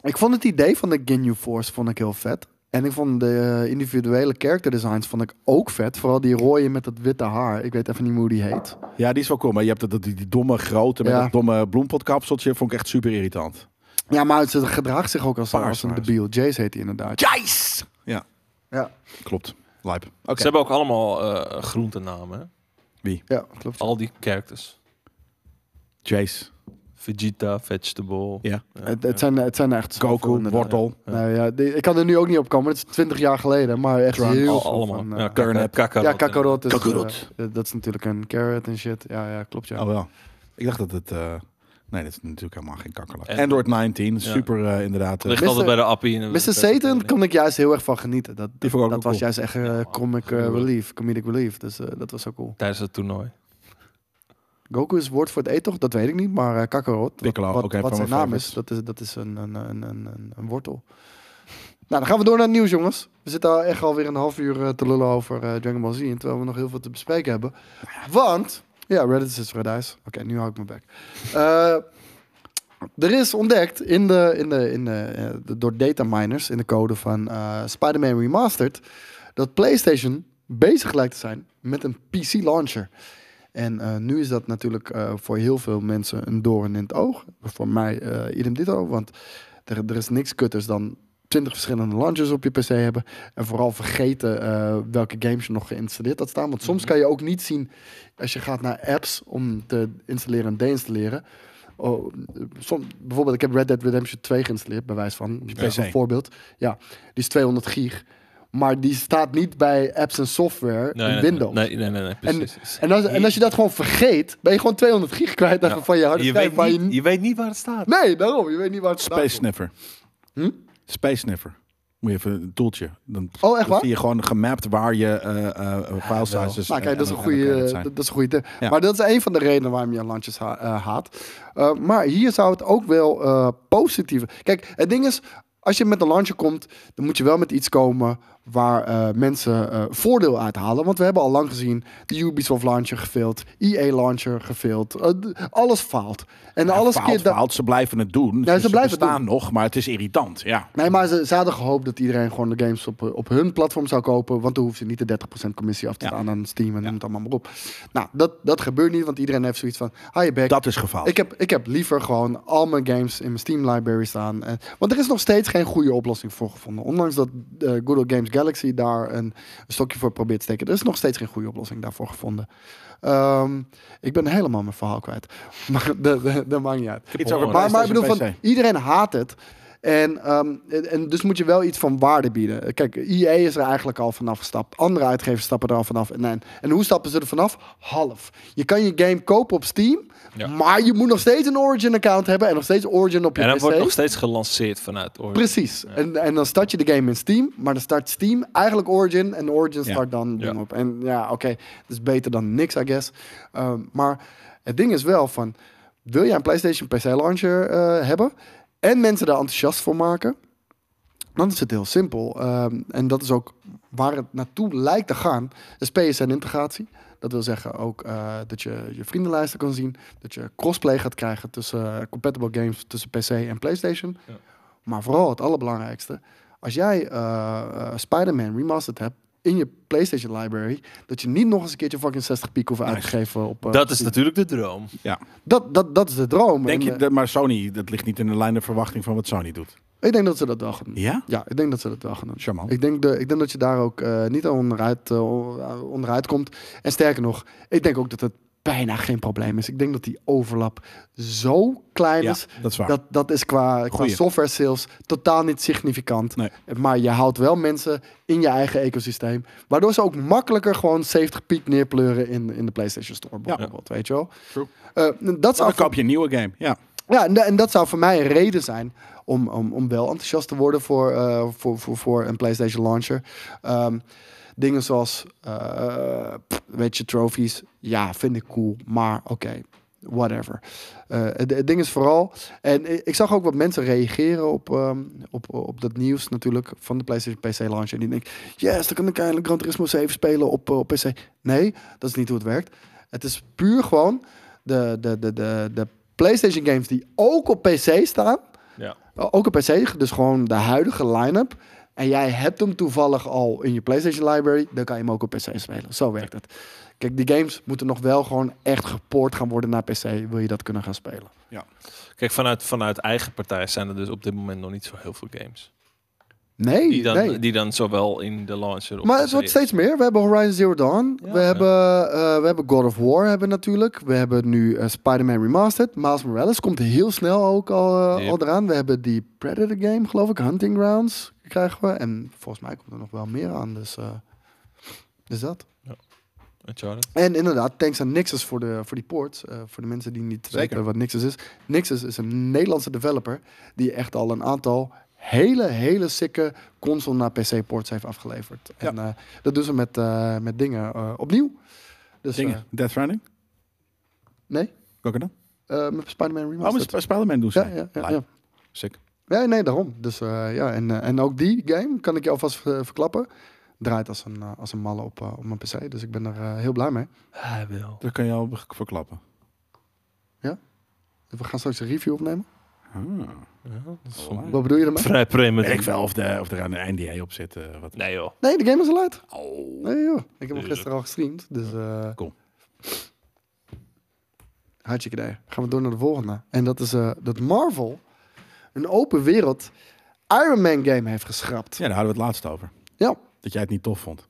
Speaker 1: Ik vond het idee van de Ginyu Force vond ik heel vet. En ik vond de eh, individuele character designs vond ik ook vet. Vooral die rode met dat witte haar. Ik weet even niet meer hoe die heet.
Speaker 3: Ja, die is wel cool. Maar je hebt dat, dat- die, die domme grote met
Speaker 1: Ja.
Speaker 3: dat domme bloempotkapseltje. Vond ik echt super irritant.
Speaker 1: Ja, maar ze gedraagt zich ook als,
Speaker 3: Paars
Speaker 1: als een
Speaker 3: trouwens.
Speaker 1: debiel. Jace heet hij inderdaad.
Speaker 3: Jace! Ja,
Speaker 1: Ja,
Speaker 3: klopt. Lijp. Oké.
Speaker 2: Ze hebben ook allemaal eh groentenamen. hè?
Speaker 1: ja klopt.
Speaker 2: Al die characters.
Speaker 3: Jace.
Speaker 2: Vegeta, Vegetable.
Speaker 3: Ja.
Speaker 1: Het, het zijn, het zijn er echt zoveel
Speaker 3: Goku,
Speaker 1: inderdaad.
Speaker 3: Wortel.
Speaker 1: Nou ja, die- ik kan er nu ook niet op komen. Het is 20 jaar geleden, maar echt
Speaker 3: Trunks.
Speaker 1: heel
Speaker 2: Al-
Speaker 1: veel
Speaker 2: allemaal.
Speaker 1: van, eh,
Speaker 2: ja,
Speaker 3: Turnip.
Speaker 2: Kaka- Kakarot.
Speaker 1: ja, Kakarot is...
Speaker 3: Kakarot.
Speaker 1: eh, eh, dat is natuurlijk een carrot en shit. Ja, ja klopt ja.
Speaker 3: Oh wel. Ik dacht dat het... eh, nee, dat is natuurlijk helemaal geen kakkerlak.
Speaker 2: En-
Speaker 3: Android 19,
Speaker 2: Ja.
Speaker 3: super eh, inderdaad. eh,
Speaker 2: Ligt
Speaker 1: Mr.
Speaker 2: altijd bij de appie. en-
Speaker 1: Mr. Satan kon ik juist heel erg van genieten. Dat,
Speaker 3: Die vond ik ook
Speaker 1: dat was
Speaker 3: wel cool.
Speaker 1: juist echt eh, comic eh, relief, comedic relief. Dus eh, dat was zo cool.
Speaker 2: Tijdens het toernooi.
Speaker 1: Goku is woord voor het eten, toch? Dat weet ik niet. Maar eh, Kakarot, wat,
Speaker 3: Piccolo,
Speaker 1: wat,
Speaker 3: ook een
Speaker 1: wat
Speaker 3: van
Speaker 1: zijn
Speaker 3: mijn
Speaker 1: naam is, dat is, dat is een, een, een, een, een- een wortel. Nou, dan gaan we door naar het nieuws, jongens. We zitten al echt alweer een half uur eh, te lullen over eh, Dragon Ball Z. en Terwijl we nog heel veel te bespreken hebben. Want... Ja, Reddit is Red Eyes. Oké, nu hou ik me back. Eh, Er is ontdekt in de, in de, in de, eh, de- door data miners in de code van eh Spider-Man Remastered dat PlayStation bezig lijkt te zijn met een PC-launcher. En eh, nu is dat natuurlijk eh, voor heel veel mensen een doorn in het oog. Voor mij eh idem dito, want er, er is niks kutters dan 20 verschillende launchers op je PC hebben. En vooral vergeten eh, welke games je nog geïnstalleerd had staan. Want soms
Speaker 2: Mhm.
Speaker 1: kan je ook niet zien als je gaat naar apps om te installeren en deinstalleren. Oh, eh, som, bijvoorbeeld, ik heb Red Dead Redemption 2 geïnstalleerd, bij wijze van.
Speaker 3: je
Speaker 1: Dat is een
Speaker 3: PC.
Speaker 1: voorbeeld. Ja, die is 200 gig. Maar die staat niet bij apps en software
Speaker 2: Nee,
Speaker 1: in
Speaker 2: nee,
Speaker 1: Windows.
Speaker 2: Nee, nee, nee, nee, precies.
Speaker 1: En, als, en als je dat gewoon vergeet, ben je gewoon 200 gig kwijt
Speaker 2: Ja.
Speaker 1: van je harde
Speaker 2: je,
Speaker 1: schijf
Speaker 2: weet
Speaker 1: waar je
Speaker 2: niet, je weet niet waar het staat.
Speaker 1: Nee, daarom. Je weet niet waar het
Speaker 3: Space
Speaker 1: staat.
Speaker 3: Sniffer.
Speaker 1: Hm?
Speaker 3: Space Sniffer. Moet je even een toeltje. Dan,
Speaker 1: Oh, echt
Speaker 3: dan
Speaker 1: waar?
Speaker 3: zie je gewoon gemapt waar je eh eh file sizes...
Speaker 1: Nou, kijk,
Speaker 3: en-
Speaker 1: dat is
Speaker 3: en-
Speaker 1: een
Speaker 3: en
Speaker 1: goede,
Speaker 3: elkaar het
Speaker 1: dat,
Speaker 3: zijn.
Speaker 1: dat is een goede tip.
Speaker 3: Ja.
Speaker 1: Maar dat is een van de redenen waarom je landjes ha- eh, haat. Eh, maar hier zou het ook wel eh positieve... Kijk, het ding is, als je met een landje komt... dan moet je wel met iets komen waar eh, mensen eh, voordeel uit halen. Want we hebben al lang gezien de Ubisoft launcher gefaild. EA launcher gefaild. eh, d- alles faalt. En alles
Speaker 3: Faalt,
Speaker 1: keert... da-
Speaker 3: faalt, ze blijven het doen.
Speaker 1: ze
Speaker 3: Dus
Speaker 1: blijven het
Speaker 3: bestaan nog, maar het is irritant. Ja.
Speaker 1: Nee, maar ze, ze hadden gehoopt dat iedereen gewoon de games op, eh, op hun platform zou kopen. Want dan hoeven ze niet de 30% commissie af te
Speaker 3: Ja.
Speaker 1: staan aan Steam en noem het allemaal maar op. Nou, dat, dat gebeurt niet, want iedereen heeft zoiets van... Hi, je back.
Speaker 3: Dat is gefaald.
Speaker 1: Ik heb, ik heb liever gewoon al mijn games in mijn Steam library staan. En, want er is nog steeds geen goede oplossing voor gevonden. Ondanks dat eh Google Games Galaxy daar een, stokje voor probeert te steken. Er is nog steeds geen goede oplossing daarvoor gevonden. Ehm, ik ben helemaal mijn verhaal kwijt. *laughs* Maar dat, dat, dat maakt niet uit.
Speaker 3: Iets over
Speaker 1: Maar, maar ik bedoel,
Speaker 3: PlayStation
Speaker 1: van,
Speaker 3: PC.
Speaker 1: iedereen haat het. En, ehm, en- en dus moet je wel iets van waarde bieden. Kijk, EA is er eigenlijk al vanaf gestapt. Andere uitgevers stappen er al vanaf. En, en, en hoe stappen ze er vanaf? Half. Je kan je game kopen op Steam,
Speaker 2: Ja.
Speaker 1: maar je moet nog steeds een Origin-account hebben en nog steeds Origin op je
Speaker 2: En dat
Speaker 1: PC.
Speaker 2: wordt nog steeds gelanceerd vanuit Origin.
Speaker 1: Precies. En, en dan start je de game in Steam, maar dan start Steam eigenlijk Origin en Origin
Speaker 3: Ja.
Speaker 1: start dan
Speaker 2: Ja.
Speaker 1: dingen op. En ja, oké, dat is beter dan niks, I guess. Ehm, maar het ding is wel van, wil jij een PlayStation PC launcher eh, hebben en mensen daar enthousiast voor maken, dan is het heel simpel. Ehm, en dat is ook waar het naartoe lijkt te gaan, is PSN-integratie. Dat wil zeggen ook eh, dat je je vriendenlijsten kan zien, dat je crossplay gaat krijgen tussen eh, compatible games tussen PC en PlayStation. Maar vooral het allerbelangrijkste. Als jij eh, eh, Spider-Man remastered hebt in je PlayStation library, dat je niet nog eens een keertje fucking 60 piek hoeft uit te
Speaker 3: Nice.
Speaker 1: geven op. eh,
Speaker 2: Dat is
Speaker 1: Steam.
Speaker 2: natuurlijk de droom.
Speaker 3: Ja.
Speaker 1: dat, dat, dat is de droom.
Speaker 3: Denk
Speaker 1: En,
Speaker 3: je,
Speaker 1: eh,
Speaker 3: dat- maar Sony, dat ligt niet in de lijn der verwachting van wat Sony doet.
Speaker 1: ik denk dat ze dat wel gaan doen.
Speaker 3: Ja?
Speaker 1: Ja, ik denk dat ze dat wel gaan doen.
Speaker 3: Charmant.
Speaker 1: Ik denk, de, ik denk dat je daar ook eh, niet onderuit, eh, on- onderuit komt. En sterker nog, ik denk ook dat het bijna geen probleem is. Ik denk dat die overlap zo klein
Speaker 3: Ja,
Speaker 1: is.
Speaker 3: dat is waar.
Speaker 1: dus Dat, dat is qua, qua
Speaker 3: Goeie.
Speaker 1: software sales totaal niet significant.
Speaker 3: Nee.
Speaker 1: Maar je houdt wel mensen in je eigen ecosysteem. Waardoor ze ook makkelijker gewoon 70 piek neerpleuren in, in de PlayStation Store bijvoorbeeld. Weet je wel?
Speaker 3: True.
Speaker 1: Eh, dat
Speaker 3: Dan
Speaker 1: zou
Speaker 3: koop je een nieuwe game. Ja.
Speaker 1: ja, en, da- en dat zou voor mij een reden zijn om, om, om wel enthousiast te worden voor, eh, voor, voor, voor een PlayStation launcher. Ehm, dingen zoals, eh, pff, weet je, trophies. Ja, vind ik cool, maar oké. Whatever. Eh, het, het ding is vooral. En i- ik zag ook wat mensen reageren op, ehm, op, op dat nieuws natuurlijk. van de PlayStation PC launcher. En die denken: Yes, dan kan ik eindelijk Gran Turismo 7 spelen op, eh, op PC. Nee, dat is niet hoe het werkt. Het is puur gewoon de, de, de, de, de PlayStation games die ook op PC staan.
Speaker 2: Ja.
Speaker 1: eh, Ook op PC, dus gewoon de huidige line-up. En jij hebt hem toevallig al in je PlayStation library. Dan kan je hem ook op PC spelen. Zo werkt het. Kijk, die games moeten nog wel gewoon echt gepoord gaan worden naar PC. Wil je dat kunnen gaan spelen?
Speaker 2: Kijk, vanuit, vanuit eigen partij zijn er dus op dit moment nog niet zo heel veel games.
Speaker 1: Nee,
Speaker 2: Die dan,
Speaker 1: nee.
Speaker 2: die dan zowel in de launcher op
Speaker 1: Maar
Speaker 2: de
Speaker 1: het wordt
Speaker 2: serie-
Speaker 1: steeds meer. We hebben Horizon Zero Dawn.
Speaker 2: Ja.
Speaker 1: we,
Speaker 2: Ja.
Speaker 1: hebben, eh, we hebben God of War hebben we natuurlijk. We hebben nu eh, Spider-Man Remastered. Miles Morales komt heel snel ook al, eh,
Speaker 2: Yep.
Speaker 1: al eraan. We hebben die Predator game, geloof ik. Hunting Grounds krijgen we. En volgens mij komt er nog wel meer aan. Dus, eh dus dat.
Speaker 2: Uncharted.
Speaker 1: En inderdaad, thanks aan Nixus voor, de, voor die ports. Eh, voor de mensen die niet
Speaker 3: Zeker.
Speaker 1: weten wat Nixus is. Nixus is een Nederlandse developer die echt al een aantal hele, hele sikke console naar PC ports heeft afgeleverd. En eh, dat doen ze met, eh, met dingen eh, opnieuw. Dus
Speaker 3: Dingen.
Speaker 1: eh,
Speaker 3: Death Stranding?
Speaker 1: nee,
Speaker 3: Welke dan?
Speaker 1: eh, met Spider-Man
Speaker 3: Oh, maar
Speaker 1: Remastered.
Speaker 3: Sp- Spider-Man doen ze.
Speaker 1: ja, ja, ja, ja.
Speaker 3: Sick.
Speaker 1: Nee, nee, daarom. Dus eh, ja, en, eh, en ook die game, kan ik je alvast eh, verklappen, draait als een, eh, als een malle op, eh, op mijn PC. Dus ik ben er eh, heel blij mee.
Speaker 2: Hij wil.
Speaker 3: Dat kan je al verklappen.
Speaker 1: We gaan straks een review opnemen.
Speaker 2: Ja, dat is
Speaker 3: Alright.
Speaker 2: wel
Speaker 1: Wat bedoel je ermee?
Speaker 2: Vrij
Speaker 3: Weet ik
Speaker 2: prematief.
Speaker 3: wel of, de, of er aan een NDA op zit. eh, wat.
Speaker 2: Nee joh.
Speaker 1: Nee, de game is al uit.
Speaker 3: Oh.
Speaker 1: Nee joh, ik heb hem
Speaker 2: Tuurlijk.
Speaker 1: gisteren al gestreamd, dus... eh
Speaker 3: Cool.
Speaker 1: Hartstikke idee. Gaan we door naar de volgende. En dat is eh, dat Marvel een open wereld Iron Man game heeft geschrapt.
Speaker 3: Ja, daar hadden we het laatst over.
Speaker 1: Ja.
Speaker 3: Dat jij het niet tof vond.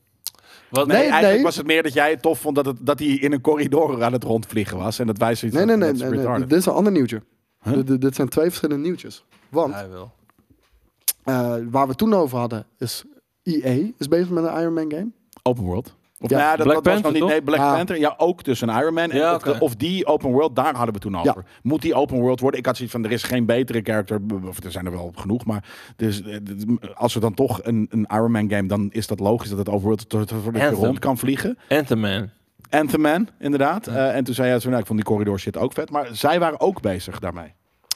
Speaker 2: Wat?
Speaker 1: Nee,
Speaker 3: Nee, eigenlijk
Speaker 1: nee.
Speaker 3: was het meer dat jij het tof vond dat, het, dat hij in een corridor aan het rondvliegen was. En dat wij zoiets
Speaker 1: Nee, nee,
Speaker 3: hadden,
Speaker 1: nee.
Speaker 3: dat
Speaker 1: nee, nee.
Speaker 3: is retarded.
Speaker 1: Dit is een ander nieuwtje.
Speaker 3: Huh?
Speaker 1: Dit- dit- dit zijn twee verschillende nieuwtjes. Want
Speaker 2: Hij wel.
Speaker 1: eh, waar we het toen over hadden is... EA is bezig met een Iron Man game.
Speaker 3: Open world. Of
Speaker 1: Ja.
Speaker 3: nou ja, dat,
Speaker 2: Black
Speaker 3: dat was nog
Speaker 2: Panther,
Speaker 3: niet.
Speaker 2: toch?
Speaker 3: Nee, Black
Speaker 1: Ah.
Speaker 3: Panther. Ja, ook tussen Iron Man. en
Speaker 2: Ja,
Speaker 3: of, de-
Speaker 2: oké.
Speaker 3: of die open world, daar hadden we toen
Speaker 1: Ja.
Speaker 3: over. Moet die open world worden? Ik had zoiets van, er is geen betere character. b- Of er zijn er wel genoeg. Maar dus, eh, d- als we dan toch een, een Iron Man game, dan is dat logisch dat het open world dat- dat- dat je
Speaker 2: Anthem.
Speaker 3: rond kan vliegen.
Speaker 2: Ant-Man.
Speaker 3: Anthem Man, inderdaad. Eh, en toen zei hij, zo, nou, ik vond die corridor shit ook vet. Maar zij waren ook bezig daarmee.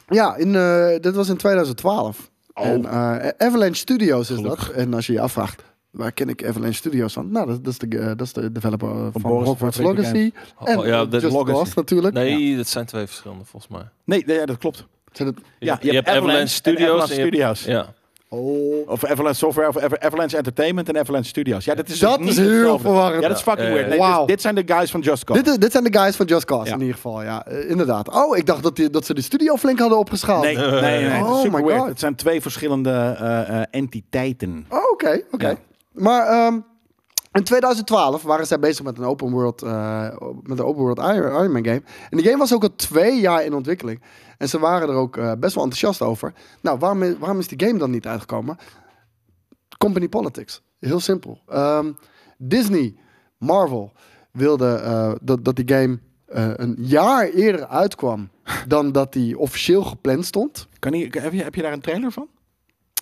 Speaker 1: Ja, in, eh, dit was in 2012.
Speaker 3: Oh.
Speaker 1: En, eh, Avalanche Studios is
Speaker 3: Gelukkig.
Speaker 1: dat. En als je je afvraagt, waar ken ik Avalanche Studios van? Nou, dat, dat, is, de, eh, dat is de developer eh, van,
Speaker 3: Boris
Speaker 1: Hogwarts
Speaker 3: van Flikker
Speaker 1: Legacy.
Speaker 2: Oh,
Speaker 1: En
Speaker 2: oh, ja,
Speaker 1: eh,
Speaker 2: dat is
Speaker 1: Just
Speaker 3: Legacy.
Speaker 1: Cause natuurlijk.
Speaker 2: Nee, dat zijn twee verschillende volgens mij.
Speaker 3: Nee, nee, ja, dat klopt.
Speaker 1: Zijn het,
Speaker 2: Je, hebt, je hebt Avalanche,
Speaker 3: en
Speaker 2: Studios.
Speaker 3: Avalanche
Speaker 2: en je hebt-
Speaker 3: Studios.
Speaker 2: Ja.
Speaker 1: oh.
Speaker 3: Of Avalanche Software, of Ava- Avalanche Entertainment en Avalanche Studios. Ja, dat is,
Speaker 1: Dat
Speaker 3: niet
Speaker 1: is heel
Speaker 3: hetzelfde.
Speaker 1: verwarrend.
Speaker 3: Ja, dat is fucking
Speaker 2: Ja,
Speaker 3: weird.
Speaker 2: ja,
Speaker 3: Nee,
Speaker 1: ja.
Speaker 3: dit-
Speaker 1: Wauw.
Speaker 3: dit, zijn de guys van Just Cause.
Speaker 1: Dit, is- dit zijn de guys van Just Cause
Speaker 3: Ja.
Speaker 1: in ieder geval, ja. Eh, inderdaad. Oh, ik dacht dat, die, dat ze de studio flink hadden opgeschaald. *laughs*
Speaker 3: Nee, nee, nee. het is
Speaker 1: Oh
Speaker 3: super
Speaker 1: my
Speaker 3: weird.
Speaker 1: God.
Speaker 3: Het zijn twee verschillende eh, eh, entiteiten.
Speaker 1: Oh, oké, oké.
Speaker 3: Ja.
Speaker 1: Maar ehm, in 2012 waren zij bezig met een open world, eh, met een open world Iron, Iron Man game. En die game was ook al twee jaar in ontwikkeling. En ze waren er ook eh, best wel enthousiast over. Nou, waarom, i- waarom is die game dan niet uitgekomen? Company politics. Heel simpel. Ehm, Disney, Marvel wilden eh, dat, dat die game eh, een jaar eerder uitkwam dan dat die officieel gepland stond.
Speaker 3: Kan je, heb, je, heb je daar een trailer van?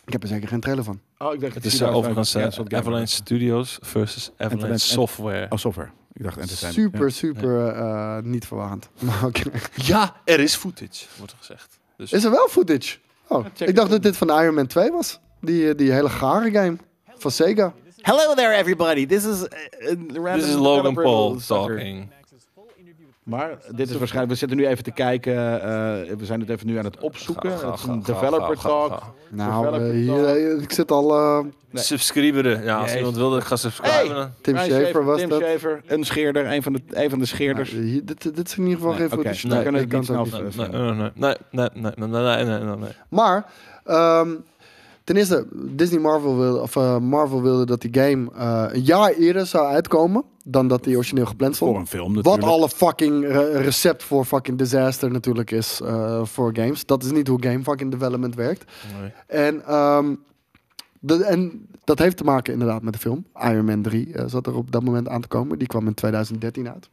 Speaker 1: Ik heb er zeker geen trailer van.
Speaker 3: Oh, ik dacht
Speaker 2: Het is eh, overigens eh, Avalanche Studios versus Avalanche
Speaker 3: Avalanche-
Speaker 2: Software.
Speaker 3: Oh, software. Ik dacht entertainment.
Speaker 1: Super, super eh, niet verwarrend. *laughs* Maar oké.
Speaker 2: Ja, er is footage, wordt er gezegd. Dus
Speaker 1: Is er wel footage? Oh,
Speaker 3: check
Speaker 1: ik dacht dat
Speaker 3: het.
Speaker 1: dit van Iron Man 2 was. Die, eh, die hele gare game van Sega.
Speaker 3: Hello there everybody. This is eh,
Speaker 2: dit is Logan Paul talking.
Speaker 3: Maar dit is waarschijnlijk. We zitten nu even te kijken. eh, we zijn het even nu aan het opzoeken.
Speaker 2: Ga, ga,
Speaker 3: Het is een
Speaker 2: ga, ga,
Speaker 3: developer
Speaker 2: ga,
Speaker 3: talk.
Speaker 2: ga.
Speaker 1: Nou, eh,
Speaker 3: Developer
Speaker 1: hier, eh, ik zit al... eh,
Speaker 3: Nee.
Speaker 2: Subscriberen. Ja, als
Speaker 3: Jezus.
Speaker 2: iemand wilde, ga subscriben.
Speaker 1: Tim
Speaker 3: Ryan
Speaker 1: Schafer was
Speaker 3: Tim
Speaker 1: dat.
Speaker 3: Schafer, een scheerder, een van de, een van de
Speaker 1: Nou,
Speaker 3: scheerders.
Speaker 1: hier- dit, dit is in ieder geval
Speaker 3: Nee,
Speaker 1: geen
Speaker 3: oké.
Speaker 1: footage.
Speaker 3: Dan
Speaker 1: Nee,
Speaker 3: kunnen we
Speaker 1: dit
Speaker 3: het
Speaker 1: kan
Speaker 3: niet
Speaker 1: zo
Speaker 3: snel
Speaker 2: Nee, nee, nee, nee, nee, nee, nee, nee, nee, nee, nee, nee.
Speaker 1: Maar, ehm, ten eerste, Disney Marvel wilde, of, eh, Marvel wilde dat die game eh, een jaar eerder zou uitkomen... dan dat die origineel gepland stond.
Speaker 3: Voor een film natuurlijk.
Speaker 1: Wat alle fucking re- recept voor fucking disaster natuurlijk is eh, voor games. Dat is niet hoe game fucking development werkt.
Speaker 2: Nee.
Speaker 1: En, ehm, de, en dat heeft te maken inderdaad met de film. Iron Man 3 eh, zat er op dat moment aan te komen. Die kwam in 2013 uit.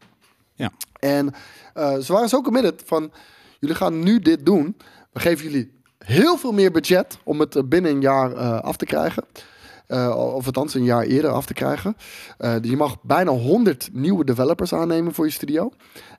Speaker 3: Ja.
Speaker 1: En eh, ze waren zo committed van... jullie gaan nu dit doen. We geven jullie heel veel meer budget om het eh, binnen een jaar eh, af te krijgen. Eh, of althans een jaar eerder af te krijgen. Eh, je mag bijna 100 nieuwe developers aannemen voor je studio.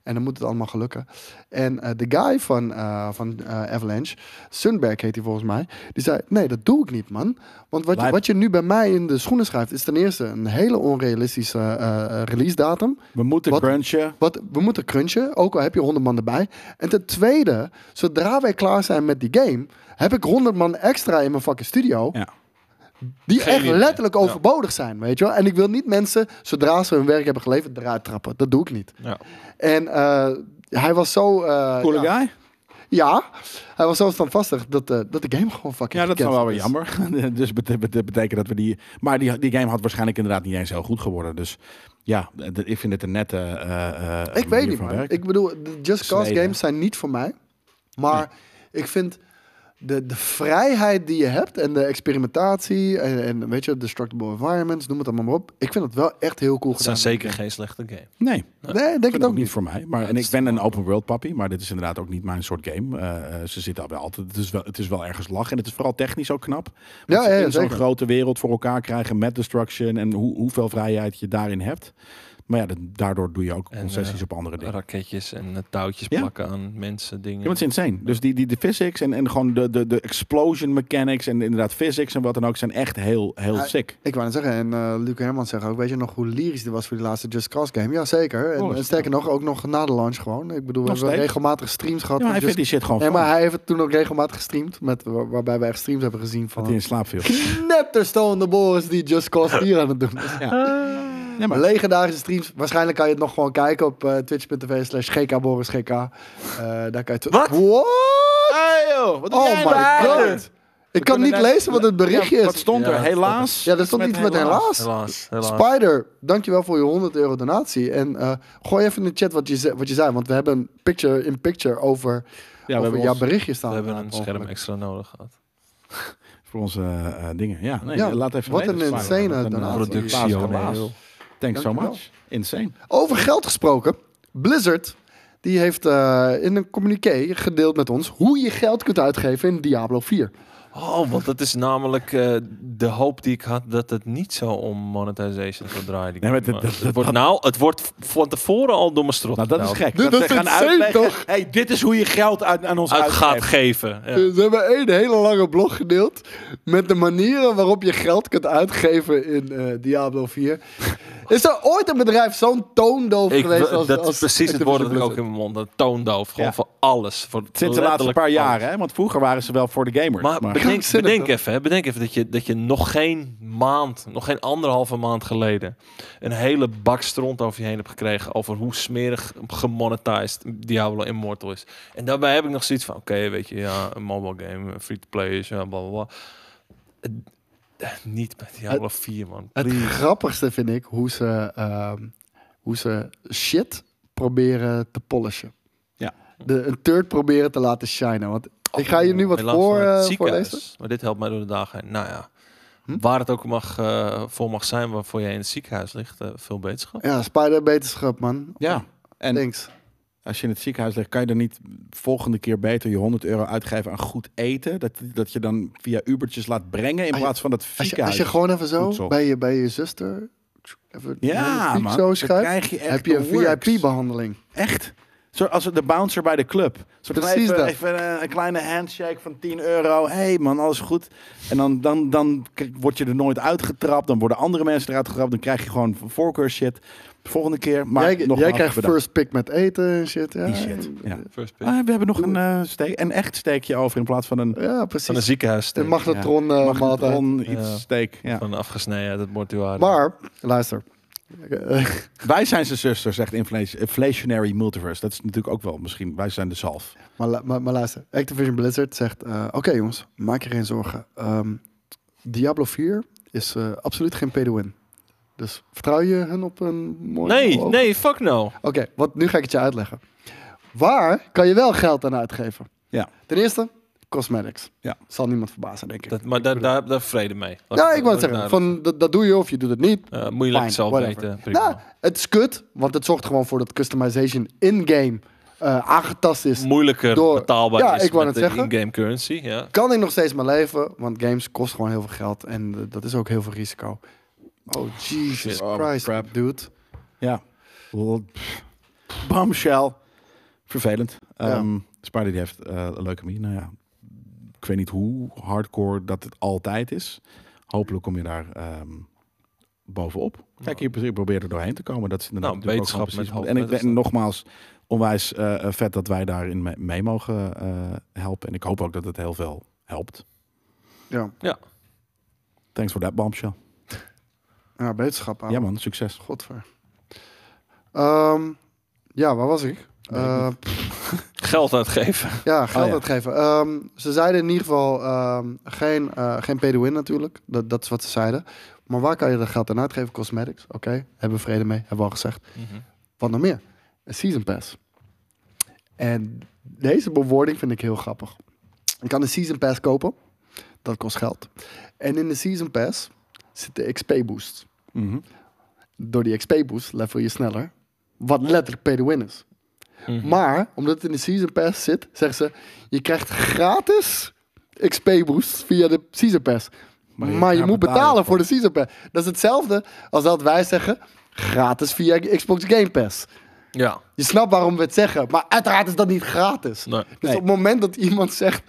Speaker 1: En dan moet het allemaal gelukken. En eh, de guy van, eh, van eh, Avalanche, Sunberg heet hij volgens mij, die zei: Nee, dat doe ik niet, man. Want wat je,
Speaker 3: Lijp.
Speaker 1: wat je nu bij mij in de schoenen schrijft, is ten eerste een hele onrealistische eh, eh, release datum.
Speaker 3: We moeten
Speaker 1: Wat-
Speaker 3: crunchen.
Speaker 1: Wat, we moeten crunchen, ook al heb je 100 man erbij. En ten tweede, zodra wij klaar zijn met die game, heb ik 100 man extra in mijn fucking studio.
Speaker 3: Ja.
Speaker 1: Die
Speaker 2: Geen
Speaker 1: echt
Speaker 2: idee.
Speaker 1: letterlijk
Speaker 2: Ja.
Speaker 1: overbodig zijn, weet je wel. En ik wil niet mensen, zodra ze hun werk hebben geleverd, eruit trappen. Dat doe ik niet.
Speaker 2: Ja.
Speaker 1: En eh, hij was zo... eh,
Speaker 3: Coole
Speaker 1: ja,
Speaker 3: guy.
Speaker 1: Ja, hij was zo standvastig dat, eh, dat de game gewoon fucking
Speaker 3: Ja, dat is dan wel weer
Speaker 1: gecanceld
Speaker 3: jammer. *laughs* dus bet- bet- betekent dat we die... Maar die, die game had waarschijnlijk inderdaad niet eens heel goed geworden. Dus ja, d- ik vind het een nette eh, eh,
Speaker 1: is. Ik weet
Speaker 3: manier
Speaker 1: niet,
Speaker 3: van
Speaker 1: man.
Speaker 3: werken.
Speaker 1: Ik bedoel, de Just Cause
Speaker 3: Sneden.
Speaker 1: games zijn niet voor mij. Maar ik vind de, de vrijheid die je hebt en de experimentatie en, en weet je, destructible environments, noem het allemaal maar op. Ik vind dat wel echt heel cool
Speaker 2: Het zijn
Speaker 1: gedaan.
Speaker 2: zeker geen slechte game.
Speaker 3: Nee,
Speaker 1: Nee, denk
Speaker 3: ik
Speaker 1: ik
Speaker 3: vind ook
Speaker 1: ook
Speaker 3: niet
Speaker 1: niet.
Speaker 3: voor mij. Maar, en ik ben een open world pappie, maar dit is inderdaad ook niet mijn soort game. Eh, eh, ze zitten al wel altijd. Het is wel, het is wel ergens lach en het is vooral technisch ook knap.
Speaker 1: Ja,
Speaker 3: Want ze
Speaker 1: ja,
Speaker 3: in zo'n
Speaker 1: zeker.
Speaker 3: grote wereld voor elkaar krijgen met destruction en hoe, hoeveel vrijheid je daarin hebt. Maar ja, dat- daardoor doe je ook
Speaker 2: En,
Speaker 3: concessies
Speaker 2: eh,
Speaker 3: op andere dingen.
Speaker 2: raketjes en eh, touwtjes
Speaker 3: Ja.
Speaker 2: plakken aan mensen, dingen.
Speaker 3: Ja, maar het is insane. Dus die, die, de physics en, en gewoon de, de, de explosion mechanics en inderdaad physics en wat dan ook zijn echt heel, heel
Speaker 1: Ja,
Speaker 3: sick.
Speaker 1: Ik wou net zeggen, en eh, Luc Herman zegt ook, weet je nog hoe lyrisch dit was voor die laatste Just Cause game? Ja, zeker. En,
Speaker 3: Oh,
Speaker 1: en sterker nog, ook nog na de launch gewoon. Ik bedoel, we
Speaker 3: Nog
Speaker 1: hebben
Speaker 3: steeds.
Speaker 1: regelmatig streams
Speaker 3: Ja,
Speaker 1: gehad.
Speaker 3: maar hij
Speaker 1: van
Speaker 3: vindt
Speaker 1: Just...
Speaker 3: die shit gewoon
Speaker 1: dus- Nee,
Speaker 3: fun,
Speaker 1: maar hij heeft het toen ook regelmatig gestreamd, met, waar- waarbij wij echt streams hebben gezien
Speaker 3: dat hij
Speaker 1: van
Speaker 3: in slaap
Speaker 1: *laughs*
Speaker 3: viel.
Speaker 1: knetterstoonde Boris die Just Cause 4 aan het doen is.
Speaker 3: Ja, maar
Speaker 1: Legendarische streams. Waarschijnlijk kan je het nog gewoon kijken op eh, twitch.tv slash gkborisgk. Eh, daar kan je het...
Speaker 2: Wat?
Speaker 1: What?
Speaker 3: wat nou?
Speaker 1: Oh my god. Ik kan niet lezen wat het berichtje
Speaker 3: Wat
Speaker 1: is.
Speaker 3: stond
Speaker 2: Ja,
Speaker 3: er?
Speaker 2: dat-
Speaker 3: Helaas.
Speaker 1: Ja, er stond iets met helaas.
Speaker 2: Helaas, helaas.
Speaker 1: Spider, dankjewel voor je 100 euro donatie. En eh, gooi even in de chat wat je, ze- wat je zei, want we hebben een picture in picture over,
Speaker 3: Ja, we
Speaker 1: over
Speaker 3: hebben
Speaker 1: jouw
Speaker 3: ons-
Speaker 1: berichtje staan.
Speaker 2: we hebben een
Speaker 1: Ongelukkig.
Speaker 2: scherm extra nodig gehad.
Speaker 3: Voor onze eh, eh, dingen. Ja, nee,
Speaker 1: Ja,
Speaker 3: laat even
Speaker 1: wat
Speaker 3: weten.
Speaker 1: een
Speaker 3: Spider,
Speaker 1: insane
Speaker 3: wat een, eh,
Speaker 1: donatie.
Speaker 2: Productie,
Speaker 3: helaas,
Speaker 2: joh, nee,
Speaker 3: helaas.
Speaker 2: joh.
Speaker 3: Thanks so
Speaker 1: Dankjewel.
Speaker 3: much. Insane. Nou,
Speaker 1: Over geld gesproken, Blizzard die heeft eh, in een communiqué gedeeld met ons hoe je geld kunt uitgeven in Diablo 4.
Speaker 2: Oh, want dat is namelijk eh, de hoop die ik had dat het niet zo om monetization zou draaien. die
Speaker 3: Nee, maar
Speaker 2: game.
Speaker 3: dat-
Speaker 2: Maar
Speaker 3: dat-
Speaker 2: het wordt nou, het wordt van tevoren al door mijn strot.
Speaker 3: Nou, dat is
Speaker 2: geteld.
Speaker 3: gek.
Speaker 1: Dit
Speaker 3: dat
Speaker 1: is
Speaker 3: ze gaan
Speaker 1: insane,
Speaker 3: uitleggen.
Speaker 1: toch?
Speaker 3: Hey, dit is hoe je geld uit, aan ons
Speaker 2: Uit gaat
Speaker 3: uitgeeft.
Speaker 2: geven. Ja.
Speaker 1: Ze Dus hebben één hele lange blog gedeeld met de manieren waarop je geld kunt uitgeven in eh, Diablo 4. Is er ooit een bedrijf zo'n toondoof
Speaker 2: Ik,
Speaker 1: geweest als
Speaker 2: dat
Speaker 1: als
Speaker 2: is precies het woord dat ik
Speaker 1: Activision
Speaker 2: ook in mijn mond had. Toondoof. Gewoon
Speaker 3: Ja.
Speaker 2: voor alles. Voor
Speaker 3: Sinds de laatste
Speaker 2: letterlijk
Speaker 3: paar
Speaker 2: alles.
Speaker 3: jaar, hè? Want vroeger waren ze wel voor de gamers.
Speaker 2: Maar,
Speaker 3: maar-
Speaker 2: bedenk,
Speaker 1: Krankzinnig,
Speaker 2: bedenk
Speaker 1: toch?
Speaker 2: even, hè, bedenk even dat je, dat je nog geen maand, nog geen anderhalve maand geleden een hele bak stront over je heen hebt gekregen over hoe smerig gemonetized Diablo Immortal is. En daarbij heb ik nog zoiets van, oké, weet je, ja, een mobile game, free-to-play is, ja, bla, bla, bla. Het- eh, Niet met Diablo 4, man.
Speaker 1: Het grappigste vind ik hoe ze, ehm, hoe ze shit proberen te polishen.
Speaker 3: Ja.
Speaker 1: De, een turd proberen te laten shinen. Want ik ga je nu wat
Speaker 2: Helaas
Speaker 1: voor,
Speaker 2: vanuit het
Speaker 1: eh,
Speaker 2: ziekenhuis,
Speaker 1: voorlezen.
Speaker 2: Maar dit helpt mij door de dagen heen. Nou ja,
Speaker 1: Hm?
Speaker 2: waar het ook mag, eh, voor mag zijn waarvoor jij in het ziekenhuis ligt, eh, veel beterschap.
Speaker 1: Ja, spider beterschap, man.
Speaker 3: Ja. En
Speaker 1: Thanks.
Speaker 3: als je in het ziekenhuis ligt, kan je dan niet volgende keer beter je 100 euro uitgeven aan goed eten? Dat, dat je dan via Ubertjes laat brengen in
Speaker 1: Als je-
Speaker 3: plaats van dat
Speaker 1: Ah, Als je, als
Speaker 3: ziekenhuis.
Speaker 1: je gewoon even
Speaker 3: Voedsel.
Speaker 1: zo bij je, bij je zuster even
Speaker 3: ja,
Speaker 1: een
Speaker 3: man.
Speaker 1: zo
Speaker 3: dan
Speaker 1: schuift,
Speaker 3: krijg je echt
Speaker 1: heb je een
Speaker 3: de works.
Speaker 1: VIP-behandeling.
Speaker 3: Echt? Zo als de bouncer bij de club. Zo dan
Speaker 1: Precies
Speaker 3: even,
Speaker 1: dat.
Speaker 3: even eh, een, een kleine handshake van 10 euro. Hé hey man, alles goed. En dan, dan, dan k- word je er nooit uitgetrapt. Dan worden andere mensen eruit getrapt. Dan krijg je gewoon voorkeur shit. Volgende keer. Maar
Speaker 1: Jij,
Speaker 3: nogmaals
Speaker 1: jij krijgt
Speaker 3: bedankt.
Speaker 1: first pick met eten en shit. Ja,
Speaker 3: Die shit. Ja.
Speaker 2: First pick.
Speaker 3: Ah, we hebben nog een, eh, steek, een echt steekje over in plaats van een
Speaker 1: ja
Speaker 2: Van een
Speaker 1: precies.
Speaker 2: ziekenhuis.
Speaker 1: Een magnetron eh, maaltijd.
Speaker 3: magnetron iets
Speaker 2: Ja.
Speaker 3: steek. Ja.
Speaker 2: Van afgesneden uit het mortuarium.
Speaker 1: Maar, luister. *laughs*
Speaker 3: Wij zijn zijn zuster, zegt inflation- Inflationary Multiverse. Dat is natuurlijk ook wel misschien. Wij zijn de zalf.
Speaker 1: Maar, lu- maar, maar luister, Activision Blizzard zegt... eh, Oké jongens, maak je geen zorgen. Ehm, Diablo 4 is eh, absoluut geen pay-to-win. Dus vertrouw je hun op een mooi...
Speaker 2: nee,
Speaker 1: oog?
Speaker 2: nee, fuck no.
Speaker 1: Oké, want nu ga ik het je uitleggen. Waar kan je wel geld aan uitgeven?
Speaker 3: Ja.
Speaker 1: Ten eerste, cosmetics.
Speaker 3: Ja.
Speaker 1: Zal niemand verbazen, denk ik.
Speaker 2: Dat, maar daar, daar, daar vrede mee. Laat
Speaker 1: ja,
Speaker 2: ik-
Speaker 1: ik wou
Speaker 2: laat
Speaker 1: het zeggen.
Speaker 2: daar-
Speaker 1: Van, dat, dat doe je of je doet het niet.
Speaker 2: Eh, moet je lekker
Speaker 1: Fine,
Speaker 2: zelf
Speaker 1: whatever.
Speaker 2: weten. prima.
Speaker 1: Nou, het is kut, want het zorgt gewoon voor dat customization in-game eh, aangetast is.
Speaker 3: Mm.
Speaker 2: Moeilijker
Speaker 1: door-
Speaker 2: betaalbaar
Speaker 1: Ja,
Speaker 2: is
Speaker 1: ik wou
Speaker 2: met
Speaker 1: net
Speaker 2: de
Speaker 1: zeggen.
Speaker 2: in-game currency. Ja.
Speaker 1: kan ik nog steeds mijn leven, want games kost gewoon heel veel geld en eh, dat is ook heel veel risico. Oh, Jesus
Speaker 3: Shit. Oh,
Speaker 1: Christ,
Speaker 3: crap.
Speaker 1: dude.
Speaker 3: Ja. L- pff. Bombshell. Vervelend.
Speaker 1: Ja.
Speaker 3: Ehm Spider die heeft eh leukemie. Nou ja, ik weet niet hoe hardcore dat het altijd is. Hopelijk kom je daar ehm, bovenop. Kijk, je pro- probeert er doorheen te komen. Dat is inderdaad
Speaker 2: Nou,
Speaker 3: natuurlijk ook gewoon
Speaker 2: wetenschap
Speaker 3: precies
Speaker 2: met
Speaker 3: wat- En ik
Speaker 2: hoofdletters
Speaker 3: ben nogmaals onwijs eh, eh, vet dat wij daarin mee, mee mogen eh, helpen. En ik hoop ook dat het heel veel helpt.
Speaker 1: Ja,
Speaker 3: Thanks voor dat bombshell.
Speaker 1: ja beterschap aan.
Speaker 3: Ja man, succes.
Speaker 1: Godver. Ehm, ja, waar was ik?
Speaker 3: Weet ik
Speaker 1: Eh,
Speaker 2: Geld
Speaker 1: *laughs*
Speaker 2: uitgeven.
Speaker 1: ja, geld
Speaker 3: Oh, ja.
Speaker 1: uitgeven. Ehm, ze zeiden in ieder geval ehm, geen, eh geen pay-to-win natuurlijk. Dat, dat is wat ze zeiden. Maar waar kan je dat geld aan uitgeven? Cosmetics, oké. Hebben we vrede mee, hebben we al gezegd. Wat nog meer? Een season pass. En deze bewoording vind ik heel grappig. Je kan een season pass kopen. Dat kost geld. En in de season pass zit de XP boost.
Speaker 3: Mhm.
Speaker 1: Door die XP boost level je sneller. Wat letterlijk pay to win is.
Speaker 2: Mhm.
Speaker 1: Maar omdat het in de season pass zit, zeggen ze... Je krijgt gratis XP boost via de season pass. Maar, je moet betalen voor de Season Pass. Dat is hetzelfde als dat wij zeggen, gratis via Xbox Game Pass.
Speaker 2: Ja.
Speaker 1: Je snapt waarom we het zeggen, maar uiteraard is dat niet gratis.
Speaker 2: Nee.
Speaker 1: Dus op het moment dat iemand zegt...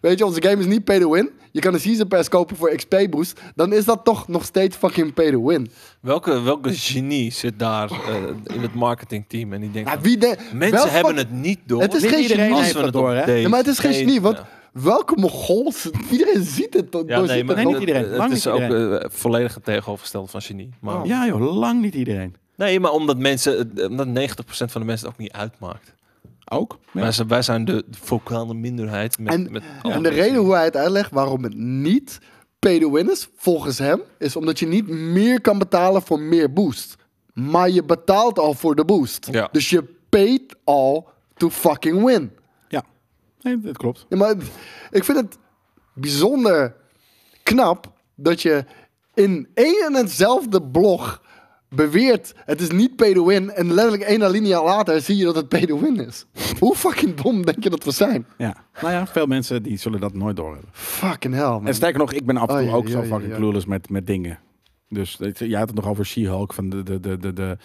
Speaker 1: Weet je, onze game is niet pay to win. Je kan een Season Pass kopen voor XP boost. Dan is dat toch nog steeds fucking pay to win.
Speaker 2: Welke, welke genie zit daar eh, in het marketingteam en die denkt...
Speaker 1: Ja,
Speaker 2: van,
Speaker 1: Nou, wie de, welk
Speaker 2: Mensen hebben
Speaker 1: fuck-
Speaker 2: het niet door.
Speaker 1: Het is
Speaker 3: Niet
Speaker 1: geen
Speaker 3: iedereen
Speaker 1: genie.
Speaker 2: Als
Speaker 3: heeft
Speaker 2: we
Speaker 3: dat
Speaker 2: het
Speaker 3: door,
Speaker 2: op
Speaker 3: hè?
Speaker 2: deze-
Speaker 1: Ja, maar het is geen
Speaker 2: deze-
Speaker 1: genie, want
Speaker 2: ja.
Speaker 1: welke Mongols... *laughs* Iedereen ziet het. toch?
Speaker 2: Ja, nee, maar
Speaker 3: niet
Speaker 2: dat-
Speaker 3: iedereen.
Speaker 2: Het,
Speaker 3: Lang
Speaker 2: is
Speaker 3: niet
Speaker 2: ook
Speaker 3: iedereen.
Speaker 2: eh, volledig het tegenovergestelde van genie. Maar,
Speaker 1: Oh.
Speaker 3: Ja joh, lang niet iedereen.
Speaker 2: Nee, maar omdat mensen, het- omdat 90% van de mensen het ook niet uitmaakt.
Speaker 3: Ook?
Speaker 2: Wij, zijn, wij zijn de vocale minderheid. Met,
Speaker 1: En-
Speaker 2: met Oh,
Speaker 1: En de reden hoe hij het uitlegt waarom het niet pay to win is, volgens hem, is omdat je niet meer kan betalen voor meer boost. Maar je betaalt al voor de boost.
Speaker 2: Ja.
Speaker 1: Dus je paid al to fucking win.
Speaker 3: Ja. Nee, dat klopt.
Speaker 1: Ja, maar ik vind het bijzonder knap dat je in één en hetzelfde blog beweert het is niet pay to win en letterlijk één alinea later zie je dat het pay to win is. Hoe fucking dom denk je dat we zijn?
Speaker 3: Ja. Nou ja, veel mensen die zullen dat nooit doorhebben.
Speaker 1: Fucking hell, man.
Speaker 3: En sterker nog, ik ben af en
Speaker 1: Oh,
Speaker 3: toe
Speaker 1: ja,
Speaker 3: ook
Speaker 1: ja,
Speaker 3: zo
Speaker 1: ja,
Speaker 3: fucking
Speaker 1: ja.
Speaker 3: clueless met, met dingen. Dus het- jij had het nog over She-Hulk, van de, de, de, de, de,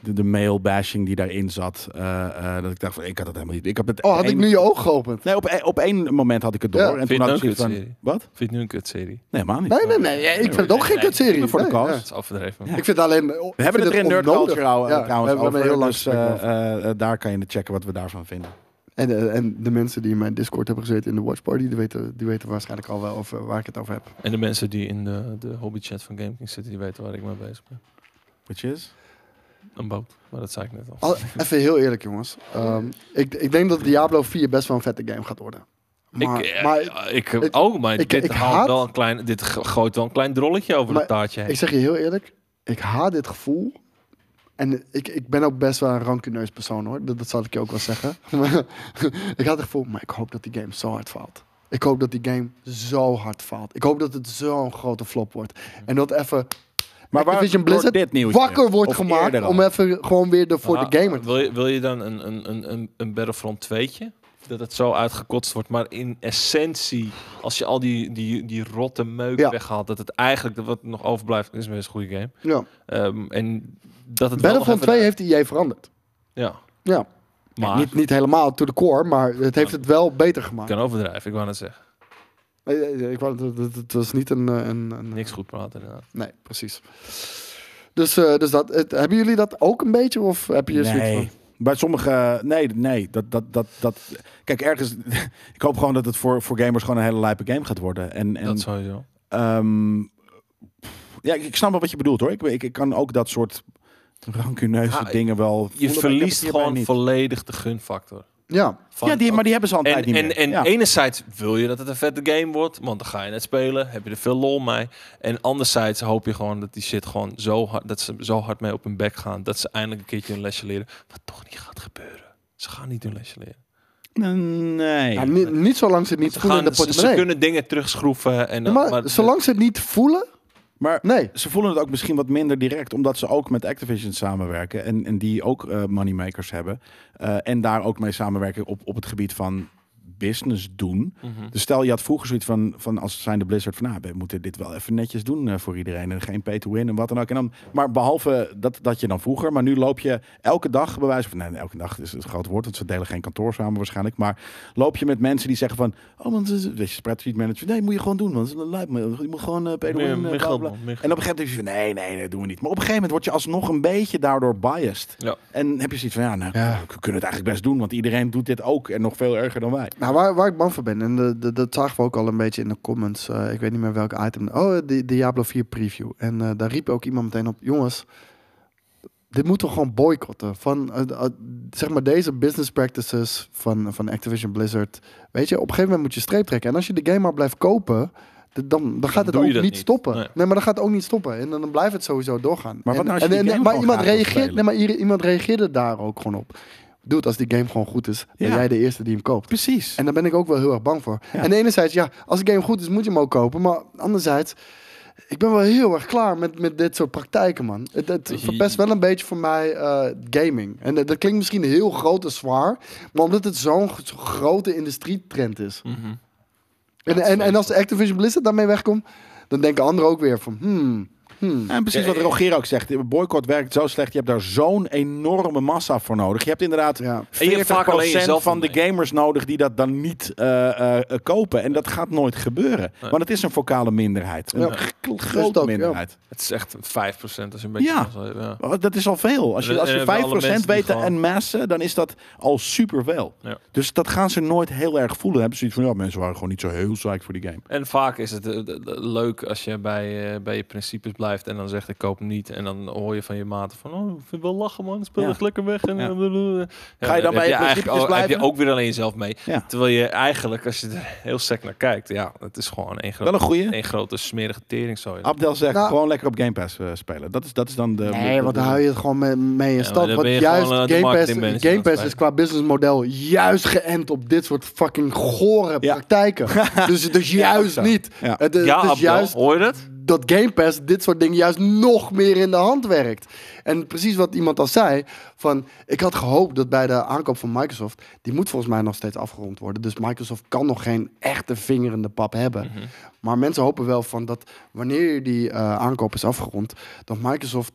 Speaker 3: de, de mail bashing die daarin zat. Eh, eh, dat ik dacht van, ik had het helemaal niet. Ik had het
Speaker 1: Oh, had ik
Speaker 3: één-
Speaker 1: nu je oog geopend?
Speaker 3: Nee, op, eh, op één moment had ik het door.
Speaker 1: Ja.
Speaker 3: en
Speaker 2: Vind
Speaker 3: toen
Speaker 2: je
Speaker 3: had ik
Speaker 2: het
Speaker 3: zoiets
Speaker 2: ook
Speaker 3: van,
Speaker 2: een kutserie?
Speaker 3: wat?
Speaker 2: Vind je het nu een kutserie?
Speaker 3: Nee, helemaal niet.
Speaker 1: Nee, nee, nee. ja, ik vind het ook geen kutserie.
Speaker 3: voor de
Speaker 1: Nee,
Speaker 3: cast.
Speaker 1: ja.
Speaker 2: Dat is overdreven.
Speaker 3: Ja.
Speaker 1: Ik vind het alleen...
Speaker 3: We hebben het er in Nerd Culture
Speaker 1: al.
Speaker 3: al, eh, trouwens
Speaker 1: we hebben
Speaker 3: over.
Speaker 1: er heel lang
Speaker 3: dus,
Speaker 1: gesprek
Speaker 3: eh,
Speaker 1: over.
Speaker 3: eh, eh, daar kan je checken wat we daarvan vinden.
Speaker 1: en, eh, en de mensen die in mijn Discord hebben gezeten in de Watch Party, die weten, die weten waarschijnlijk al wel over waar ik het over heb.
Speaker 2: En de mensen die in de, de hobbychat van GameKing zitten, die weten waar ik mee bezig ben.
Speaker 3: Which is?
Speaker 2: Een boot, maar dat zei ik net al.
Speaker 1: Al, even heel eerlijk, jongens. Ehm, ik, ik denk dat Diablo 4 best wel een vette game gaat worden. Maar,
Speaker 2: ik, eh,
Speaker 1: maar
Speaker 2: ik,
Speaker 1: ik-
Speaker 2: oh, maar
Speaker 1: ik-
Speaker 2: dit,
Speaker 1: ik
Speaker 2: haalt
Speaker 1: haat-
Speaker 2: wel een klein, dit go- gooit wel een klein drolletje over
Speaker 1: Maar
Speaker 2: het taartje heen.
Speaker 1: ik zeg je heel eerlijk, ik haat dit gevoel. En ik, ik ben ook best wel een rancuneus persoon hoor, dat, dat zal ik je ook wel zeggen. *laughs* Maar ik had het gevoel, maar ik hoop dat die game zo hard faalt. Ik hoop dat die game zo hard faalt. Ik hoop dat het zo'n grote flop wordt. En dat even
Speaker 3: Maar waar
Speaker 1: Activision
Speaker 3: door
Speaker 1: Blizzard
Speaker 3: dit nieuwtje?
Speaker 1: wakker wordt
Speaker 3: Of
Speaker 1: gemaakt
Speaker 3: eerder al?
Speaker 1: om even gewoon weer de, voor
Speaker 2: Nou,
Speaker 1: de gamer te
Speaker 2: Wil je, wil je dan een, een, een, een, een Battlefront 2'tje? Dat het zo uitgekotst wordt, maar in essentie, als je al die, die, die rotte meuk
Speaker 1: Ja.
Speaker 2: weghaalt, dat het eigenlijk, dat wat nog overblijft, is best een goede game.
Speaker 1: ja.
Speaker 2: Ehm, en dat het wel nog
Speaker 1: Battlefront
Speaker 2: even-
Speaker 1: 2 heeft IE veranderd.
Speaker 2: Ja,
Speaker 1: Ja.
Speaker 2: maar
Speaker 1: Niet, niet helemaal to the core, maar het heeft het wel beter
Speaker 2: ik
Speaker 1: gemaakt.
Speaker 2: kan overdrijven, ik wou net zeggen.
Speaker 1: Eh, eh, Ik, wou- het- het- het was niet een... eh, een, een
Speaker 2: Niks goed praten inderdaad.
Speaker 1: Nee, precies. Dus, eh, dus dat, het- hebben jullie dat ook een beetje? Of heb je zoiets
Speaker 3: Nee.
Speaker 1: van...
Speaker 3: Bij sommige, nee, nee, dat, dat, dat, dat, kijk, ergens, *laughs* ik hoop gewoon dat het voor, voor gamers gewoon een hele lijpe game gaat worden. En, en
Speaker 2: Dat sowieso.
Speaker 3: ehm, pff, ja, ik ik snap wel wat je bedoelt hoor. Ik, ik, ik kan ook dat soort rancuneuze
Speaker 2: Ah,
Speaker 3: dingen wel.
Speaker 2: Je
Speaker 3: voelen, maar ik heb
Speaker 2: verliest
Speaker 3: het hierbij
Speaker 2: gewoon
Speaker 3: niet.
Speaker 2: volledig de gunfactor.
Speaker 1: Ja,
Speaker 2: Van-
Speaker 3: ja, die, maar die hebben ze al een
Speaker 2: En,
Speaker 3: tijd niet
Speaker 2: en,
Speaker 3: meer.
Speaker 2: en
Speaker 3: ja.
Speaker 2: enerzijds wil je dat het een vette game wordt, want dan ga je het spelen, heb je er veel lol mee. En anderzijds hoop je gewoon dat die shit gewoon zo hard, dat ze zo hard mee op hun bek gaan, dat ze eindelijk een keertje een lesje leren, wat toch niet gaat gebeuren. Ze gaan niet hun lesje leren.
Speaker 3: nee.
Speaker 1: ja nou, niet, niet zolang ze het niet
Speaker 2: Ze,
Speaker 1: voelen in de
Speaker 2: gaan, ze, ze
Speaker 1: portemonnee.
Speaker 2: kunnen dingen terugschroeven. En, dan-
Speaker 1: maar, zolang ze het niet voelen,
Speaker 3: maar
Speaker 1: nee.
Speaker 3: ze voelen het ook misschien wat minder direct, omdat ze ook met Activision samenwerken en, en die ook eh, moneymakers hebben. Eh, en daar ook mee samenwerken op, op het gebied van business doen.
Speaker 2: Mhm.
Speaker 3: Dus stel, je had vroeger zoiets van, van als zijn de Blizzard van, nou, we moeten dit wel even netjes doen eh, voor iedereen. En geen pay to win en wat dan ook. En dan, maar behalve dat, dat je dan vroeger, maar nu loop je elke dag, bij wijze van, nee, elke dag is het groot woord, want ze delen geen kantoor samen waarschijnlijk. Maar loop je met mensen die zeggen van, oh, want eh, weet je, spreadsheet manager, nee, moet je gewoon doen, want het lijkt me, je moet gewoon eh, pay to win.
Speaker 2: Meer-
Speaker 3: eh,
Speaker 2: meer
Speaker 3: bla,
Speaker 2: geld,
Speaker 3: bla.
Speaker 2: man, meer
Speaker 3: En op een gegeven moment is je van, nee, nee, dat doen we niet. Maar op een gegeven moment word je alsnog een beetje daardoor biased.
Speaker 2: Ja.
Speaker 3: En heb je zoiets van, ja, nou,
Speaker 1: Ja.
Speaker 3: we kunnen het eigenlijk best doen, want iedereen doet dit ook en nog veel erger dan wij.
Speaker 1: Nou, waar, waar ik bang voor ben, en de, de- dat zagen we ook al een beetje in de comments. eh, ik weet niet meer welk item. Oh, de Diablo 4 preview. En eh, daar riep ook iemand meteen op, jongens, dit moeten we gewoon boycotten. Van, eh, eh, zeg maar, deze business practices van, van Activision Blizzard. Weet je, op een gegeven moment moet je streep trekken. En als je de game maar blijft kopen, d- dan, dan gaat het
Speaker 2: doe
Speaker 1: ook
Speaker 2: je
Speaker 1: niet,
Speaker 2: dat niet.
Speaker 1: stoppen. Nee.
Speaker 2: Nee.
Speaker 1: maar dan gaat het ook niet stoppen. En dan, dan blijft het sowieso doorgaan.
Speaker 3: Maar wat
Speaker 1: En-
Speaker 3: nou als je
Speaker 1: en-
Speaker 3: die
Speaker 1: en-
Speaker 3: game
Speaker 1: maar
Speaker 3: gewoon
Speaker 1: iemand
Speaker 3: graag wil
Speaker 1: reageert,
Speaker 3: spelen?
Speaker 1: nee, maar ieder- iemand reageerde daar ook gewoon op. Dude, als die game gewoon goed is, ben
Speaker 3: Ja.
Speaker 1: jij de eerste die hem koopt.
Speaker 3: Precies.
Speaker 1: En daar ben ik ook wel heel erg bang voor.
Speaker 3: Ja.
Speaker 1: En enerzijds, ja, als een game goed is, moet je hem ook kopen. Maar anderzijds, ik ben wel heel erg klaar met, met dit soort praktijken, man. Het, het
Speaker 2: Je-
Speaker 1: verpest wel een beetje voor mij eh, gaming. En dat, dat klinkt misschien heel groot en zwaar. Maar omdat het zo'n g- zo'n grote industrietrend is.
Speaker 2: Mhm.
Speaker 1: En, en, en als Activision Blizzard daarmee wegkomt, dan denken anderen ook weer van, hmm, hmm.
Speaker 3: En precies
Speaker 2: Eh,
Speaker 3: wat Rogier ook zegt. Een boycott werkt zo slecht. Je hebt daar zo'n enorme massa voor nodig. Je hebt inderdaad
Speaker 1: Ja.
Speaker 3: 40%
Speaker 2: En je hebt vaak alleen jezelf
Speaker 3: van de
Speaker 2: mee.
Speaker 3: gamers nodig die dat dan niet eh, eh, kopen. En dat gaat nooit gebeuren.
Speaker 2: Nee.
Speaker 3: Want het is een vocale minderheid. Een
Speaker 1: Ja.
Speaker 3: g-
Speaker 1: Is het
Speaker 3: grote
Speaker 1: ook,
Speaker 3: minderheid.
Speaker 2: Het is echt 5% als je een beetje...
Speaker 3: Ja.
Speaker 2: zo- ja.
Speaker 3: Oh, Dat is al veel. Als je,
Speaker 2: En-
Speaker 3: als
Speaker 2: en
Speaker 3: je
Speaker 2: hebben alle
Speaker 3: 5%
Speaker 2: mensen die
Speaker 3: weet
Speaker 2: gewoon-
Speaker 3: en massa, dan is dat al superveel.
Speaker 2: Ja.
Speaker 3: Dus dat gaan ze nooit heel erg voelen. Dan hebben ze iets van, ja, mensen waren gewoon niet zo heel psyched voor die game.
Speaker 2: En vaak is het eh, d- d- leuk als je bij, eh, bij je principes blijft en dan zegt ik koop hem niet. En dan hoor je van je maten van, oh, ik vind het wel lachen man, speel
Speaker 3: Ja.
Speaker 2: echt lekker weg. En,
Speaker 3: Ja.
Speaker 2: eh, blablabla. Ja,
Speaker 3: Ga je dan bij je
Speaker 2: heb
Speaker 3: principes
Speaker 2: eigenlijk al- Heb
Speaker 3: blijven?
Speaker 2: je ook weer alleen jezelf mee.
Speaker 3: Ja.
Speaker 2: Terwijl je eigenlijk, als je er heel sec naar kijkt, ja, het is gewoon één, gro
Speaker 3: Wel een goeie.
Speaker 2: één grote smerige tering zo.
Speaker 3: Abdel zegt,
Speaker 1: Nou-
Speaker 3: gewoon lekker op Game Pass eh, spelen. Dat is, dat is dan de...
Speaker 1: Nee, want dan hou je het gewoon mee, mee in
Speaker 2: maar
Speaker 1: stand.
Speaker 2: dan
Speaker 1: Want
Speaker 2: ben je
Speaker 1: juist
Speaker 2: gewoon, eh, de
Speaker 1: Game Pass,
Speaker 2: marketingmanager
Speaker 1: Game
Speaker 2: aan het
Speaker 1: Pass is
Speaker 2: spelen.
Speaker 1: qua businessmodel juist geënt op dit soort fucking gore
Speaker 3: Ja. *laughs*
Speaker 1: praktijken. dus, dus juist
Speaker 3: zo.
Speaker 1: niet.
Speaker 3: Ja.
Speaker 1: Het, het
Speaker 2: ja,
Speaker 1: is
Speaker 3: dus
Speaker 2: Abdel,
Speaker 1: juist
Speaker 2: hoor je dat?
Speaker 1: dat Game Pass dit soort dingen juist nog meer in de hand werkt. En precies wat iemand al zei, van ik had gehoopt dat bij de aankoop van Microsoft, die moet volgens mij nog steeds afgerond worden. Dus Microsoft kan nog geen echte vinger in de pap hebben. Maar mensen hopen wel van dat wanneer die eh, aankoop is afgerond, dat Microsoft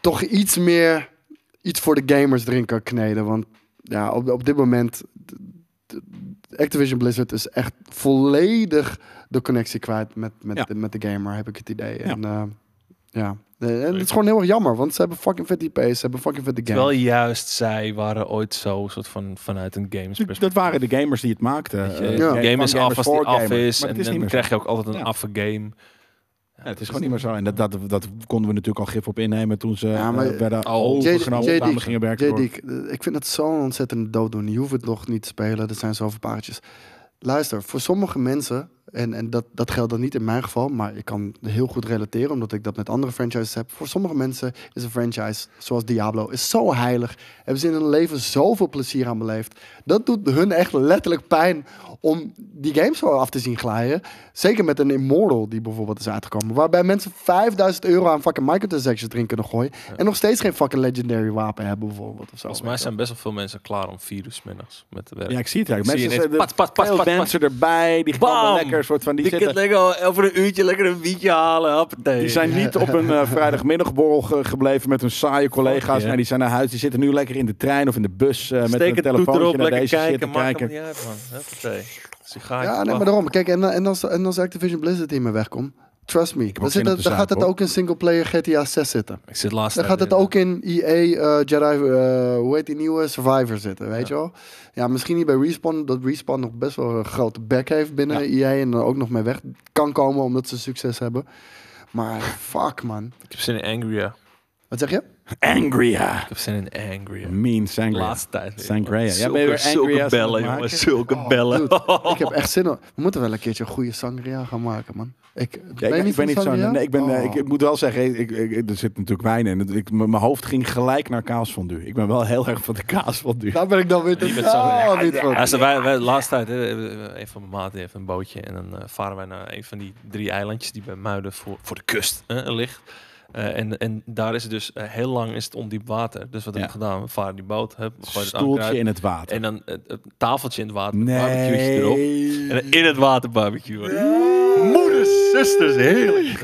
Speaker 1: toch iets meer iets voor de gamers erin kan kneden. Want ja, op, op dit moment. d- d- Activision Blizzard is echt volledig de connectie kwijt met, met,
Speaker 3: Ja.
Speaker 1: de, met de gamer, heb ik het idee.
Speaker 3: Ja.
Speaker 1: En, eh, ja. Eh, En het is gewoon heel erg jammer, want ze hebben fucking vet IP's, ze hebben fucking vette games.
Speaker 2: Terwijl juist zij waren ooit zo, soort van, vanuit een games
Speaker 3: Dat waren de gamers die het maakten.
Speaker 2: Weet je,
Speaker 3: Eh,
Speaker 1: Ja.
Speaker 2: De
Speaker 3: van
Speaker 2: game is af
Speaker 3: gamers
Speaker 2: als die
Speaker 3: voor
Speaker 2: af
Speaker 3: gamers.
Speaker 2: is.
Speaker 3: Maar
Speaker 2: En
Speaker 3: het is
Speaker 2: dan
Speaker 3: niet meer zo.
Speaker 2: krijg je ook altijd een
Speaker 3: Ja.
Speaker 2: affe game.
Speaker 3: Ja, het is gewoon niet meer zo. En dat, dat, dat konden we natuurlijk al gif op innemen toen ze
Speaker 1: Ja,
Speaker 3: ja,
Speaker 1: maar-
Speaker 3: werden
Speaker 2: Oh.
Speaker 3: overgenomen
Speaker 1: JD
Speaker 3: samen gingen werken.
Speaker 1: JD,
Speaker 3: door-
Speaker 1: ik, eh, ik vind dat zo'n ontzettende dooddoen. Je hoeft het nog niet te spelen, er zijn zoveel paardjes. Luister, voor sommige mensen, en, en dat, dat geldt dan niet in mijn geval, maar ik kan heel goed relateren omdat ik dat met andere franchises heb. Voor sommige mensen is een franchise zoals Diablo is zo heilig. Hebben ze in hun leven zoveel plezier aan beleefd. Dat doet hun echt letterlijk pijn om die game zo af te zien glijden. Zeker met een Immortal die bijvoorbeeld is uitgekomen. Waarbij mensen 5000 euro aan fucking microtransactions erin kunnen gooien. En nog steeds geen fucking legendary wapen hebben bijvoorbeeld. Of zo.
Speaker 2: Volgens mij zijn best wel veel mensen klaar om vier uur 's middags met te werken.
Speaker 3: Ja, ik zie het eigenlijk.
Speaker 2: Zie je
Speaker 3: Mensen,
Speaker 2: ineens,
Speaker 3: zijn-
Speaker 2: pat, pat, pat,
Speaker 3: veel
Speaker 2: pat, pat.
Speaker 3: mensen erbij, die gewoon wel
Speaker 2: Bam!
Speaker 3: lekker een soort van... Die,
Speaker 2: Die
Speaker 3: zitten,
Speaker 2: kunt lekker over een uurtje lekker een wietje halen. Hoppatee.
Speaker 3: die zijn niet op een
Speaker 2: *laughs*
Speaker 3: eh, vrijdagmiddagborrel ge- gebleven met hun saaie collega's.
Speaker 2: Fuck, yeah.
Speaker 3: Nee, die zijn naar huis. Die zitten nu lekker in de trein of in de bus eh, met
Speaker 2: Steek
Speaker 3: een
Speaker 2: het toeter
Speaker 3: telefoontje
Speaker 2: erop,
Speaker 3: naar
Speaker 2: lekker
Speaker 3: deze
Speaker 2: kijken.
Speaker 3: zitten
Speaker 2: maakt
Speaker 3: kijken.
Speaker 2: hem niet uit, man. Hoppatee. Sigaartje
Speaker 1: Ja, nee, maar
Speaker 2: pakken.
Speaker 1: daarom. Kijk, en, en, als, en als Activision Blizzard hiermee wegkomt, trust me,
Speaker 3: heb
Speaker 1: dan,
Speaker 3: ook
Speaker 1: zit
Speaker 3: zin om
Speaker 1: het-
Speaker 3: te
Speaker 1: dan gaat het
Speaker 3: zuipen,
Speaker 1: ook in singleplayer GTA 6 zitten.
Speaker 2: Ik zit laatst...
Speaker 1: Dan gaat het
Speaker 2: weer-
Speaker 1: ook in EA eh, Jedi, eh, hoe heet die nieuwe, Survivor zitten, weet je wel? Ja, misschien niet bij Respawn, dat Respawn nog best wel een grote bek heeft binnen EA en er ook nog mee weg kan komen omdat ze succes hebben. Maar fuck man.
Speaker 2: Ik heb zin in Angria.
Speaker 1: Wat zeg je?
Speaker 3: Angria.
Speaker 2: Ik heb zin in Angria.
Speaker 3: Mean
Speaker 2: De
Speaker 3: Sangria.
Speaker 2: laatste tijd. weer,
Speaker 3: Sangria.
Speaker 2: man.
Speaker 3: Ja, ben je
Speaker 2: Zulke-
Speaker 3: weer Angria's
Speaker 2: Zulke
Speaker 3: aan
Speaker 2: bellen,
Speaker 3: het maken? Oh,
Speaker 2: jongens. Zulke bellen.
Speaker 1: Dude, ik heb echt zin in. We moeten wel een keertje een goede sangria gaan maken, man. Ik,
Speaker 3: Ja, ik,
Speaker 1: je
Speaker 3: ben- ik ben
Speaker 1: van
Speaker 3: niet
Speaker 1: sangria?
Speaker 3: zo'n. Nee, ik, ben, eh,
Speaker 1: Oh.
Speaker 3: ik, ik moet wel zeggen, ik, ik, ik- er zit natuurlijk wijn in. Het- ik- m- mijn hoofd ging gelijk naar kaasfondue. Ik ben wel heel erg van de kaasfondue.
Speaker 1: Daar ben ik dan weer te
Speaker 2: Je bent sangria.
Speaker 1: Oh, niet van.
Speaker 2: Ja, ze, wij, wij, laatst tijd, hè, eh, een van mijn maten heeft een bootje. En dan eh, varen wij naar een van die drie eilandjes die bij Muiden voor, voor de kust hè, ligt. Eh, en, en daar is het dus eh, heel lang is het ondiep water. Dus wat
Speaker 3: Ja.
Speaker 2: heb ik gedaan? We varen die boot, hè, we gooien het anker uit.
Speaker 3: Stoeltje in het water.
Speaker 2: En dan het, het tafeltje in het water, nee. barbecue erop. En
Speaker 3: Nee.
Speaker 2: dan in het water barbecue. Moeders, zusters,
Speaker 3: *laughs*
Speaker 2: heerlijk.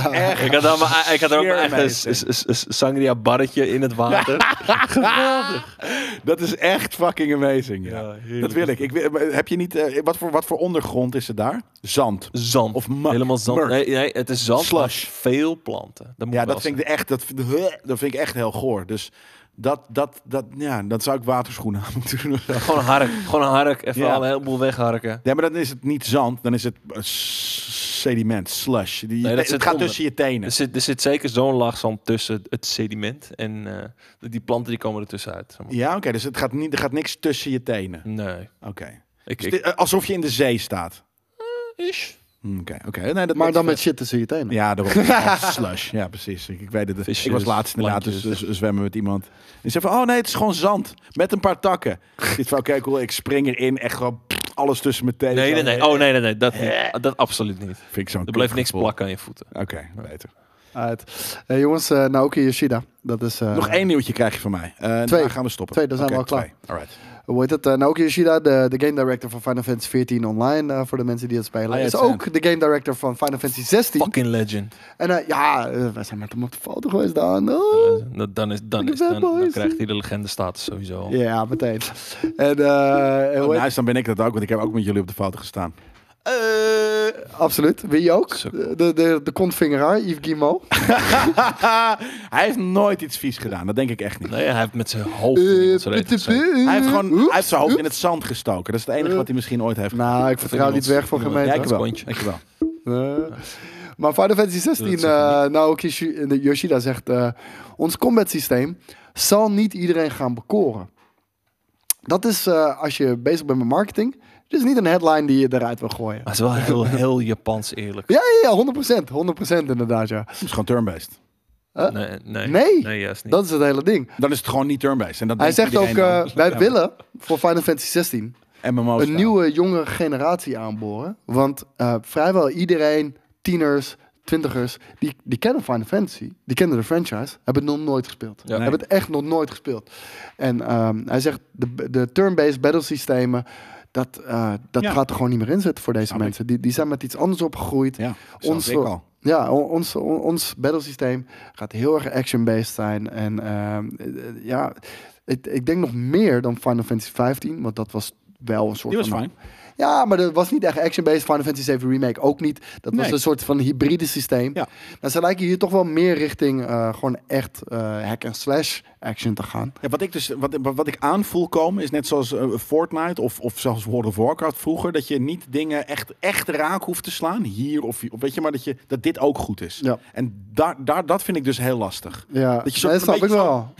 Speaker 2: *laughs* Ik had, daar maar, ik had er ook mijn eigen s-
Speaker 3: Smeermeester.
Speaker 2: s- s- sangria barretje in het water.
Speaker 3: Dat is echt fucking amazing.
Speaker 2: Ja,
Speaker 3: Ja.
Speaker 2: heerlijk.
Speaker 3: dat wil ik. ik wil- heb je niet, eh, wat, voor, wat voor ondergrond is er daar? Zand.
Speaker 2: Zand.
Speaker 3: Of mak.
Speaker 2: Helemaal zand.
Speaker 3: Murk.
Speaker 2: Nee, nee, het is zand, maar
Speaker 3: Slush.
Speaker 2: veel planten. Dat moet
Speaker 3: Ja,
Speaker 2: wel
Speaker 3: dat vind, ik echt, dat, *laughs* vind- dat vind ik echt heel goor. Dus dat, dat, dat, ja, dat zou ik waterschoenen *laughs* aan moeten doen. of zo.
Speaker 2: zeggen. Gewoon hark. Gewoon een hark. Even
Speaker 3: Ja.
Speaker 2: al een heleboel wegharken.
Speaker 3: Ja, maar dan is het niet zand, dan is het eh, s- sediment, slush. Die,
Speaker 2: dat
Speaker 3: het
Speaker 2: zit
Speaker 3: gaat
Speaker 2: onder. Dus-
Speaker 3: tussen je tenen.
Speaker 2: Er zit, er zit zeker zo'n laag zand tussen het sediment. En eh, die planten die komen er tussenuit. zeg maar.
Speaker 3: Ja, oké, dus het gaat niet, er gaat niks tussen je tenen.
Speaker 2: Nee.
Speaker 3: Oké.
Speaker 2: Ik,
Speaker 3: Dus
Speaker 2: ik,
Speaker 3: dit- eh, alsof je in de zee staat.
Speaker 2: Ish.
Speaker 3: Hm, Oké, oké. Nee, dat-
Speaker 1: Maar
Speaker 3: dat-
Speaker 1: dan met shit tussen je tenen.
Speaker 3: Ja, daarop.
Speaker 2: *laughs*
Speaker 3: Ja, slush. Ja, precies. Ik, ik weet het.
Speaker 2: Nou, Visjes,
Speaker 3: ik was laatst inderdaad dus,
Speaker 2: plantjes.
Speaker 3: dus zwemmen met iemand. Die zei van, oh nee, het is gewoon zand. Met een paar takken. Dit van, oké, cool. Ik spring erin. Echt gewoon pff, alles tussen mijn tenen.
Speaker 2: Nee,
Speaker 3: Zo,
Speaker 2: nee, nee. Oh, nee, nee, nee. Dat, niet. dat absoluut niet.
Speaker 3: Vind ik zo'n
Speaker 2: Er bleef niks
Speaker 3: kutgevoel.
Speaker 2: plakken aan je voeten.
Speaker 3: Oké, beter.
Speaker 1: Uit. Eh, jongens, eh, Naoki Yoshida. Dat is, eh,
Speaker 3: Nog één nieuwtje krijg je van mij. Eh, en
Speaker 1: Twee.
Speaker 3: daarna gaan we stoppen.
Speaker 1: Twee, dan zijn we
Speaker 3: Oké,
Speaker 1: al klaar.
Speaker 3: twee. Alright.
Speaker 1: hoe heet het, eh, Naoki Yoshida, de, de game director van Final Fantasy 14 online, eh, voor de mensen die dat spelen.
Speaker 3: Ah, ja,
Speaker 1: is
Speaker 3: het zijn.
Speaker 1: ook de game director van Final Fantasy 16.
Speaker 2: Fucking legend.
Speaker 1: En eh, ja, eh, wij zijn met hem op de foto geweest, Daan. Oh.
Speaker 2: Eh, dat- Dan, is, dan,
Speaker 1: de
Speaker 2: is, dan, dan
Speaker 1: fanboys.
Speaker 2: krijgt hij de legende status sowieso. al.
Speaker 1: Ja, meteen. En, eh, en hoe
Speaker 3: Oh,
Speaker 1: heet-
Speaker 3: nice, dan ben ik dat ook, want ik heb ook met jullie op de foto gestaan.
Speaker 1: Eh, absoluut, wie ook.
Speaker 2: Zo.
Speaker 1: De, de, de kontvingeraar, Yves
Speaker 3: *laughs*
Speaker 1: Guillemot.
Speaker 3: Ah, hij heeft nooit iets vies gedaan, dat denk ik echt niet.
Speaker 2: Nee, hij heeft met zijn hoofd. in
Speaker 1: Eh,
Speaker 2: iemands reet gezeten.
Speaker 1: Hij
Speaker 3: Hij heeft gewoon hij heeft zijn hoofd in het zand gestoken. Dat is het enige wat hij misschien ooit heeft gedaan.
Speaker 1: Nou, ik vertrouw niet
Speaker 2: Iemand-
Speaker 1: weg voor
Speaker 2: iemand-
Speaker 1: gemeente.
Speaker 3: Ja, ik
Speaker 2: dat
Speaker 3: wel.
Speaker 2: kontje.
Speaker 3: Ik wel.
Speaker 1: Eh, Maar Final Fantasy 16,
Speaker 2: Dat zeg ik
Speaker 1: eh Naoki Shi- eh, Yoshida zegt: eh, Ons combat systeem zal niet iedereen gaan bekoren. Dat is eh, als je bezig bent met marketing. Het is niet een headline die je eruit wil
Speaker 3: *laughs*
Speaker 1: gooien.
Speaker 2: Maar het is wel heel, heel Japans eerlijk.
Speaker 1: Ja, ja, ja, 100%. 100% inderdaad, ja.
Speaker 3: Het is gewoon turn-based.
Speaker 2: Nee, nee.
Speaker 1: Nee?
Speaker 2: juist niet.
Speaker 1: Dat is het hele ding.
Speaker 3: Dan is het gewoon niet turn-based. En dat
Speaker 1: Hij
Speaker 3: denkt
Speaker 1: zegt ook:
Speaker 3: iedereen
Speaker 1: eh,
Speaker 3: dan.
Speaker 1: Wij
Speaker 3: Ja, *laughs*
Speaker 1: willen voor Final Fantasy 16
Speaker 3: MMO's.
Speaker 1: een nieuwe jonge generatie aanboren. Want eh, vrijwel iedereen, tieners, twintigers, die, die kennen Final Fantasy. Die kennen de franchise, hebben het nog nooit gespeeld.
Speaker 2: Ja.
Speaker 1: Hebben het echt nog nooit gespeeld. En ehm, hij zegt, de, de turn-based battlesystemen, dat, eh, dat
Speaker 3: Ja.
Speaker 1: gaat er gewoon niet meer in zitten voor deze
Speaker 3: Snap ik.
Speaker 1: mensen. Die, die zijn met iets anders opgegroeid.
Speaker 3: Ja,
Speaker 1: Ons-
Speaker 3: ons ik al.
Speaker 1: Ja, on- ons, on- ons battlesysteem gaat heel erg action-based zijn. En ehm, eh, eh, ja, ik, ik denk nog meer dan Final Fantasy 15, want dat was wel een soort
Speaker 3: Die was
Speaker 1: van...
Speaker 3: fijn.
Speaker 1: Ja, maar dat was niet echt action-based. Final Fantasy 7 Remake ook niet. Dat was
Speaker 3: Nee.
Speaker 1: een soort van hybride systeem.
Speaker 3: Ja.
Speaker 1: Nou, ze lijken hier toch wel meer richting eh, gewoon echt eh, hack and slash action te gaan.
Speaker 3: Ja, wat ik dus wat, wat wat ik aanvoel komen is net zoals eh, Fortnite of, of zelfs World of Warcraft vroeger dat je niet dingen echt, echt raak hoeft te slaan hier of hier, of weet je maar dat je dat dit ook goed is.
Speaker 1: Ja.
Speaker 3: En daar, daar dat vind ik dus heel lastig.
Speaker 1: Ja,
Speaker 3: Dat
Speaker 1: dat,
Speaker 3: je zo een
Speaker 1: snap ik
Speaker 3: beetje
Speaker 1: wel.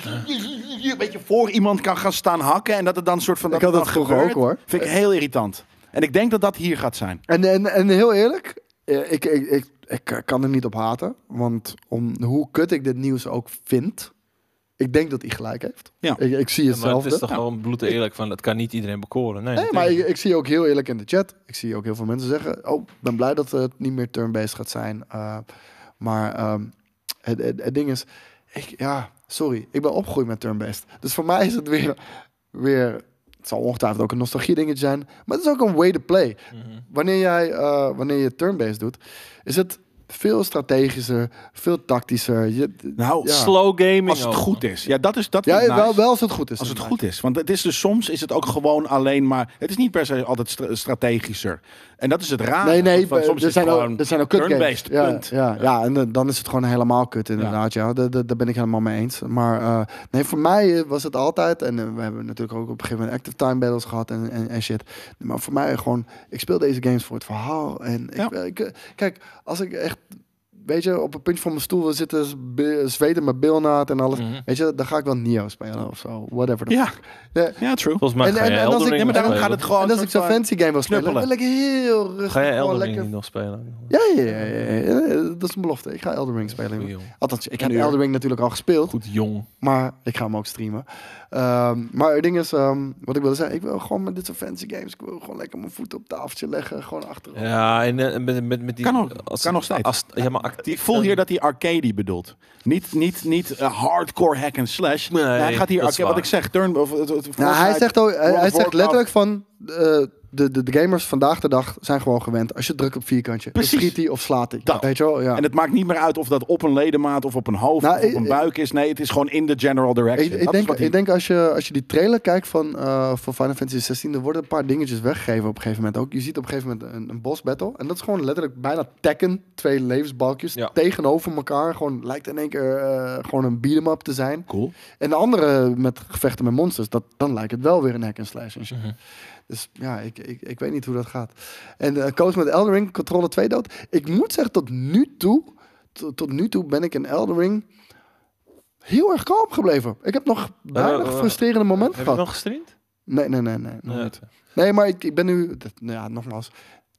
Speaker 3: Een beetje voor iemand kan gaan staan hakken en dat het dan soort van
Speaker 1: Ik had dat
Speaker 3: dan
Speaker 1: vroeger
Speaker 3: gebeurt,
Speaker 1: ook, hoor.
Speaker 3: Vind ik heel irritant. En ik denk dat dat hier gaat zijn.
Speaker 1: En, en, en heel eerlijk, eh, ik, ik, ik, ik eh, kan er niet op haten. Want om, hoe kut ik dit nieuws ook vind, ik denk dat hij gelijk heeft.
Speaker 3: Ja.
Speaker 1: Ik, ik zie
Speaker 2: Ja, maar het
Speaker 1: hetzelfde.
Speaker 2: is toch gewoon bloed eerlijk van, dat kan niet iedereen bekoren. Nee,
Speaker 1: Nee, maar
Speaker 2: natuurlijk.
Speaker 1: ik, ik zie ook heel eerlijk in de chat. Ik zie ook heel veel mensen zeggen: Oh, ik ben blij dat het niet meer turn-based gaat zijn. Eh, maar ehm, het, het, het ding is, ik, ja, sorry, ik ben opgegroeid met turn-based. Dus voor mij is het weer, weer. Het zal ongetwijfeld ook een nostalgie-dingetje zijn. Maar het is ook een way to play.
Speaker 3: Mhm.
Speaker 1: Wanneer jij eh, wanneer je turn-based doet, is het veel strategischer, veel tactischer. Je,
Speaker 3: Nou,
Speaker 1: Ja.
Speaker 2: Slow gaming
Speaker 3: als het
Speaker 2: ook.
Speaker 3: goed is. Ja, dat is dat
Speaker 1: ja,
Speaker 3: vind ik
Speaker 1: wel,
Speaker 3: nice.
Speaker 1: wel als het goed is.
Speaker 3: Als het
Speaker 1: inderdaad.
Speaker 3: goed is. Want het is dus soms is het ook gewoon alleen maar. Het is niet per se altijd stra- strategischer. En dat is het raar.
Speaker 1: Nee, nee, eh,
Speaker 3: soms is
Speaker 1: er
Speaker 3: het
Speaker 1: zijn,
Speaker 3: gewoon
Speaker 1: ook, er zijn ook kut games.
Speaker 3: turn-based,
Speaker 1: Ja,
Speaker 3: punt.
Speaker 1: Ja, ja, en dan- dan is het gewoon helemaal kut inderdaad. Ja, daar daar- daar ben ik helemaal mee eens. Maar eh, nee, voor mij eh, was het altijd... En eh, we hebben natuurlijk ook op een gegeven moment active time battles gehad en, en, en shit. Maar voor mij gewoon... Ik speel deze games voor het verhaal. En ik,
Speaker 3: Ja.
Speaker 1: ik, eh, kijk, als ik echt... Weet je, op een puntje van mijn stoel wil zitten, z- be- zweten mijn bilnaad en alles.
Speaker 2: Mhm.
Speaker 1: Weet je, dan ga ik wel Nio spelen of zo. Whatever. the
Speaker 3: Ja,
Speaker 1: Ja.
Speaker 3: ja, true.
Speaker 2: Volgens mij
Speaker 1: En-
Speaker 2: ga
Speaker 1: en-
Speaker 2: je
Speaker 1: en als ik-
Speaker 2: Elden Ring
Speaker 1: ja, maar
Speaker 2: nog
Speaker 1: daarom
Speaker 2: spelen.
Speaker 3: gaat het gewoon.
Speaker 1: en als
Speaker 3: een
Speaker 1: ik zo'n
Speaker 3: soort van-
Speaker 1: fancy game wil spelen, dan
Speaker 3: knuppelen.
Speaker 1: wil ik heel rustig.
Speaker 2: Ga je
Speaker 1: gewoon
Speaker 2: Elden Ring
Speaker 1: lekker
Speaker 2: niet nog spelen?
Speaker 1: Ja, ja, ja, ja, ja, ja, dat is een belofte. Ik ga Elden Ring spelen.
Speaker 2: Goeie
Speaker 1: jongen.
Speaker 2: jongen.
Speaker 1: Althans, ik heb
Speaker 3: uur.
Speaker 1: Elden Ring natuurlijk al gespeeld,
Speaker 2: Goed jong.
Speaker 1: maar ik ga hem ook streamen. Ehm, maar het ding is, ehm, wat ik wilde zeggen, ik wil gewoon met dit soort fancy games, ik wil gewoon lekker mijn voeten op het tafeltje leggen, gewoon achterop.
Speaker 2: Ja, en eh, met, met, met die...
Speaker 3: Kan ook- kan nog steeds.
Speaker 2: Als, ja, maar actief.
Speaker 3: Ik voel hier dat hij arcade bedoelt. Niet, niet, niet eh, hardcore hack and slash.
Speaker 2: Nee,
Speaker 3: hij gaat hier
Speaker 2: dat is
Speaker 3: arcade. Wat
Speaker 2: waar.
Speaker 3: ik zeg, turn. Of, of- of-
Speaker 1: Nou, hij
Speaker 3: Fortnite,
Speaker 1: zegt, ook, hij,
Speaker 3: World of
Speaker 1: hij zegt
Speaker 3: Warcraft.
Speaker 1: letterlijk van, eh, de, de, de gamers vandaag de dag zijn gewoon gewend, als je drukt op vierkantje, dan
Speaker 3: Precies.
Speaker 1: schiet hij of slaat hij.
Speaker 3: Dat.
Speaker 1: Weet je wel, ja.
Speaker 3: En het maakt niet meer uit of dat op een ledemaat of op een hoofd
Speaker 1: Nou,
Speaker 3: of op
Speaker 1: ik-
Speaker 3: een buik is. Nee, het is gewoon in de general direction.
Speaker 1: Ik,
Speaker 3: Dat
Speaker 1: ik,
Speaker 3: is
Speaker 1: denk,
Speaker 3: wat hij-
Speaker 1: ik denk als je, als je die trailer kijkt van, eh, van Final Fantasy 16, er worden een paar dingetjes weggegeven op een gegeven moment ook. Je ziet op een gegeven moment een, een boss battle. En dat is gewoon letterlijk bijna Tekken, twee levensbalkjes
Speaker 2: Ja.
Speaker 1: tegenover elkaar. Gewoon lijkt in één keer eh, gewoon een beat 'em up te zijn.
Speaker 3: cool.
Speaker 1: En de andere met gevechten met monsters, dat, dan lijkt het wel weer een hack and slash en shit.
Speaker 2: Mhm.
Speaker 1: Dus ja, ik, ik, ik weet niet hoe dat gaat. En eh Koos met Elden Ring, Controle 2 dood. Ik moet zeggen, tot nu toe, to- tot nu toe ben ik in Elden Ring heel erg kalm gebleven. Ik heb nog weinig
Speaker 2: eh,
Speaker 1: frustrerende momenten
Speaker 2: Heb je
Speaker 1: gehad.
Speaker 2: nog gestreamd?
Speaker 1: Nee, nee, nee, nee. nog
Speaker 2: Nee,
Speaker 1: niet. Nee, maar ik, ik ben nu, dat, nou ja, nogmaals,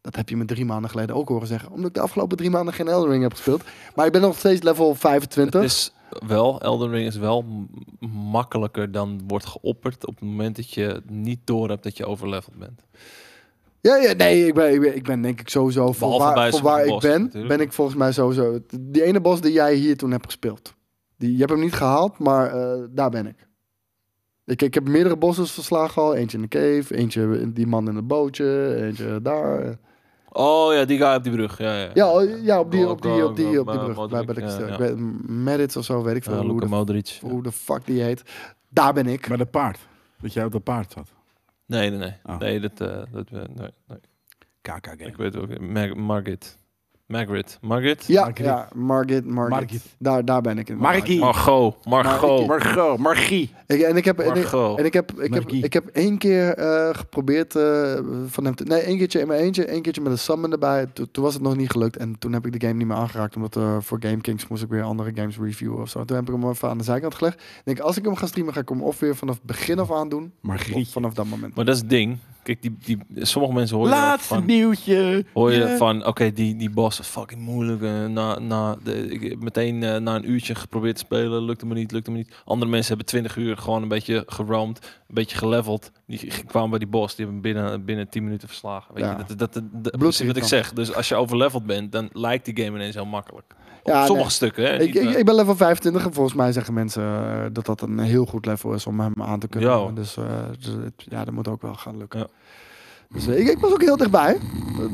Speaker 1: dat heb je me drie maanden geleden ook horen zeggen. Omdat ik de afgelopen drie maanden geen Elden Ring heb gespeeld. Maar ik ben nog steeds level 25.
Speaker 2: Het is wel, Elden Ring is wel m- makkelijker dan wordt geopperd op het moment dat je niet door hebt dat je overleveld bent.
Speaker 1: Ja, ja, nee, ik ben, ik ben, ik ben denk ik sowieso voor
Speaker 2: Behalve
Speaker 1: waar,
Speaker 2: bij
Speaker 1: voor waar ik
Speaker 2: sommige
Speaker 1: ben,
Speaker 2: bossen natuurlijk.
Speaker 1: ben ik volgens mij sowieso. Die ene bos die jij hier toen hebt gespeeld, die, je hebt hem niet gehaald, maar eh, daar ben ik. Ik, ik heb meerdere bosses verslagen al. Eentje in de cave, eentje in- die man in het bootje, eentje daar.
Speaker 2: Oh ja, die guy op die brug. Ja, ja.
Speaker 1: Ja, oh, ja op die,
Speaker 2: Go-
Speaker 1: op die,
Speaker 2: go-
Speaker 1: op die,
Speaker 2: go-
Speaker 1: op die
Speaker 2: go-
Speaker 1: brug. Daar
Speaker 2: Modric,
Speaker 1: ben ik
Speaker 2: ja,
Speaker 1: stil.
Speaker 2: ja.
Speaker 1: Ik weet- Merits of zo, weet ik veel
Speaker 2: Ja,
Speaker 1: hoe,
Speaker 2: Luka
Speaker 1: de,
Speaker 2: Modric. ja.
Speaker 1: hoe de fuck die heet. Daar ben ik.
Speaker 3: Maar dat paard. Dat jij op dat paard zat.
Speaker 2: Nee, nee, nee.
Speaker 1: Oh.
Speaker 3: Ah.
Speaker 2: Nee, dat, eh, dat, eh, nee, nee.
Speaker 3: KK Game.
Speaker 2: Ik weet ook. Mar Margit. Margaret. Margit?
Speaker 1: Ja,
Speaker 3: Margit.
Speaker 1: ja, Margit, Margit.
Speaker 3: Margit.
Speaker 1: Daar, daar ben ik in.
Speaker 3: Margie.
Speaker 2: Margot. Margot.
Speaker 3: Margot. Margie.
Speaker 1: Ik, en ik heb, en ik,
Speaker 2: Margot.
Speaker 1: en ik heb, ik heb,
Speaker 3: Margie.
Speaker 1: ik heb één keer eh, geprobeerd eh, van hem te... Nee, één keertje in mijn eentje, één keertje met een summon erbij. Toen- toen was het nog niet gelukt en toen heb ik de game niet meer aangeraakt. Omdat eh, voor Game Kings moest ik weer andere games reviewen of zo. Toen heb ik hem even aan de zijkant gelegd. Ik denk, als ik hem ga streamen, ga ik hem of weer vanaf het begin af aan doen.
Speaker 3: Margie.
Speaker 1: Of vanaf dat moment.
Speaker 2: Maar dat is het ding. Kijk, die, die, sommige mensen horen
Speaker 3: Laatste
Speaker 2: van,
Speaker 3: nieuwtje.
Speaker 2: hoor je
Speaker 3: Ja.
Speaker 2: van oké, die, die boss is fucking moeilijk. eh, na, na, de, ik heb meteen eh, na een uurtje geprobeerd te spelen, lukte me niet, lukte me niet. Andere mensen hebben 20 uur gewoon een beetje geroamd, een beetje geleveld. Die g- kwamen bij die boss, die hebben hem binnen, binnen 10 minuten verslagen. Weet
Speaker 1: Ja.
Speaker 2: je, dat, dat, dat, dat-
Speaker 1: Bloedirritant.
Speaker 2: precies wat ik zeg. Dus als je overleveld bent, dan lijkt die game ineens heel makkelijk. Op
Speaker 1: Ja,
Speaker 2: sommige
Speaker 1: nee.
Speaker 2: stukken, hè.
Speaker 1: Ik,
Speaker 2: niet,
Speaker 1: ik,
Speaker 2: eh,
Speaker 1: ik ben level 25 en volgens mij zeggen mensen eh, dat dat een heel goed level is om hem aan te kunnen.
Speaker 2: Ja.
Speaker 1: Dus eh, dus het- ja, dat moet ook wel gaan lukken.
Speaker 2: Ja.
Speaker 1: Dus eh, ik, ik was ook heel dichtbij.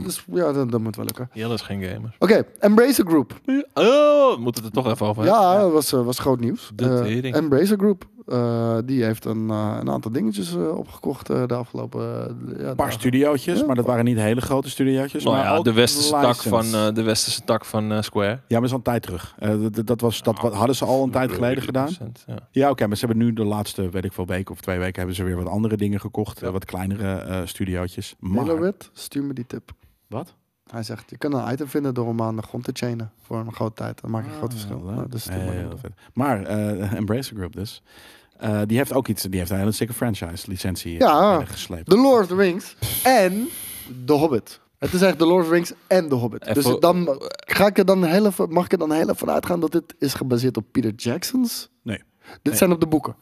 Speaker 1: Dus ja, dat, dat moet wel lukken.
Speaker 2: Jelle is geen gamer.
Speaker 1: Oké, Embracer Group.
Speaker 2: Oh, we moeten het er toch even over hebben. Nou
Speaker 1: Ja, dat was, eh, was groot nieuws.
Speaker 2: De
Speaker 1: Eh,
Speaker 2: tering.
Speaker 1: Embracer Group, eh, die heeft een, eh, een aantal dingetjes eh, opgekocht eh, de afgelopen... eh, ja,
Speaker 3: Een paar
Speaker 1: dagen.
Speaker 3: studiootjes,
Speaker 1: Ja.
Speaker 3: maar dat waren niet hele grote studiootjes.
Speaker 2: Nou
Speaker 3: dus maar
Speaker 2: ja,
Speaker 3: ook
Speaker 2: de westerse tak
Speaker 3: licensed.
Speaker 2: van, eh, de westerse tak van eh, Square.
Speaker 3: Ja, maar dat is al een tijd terug. Eh, dat- dat, dat, was, dat wat- hadden ze al een tijd geleden gedaan.
Speaker 2: Ja.
Speaker 3: Ja, oké, maar ze hebben nu de laatste, weet ik veel, week of twee weken... hebben ze weer wat andere dingen gekocht. eh, wat kleinere eh studiootjes. Maar...
Speaker 1: Mailerwit, stuur me die tip.
Speaker 3: Wat?
Speaker 1: Hij zegt, je kan een item vinden door hem aan de grond te chainen voor een grote tijd. Dat maakt een groot verschil.
Speaker 3: Heel Ah, leuk.
Speaker 1: Nou, dus stuur maar
Speaker 3: Heel
Speaker 1: door.
Speaker 3: vet. Maar eh *laughs* Embracer Group dus. eh, die heeft ook iets, die heeft een hele sikke franchise licentie eh,
Speaker 1: Ja.
Speaker 3: binnen gesleept.
Speaker 1: The Lord of the Rings en The Hobbit. Het is echt The Lord of the Rings en The Hobbit.
Speaker 2: Even-
Speaker 1: Dus dan ga ik er dan heel even, mag ik er dan heel even uitgaan dat dit is gebaseerd op Peter Jackson's?
Speaker 3: Nee.
Speaker 1: Dit
Speaker 3: Nee.
Speaker 1: zijn op de boeken.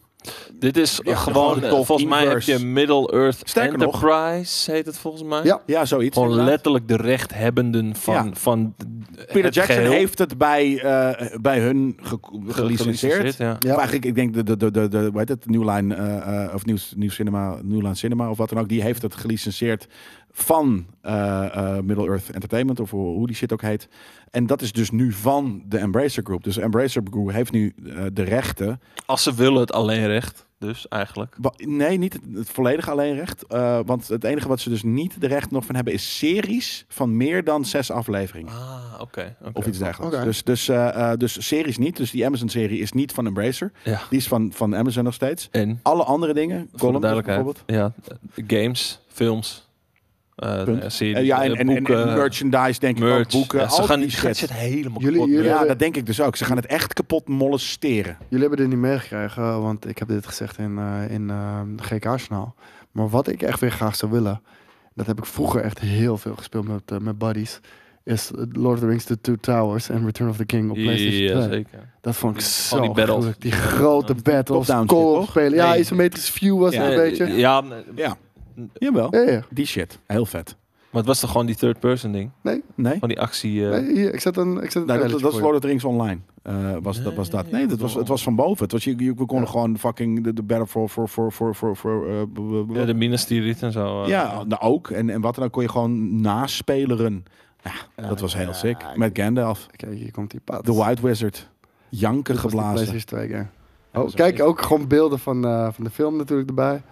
Speaker 2: Dit is
Speaker 3: Ja, gewoon
Speaker 2: gewoon, eh,
Speaker 3: Tolkien
Speaker 2: volgens mij heb
Speaker 3: verse.
Speaker 2: je Middle Earth
Speaker 3: Sterker nog-
Speaker 2: Enterprise, heet het volgens mij.
Speaker 1: Ja.
Speaker 3: Ja, zoiets.
Speaker 2: Gewoon
Speaker 3: inderdaad.
Speaker 2: letterlijk de rechthebbenden van,
Speaker 3: Ja.
Speaker 2: van d-
Speaker 3: Peter
Speaker 2: het
Speaker 3: Jackson
Speaker 2: geheel.
Speaker 3: heeft het bij, eh, bij hun ge-
Speaker 2: Ge-
Speaker 3: gelicenseerd.
Speaker 2: Ja.
Speaker 1: Ja.
Speaker 3: Of eigenlijk, ik denk de, de, de, de, de hoe heet het, New Line, eh, eh, of New, New, Cinema, New Line Cinema of wat dan ook, die heeft het gelicenseerd van eh, eh, Middle Earth Entertainment, of hoe hoe die shit ook heet. En dat is dus nu van de Embracer Group. Dus de Embracer Group heeft nu eh, de rechten.
Speaker 2: Als ze willen het alleen recht, dus eigenlijk.
Speaker 3: Wa- Nee, niet het, het volledige alleenrecht. eh, want het enige wat ze dus niet de rechten nog van hebben, is series van meer dan zes afleveringen.
Speaker 2: Ah, oké. oké.
Speaker 3: Of iets dergelijks.
Speaker 1: Oké.
Speaker 3: Dus, dus, eh, eh, dus series niet. Dus die Amazon-serie is niet van Embracer.
Speaker 2: Ja.
Speaker 3: Die is van, van Amazon nog steeds.
Speaker 2: En,
Speaker 3: Alle andere dingen,
Speaker 2: voor de
Speaker 3: columns bijvoorbeeld.
Speaker 2: duidelijkheid, ja, eh, games, films, eh,
Speaker 3: Punt.
Speaker 2: eh, series,
Speaker 3: Eh, ja, en,
Speaker 2: eh,
Speaker 3: en, en- en
Speaker 2: boeken,
Speaker 3: merchandise denk ik ook,
Speaker 2: merch.
Speaker 3: boeken,
Speaker 2: Ja, ze
Speaker 3: al
Speaker 2: gaan
Speaker 3: die
Speaker 2: die shit
Speaker 3: shit.
Speaker 2: helemaal
Speaker 1: Jullie-
Speaker 2: kapot.
Speaker 1: jullie-
Speaker 3: Ja, dat denk ik dus ook. Ze gaan het echt kapot molesteren.
Speaker 1: Jullie hebben dit niet meegekregen, want ik heb dit gezegd in, eh in eh, GK Arsenaal. Maar wat ik echt weer graag zou willen, dat heb ik vroeger echt heel veel gespeeld met, eh, met buddies, is Lord of the Rings The Two Towers en Return of the King op PlayStation
Speaker 2: Ja,
Speaker 1: 2.
Speaker 2: zeker.
Speaker 1: Dat vond ik zo
Speaker 2: die battles.
Speaker 1: gruwelijk. Die grote battles,
Speaker 3: Top-down shit,
Speaker 1: co-op
Speaker 3: toch?
Speaker 1: spelen. Ja,
Speaker 2: Nee.
Speaker 1: isometrisch view was
Speaker 3: Ja,
Speaker 1: het een
Speaker 2: Eh,
Speaker 1: beetje.
Speaker 2: Ja, maar
Speaker 3: Ja. Jawel.
Speaker 1: Ja, ja.
Speaker 3: Die shit. Heel vet.
Speaker 2: maar het was toch gewoon die third-person ding?
Speaker 3: Nee?
Speaker 2: Van die actie... eh,
Speaker 1: Nee, hier, ik zet een, ik zet een
Speaker 3: Nou, dat, dat
Speaker 1: trailertje
Speaker 3: was
Speaker 1: voor
Speaker 3: Lord of the Rings Online. eh, was, dat, was dat.
Speaker 2: Nee,
Speaker 3: Nee, dat
Speaker 2: dat
Speaker 3: was,
Speaker 2: wel.
Speaker 3: het was van boven. Het was, je, je, we konden
Speaker 1: Ja.
Speaker 3: gewoon fucking de, de battle for... for, for, for, for, for eh, b- b-
Speaker 2: Ja, de Minas Tirith en zo. eh.
Speaker 3: Ja, nou ook. En, en wat dan ook kon je gewoon naspeleren. Ja, dat was heel sick. Met Gandalf,
Speaker 1: je. Kijk, hier komt die paard.
Speaker 3: de White Wizard. Janken geblazen.
Speaker 1: PlayStation 2 game.
Speaker 3: Ja,
Speaker 1: Oh,
Speaker 3: zo
Speaker 1: kijk,
Speaker 3: is
Speaker 1: ook gewoon beelden van, eh, van de film natuurlijk erbij.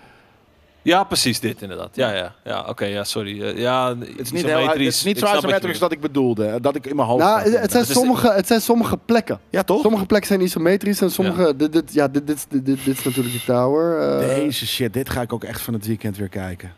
Speaker 2: Ja, precies dit inderdaad. Ja, ja. Ja, oké, ja, sorry. Eh, Ja,
Speaker 3: Het is niet, heel, het is niet zo isometrisch dat ik bedoelde. eh, Dat ik in mijn hoofd...
Speaker 1: nou,
Speaker 3: had.
Speaker 1: het, het zijn
Speaker 2: Het is-
Speaker 1: sommige, het zijn sommige plekken.
Speaker 3: Ja, toch?
Speaker 1: Sommige plekken zijn isometrisch en sommige... Dit, dit, ja, dit, dit, dit, dit, dit is natuurlijk die tower. eh.
Speaker 3: Deze shit, dit ga ik ook echt van het weekend weer kijken.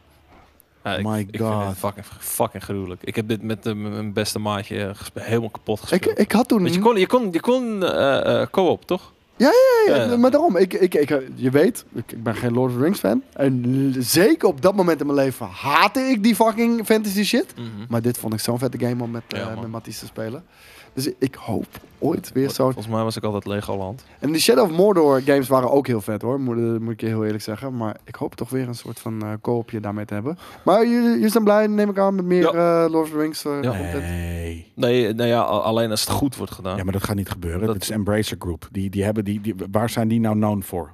Speaker 3: My
Speaker 2: My god.
Speaker 3: God.
Speaker 2: vind het fucking, fucking gruwelijk. Ik heb dit met eh, m- mijn beste maatje eh, gespe- helemaal kapot
Speaker 1: ik, mm-hmm.
Speaker 2: gespeeld.
Speaker 1: ik had toen...
Speaker 2: Want je kon, je kon, je kon eh, eh, co-op, toch?
Speaker 1: Ja,
Speaker 2: Ja.
Speaker 1: maar daarom, ik, ik, ik, je weet, ik, ik ben geen Lord of the Rings fan. En l- zeker op dat moment in mijn leven haatte ik die fucking fantasy shit.
Speaker 3: Mhm.
Speaker 1: Maar dit vond ik zo'n vette game om met, eh,
Speaker 2: Mhm. Ja, man.
Speaker 1: met Matties te spelen. Dus ik hoop ooit weer
Speaker 2: Vol-
Speaker 1: zo'n...
Speaker 2: Volgens mij was ik altijd Legoland.
Speaker 1: En de Shadow of Mordor games waren ook heel vet hoor, moet, eh, moet ik je heel eerlijk zeggen. Maar ik hoop toch weer een soort van eh koopje daarmee te hebben. Maar jullie, jullie zijn blij, neem ik aan, met meer eh, Lord of the Rings eh,
Speaker 2: Ja.
Speaker 1: content.
Speaker 3: Nee.
Speaker 2: Nee, nou ja, a- alleen als het goed wordt gedaan.
Speaker 3: Ja, maar dat gaat niet gebeuren.
Speaker 2: Dat-
Speaker 3: Dat is Embracer Group. Die, die hebben die, die, waar zijn die nou known voor?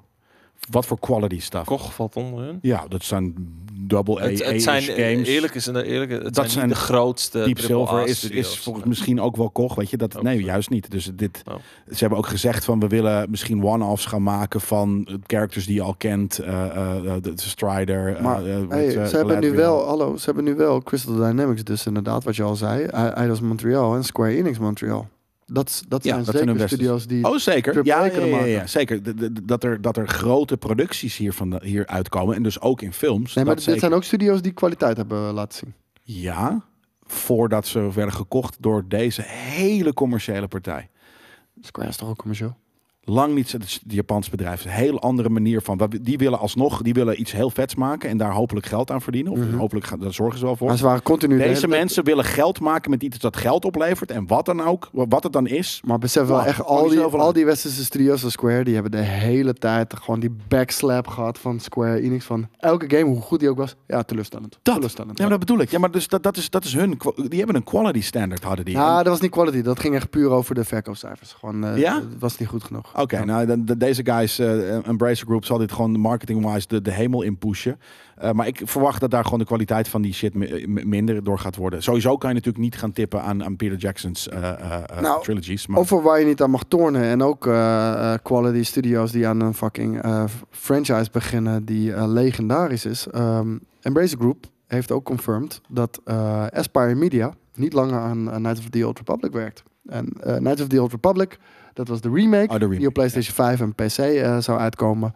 Speaker 3: Wat voor quality stuff.
Speaker 2: Koch valt onder hun.
Speaker 3: Ja, dat zijn double A,
Speaker 2: Het, het
Speaker 3: A-ish
Speaker 2: zijn eh,
Speaker 3: games.
Speaker 2: eerlijk is een eerlijk. Het zijn,
Speaker 3: zijn
Speaker 2: niet de grootste.
Speaker 3: Deep
Speaker 2: eh, triple A
Speaker 3: Silver is,
Speaker 2: studios.
Speaker 3: is volgens misschien ook wel Koch, weet je. Dat,
Speaker 2: Ook
Speaker 3: nee,
Speaker 2: zo.
Speaker 3: juist niet. Dus dit,
Speaker 2: Oh.
Speaker 3: ze hebben ook gezegd van we willen misschien one-offs gaan maken van eh, characters die je al kent. eh, eh, eh, de de Strider. eh,
Speaker 1: Maar
Speaker 3: eh, met,
Speaker 1: hey,
Speaker 3: eh,
Speaker 1: ze hebben nu
Speaker 3: Galadriel.
Speaker 1: wel, hallo, ze hebben nu wel Crystal Dynamics dus inderdaad, wat je al zei. I- Eidos Montreal en Square Enix Montreal. Dat, s- dat
Speaker 3: Ja,
Speaker 1: zijn
Speaker 3: dat zijn
Speaker 1: zeker
Speaker 3: hun beste.
Speaker 1: studio's die...
Speaker 3: Oh, zeker.
Speaker 1: triple
Speaker 3: Ja,
Speaker 1: A
Speaker 3: ja,
Speaker 1: kunnen
Speaker 3: ja,
Speaker 1: maken.
Speaker 3: ja, zeker. De- de- de- dat, er, dat er grote producties hier, van de, hier uitkomen. En dus ook in films.
Speaker 1: nee, maar
Speaker 3: dat
Speaker 1: dit zijn ook studio's die kwaliteit hebben eh, laten zien.
Speaker 3: zeker. Ja, voordat ze werden gekocht door deze hele commerciële partij.
Speaker 1: Square is toch ook commercieel?
Speaker 3: Lang niet zo- het is het Japans bedrijf. Het is Een hele andere manier van. wat- Die willen alsnog die willen iets heel vets maken. En daar hopelijk geld aan verdienen. Of
Speaker 1: Mhm.
Speaker 3: hopelijk gaan, daar zorgen ze wel voor.
Speaker 1: Maar ze waren continu... de
Speaker 3: Deze
Speaker 1: hele tijd-
Speaker 3: mensen willen geld maken met iets dat geld oplevert. En wat dan ook, wa- wat het dan is.
Speaker 1: Maar besef wel
Speaker 3: Wow,
Speaker 1: echt,
Speaker 3: dat
Speaker 1: al
Speaker 3: kan
Speaker 1: die,
Speaker 3: zoveel
Speaker 1: al
Speaker 3: aan.
Speaker 1: die westerse studios van Square, die hebben de hele tijd gewoon die backslap gehad van Square Enix. Van elke game, hoe goed die ook was, ja, teleurstellend.
Speaker 3: Dat-
Speaker 1: teleurstellend.
Speaker 3: Ja, maar dat bedoel ik. Ja, maar dus dat, dat, is, dat is hun. kwa- Die hebben een quality standard, hadden die.
Speaker 1: Ja, dat was niet quality. Dat ging echt puur over de verkoopcijfers. Gewoon, eh,
Speaker 3: Ja?
Speaker 1: Het was niet goed genoeg.
Speaker 3: Oké, nou, dan- dan- deze guys, eh Embracer Group, zal dit gewoon marketing-wise de, de hemel in pushen. Eh, maar ik verwacht dat daar gewoon de kwaliteit van die shit mi- mi- minder door gaat worden. Sowieso kan je natuurlijk niet gaan tippen aan, aan Peter Jackson's eh, eh, eh,
Speaker 1: Nou,
Speaker 3: trilogies. Maar
Speaker 1: Over waar je niet aan mag tornen. En ook eh, eh, quality studios die aan een fucking eh, f- franchise beginnen die eh, legendarisch is. Ehm Embracer Group heeft ook confirmed dat eh Aspire Media niet langer aan eh, Knights of the Old Republic werkt. En eh, Knights of the Old Republic, dat was de remake,
Speaker 3: Oh, de remake,
Speaker 1: die op PlayStation 5 en PC eh, zou uitkomen.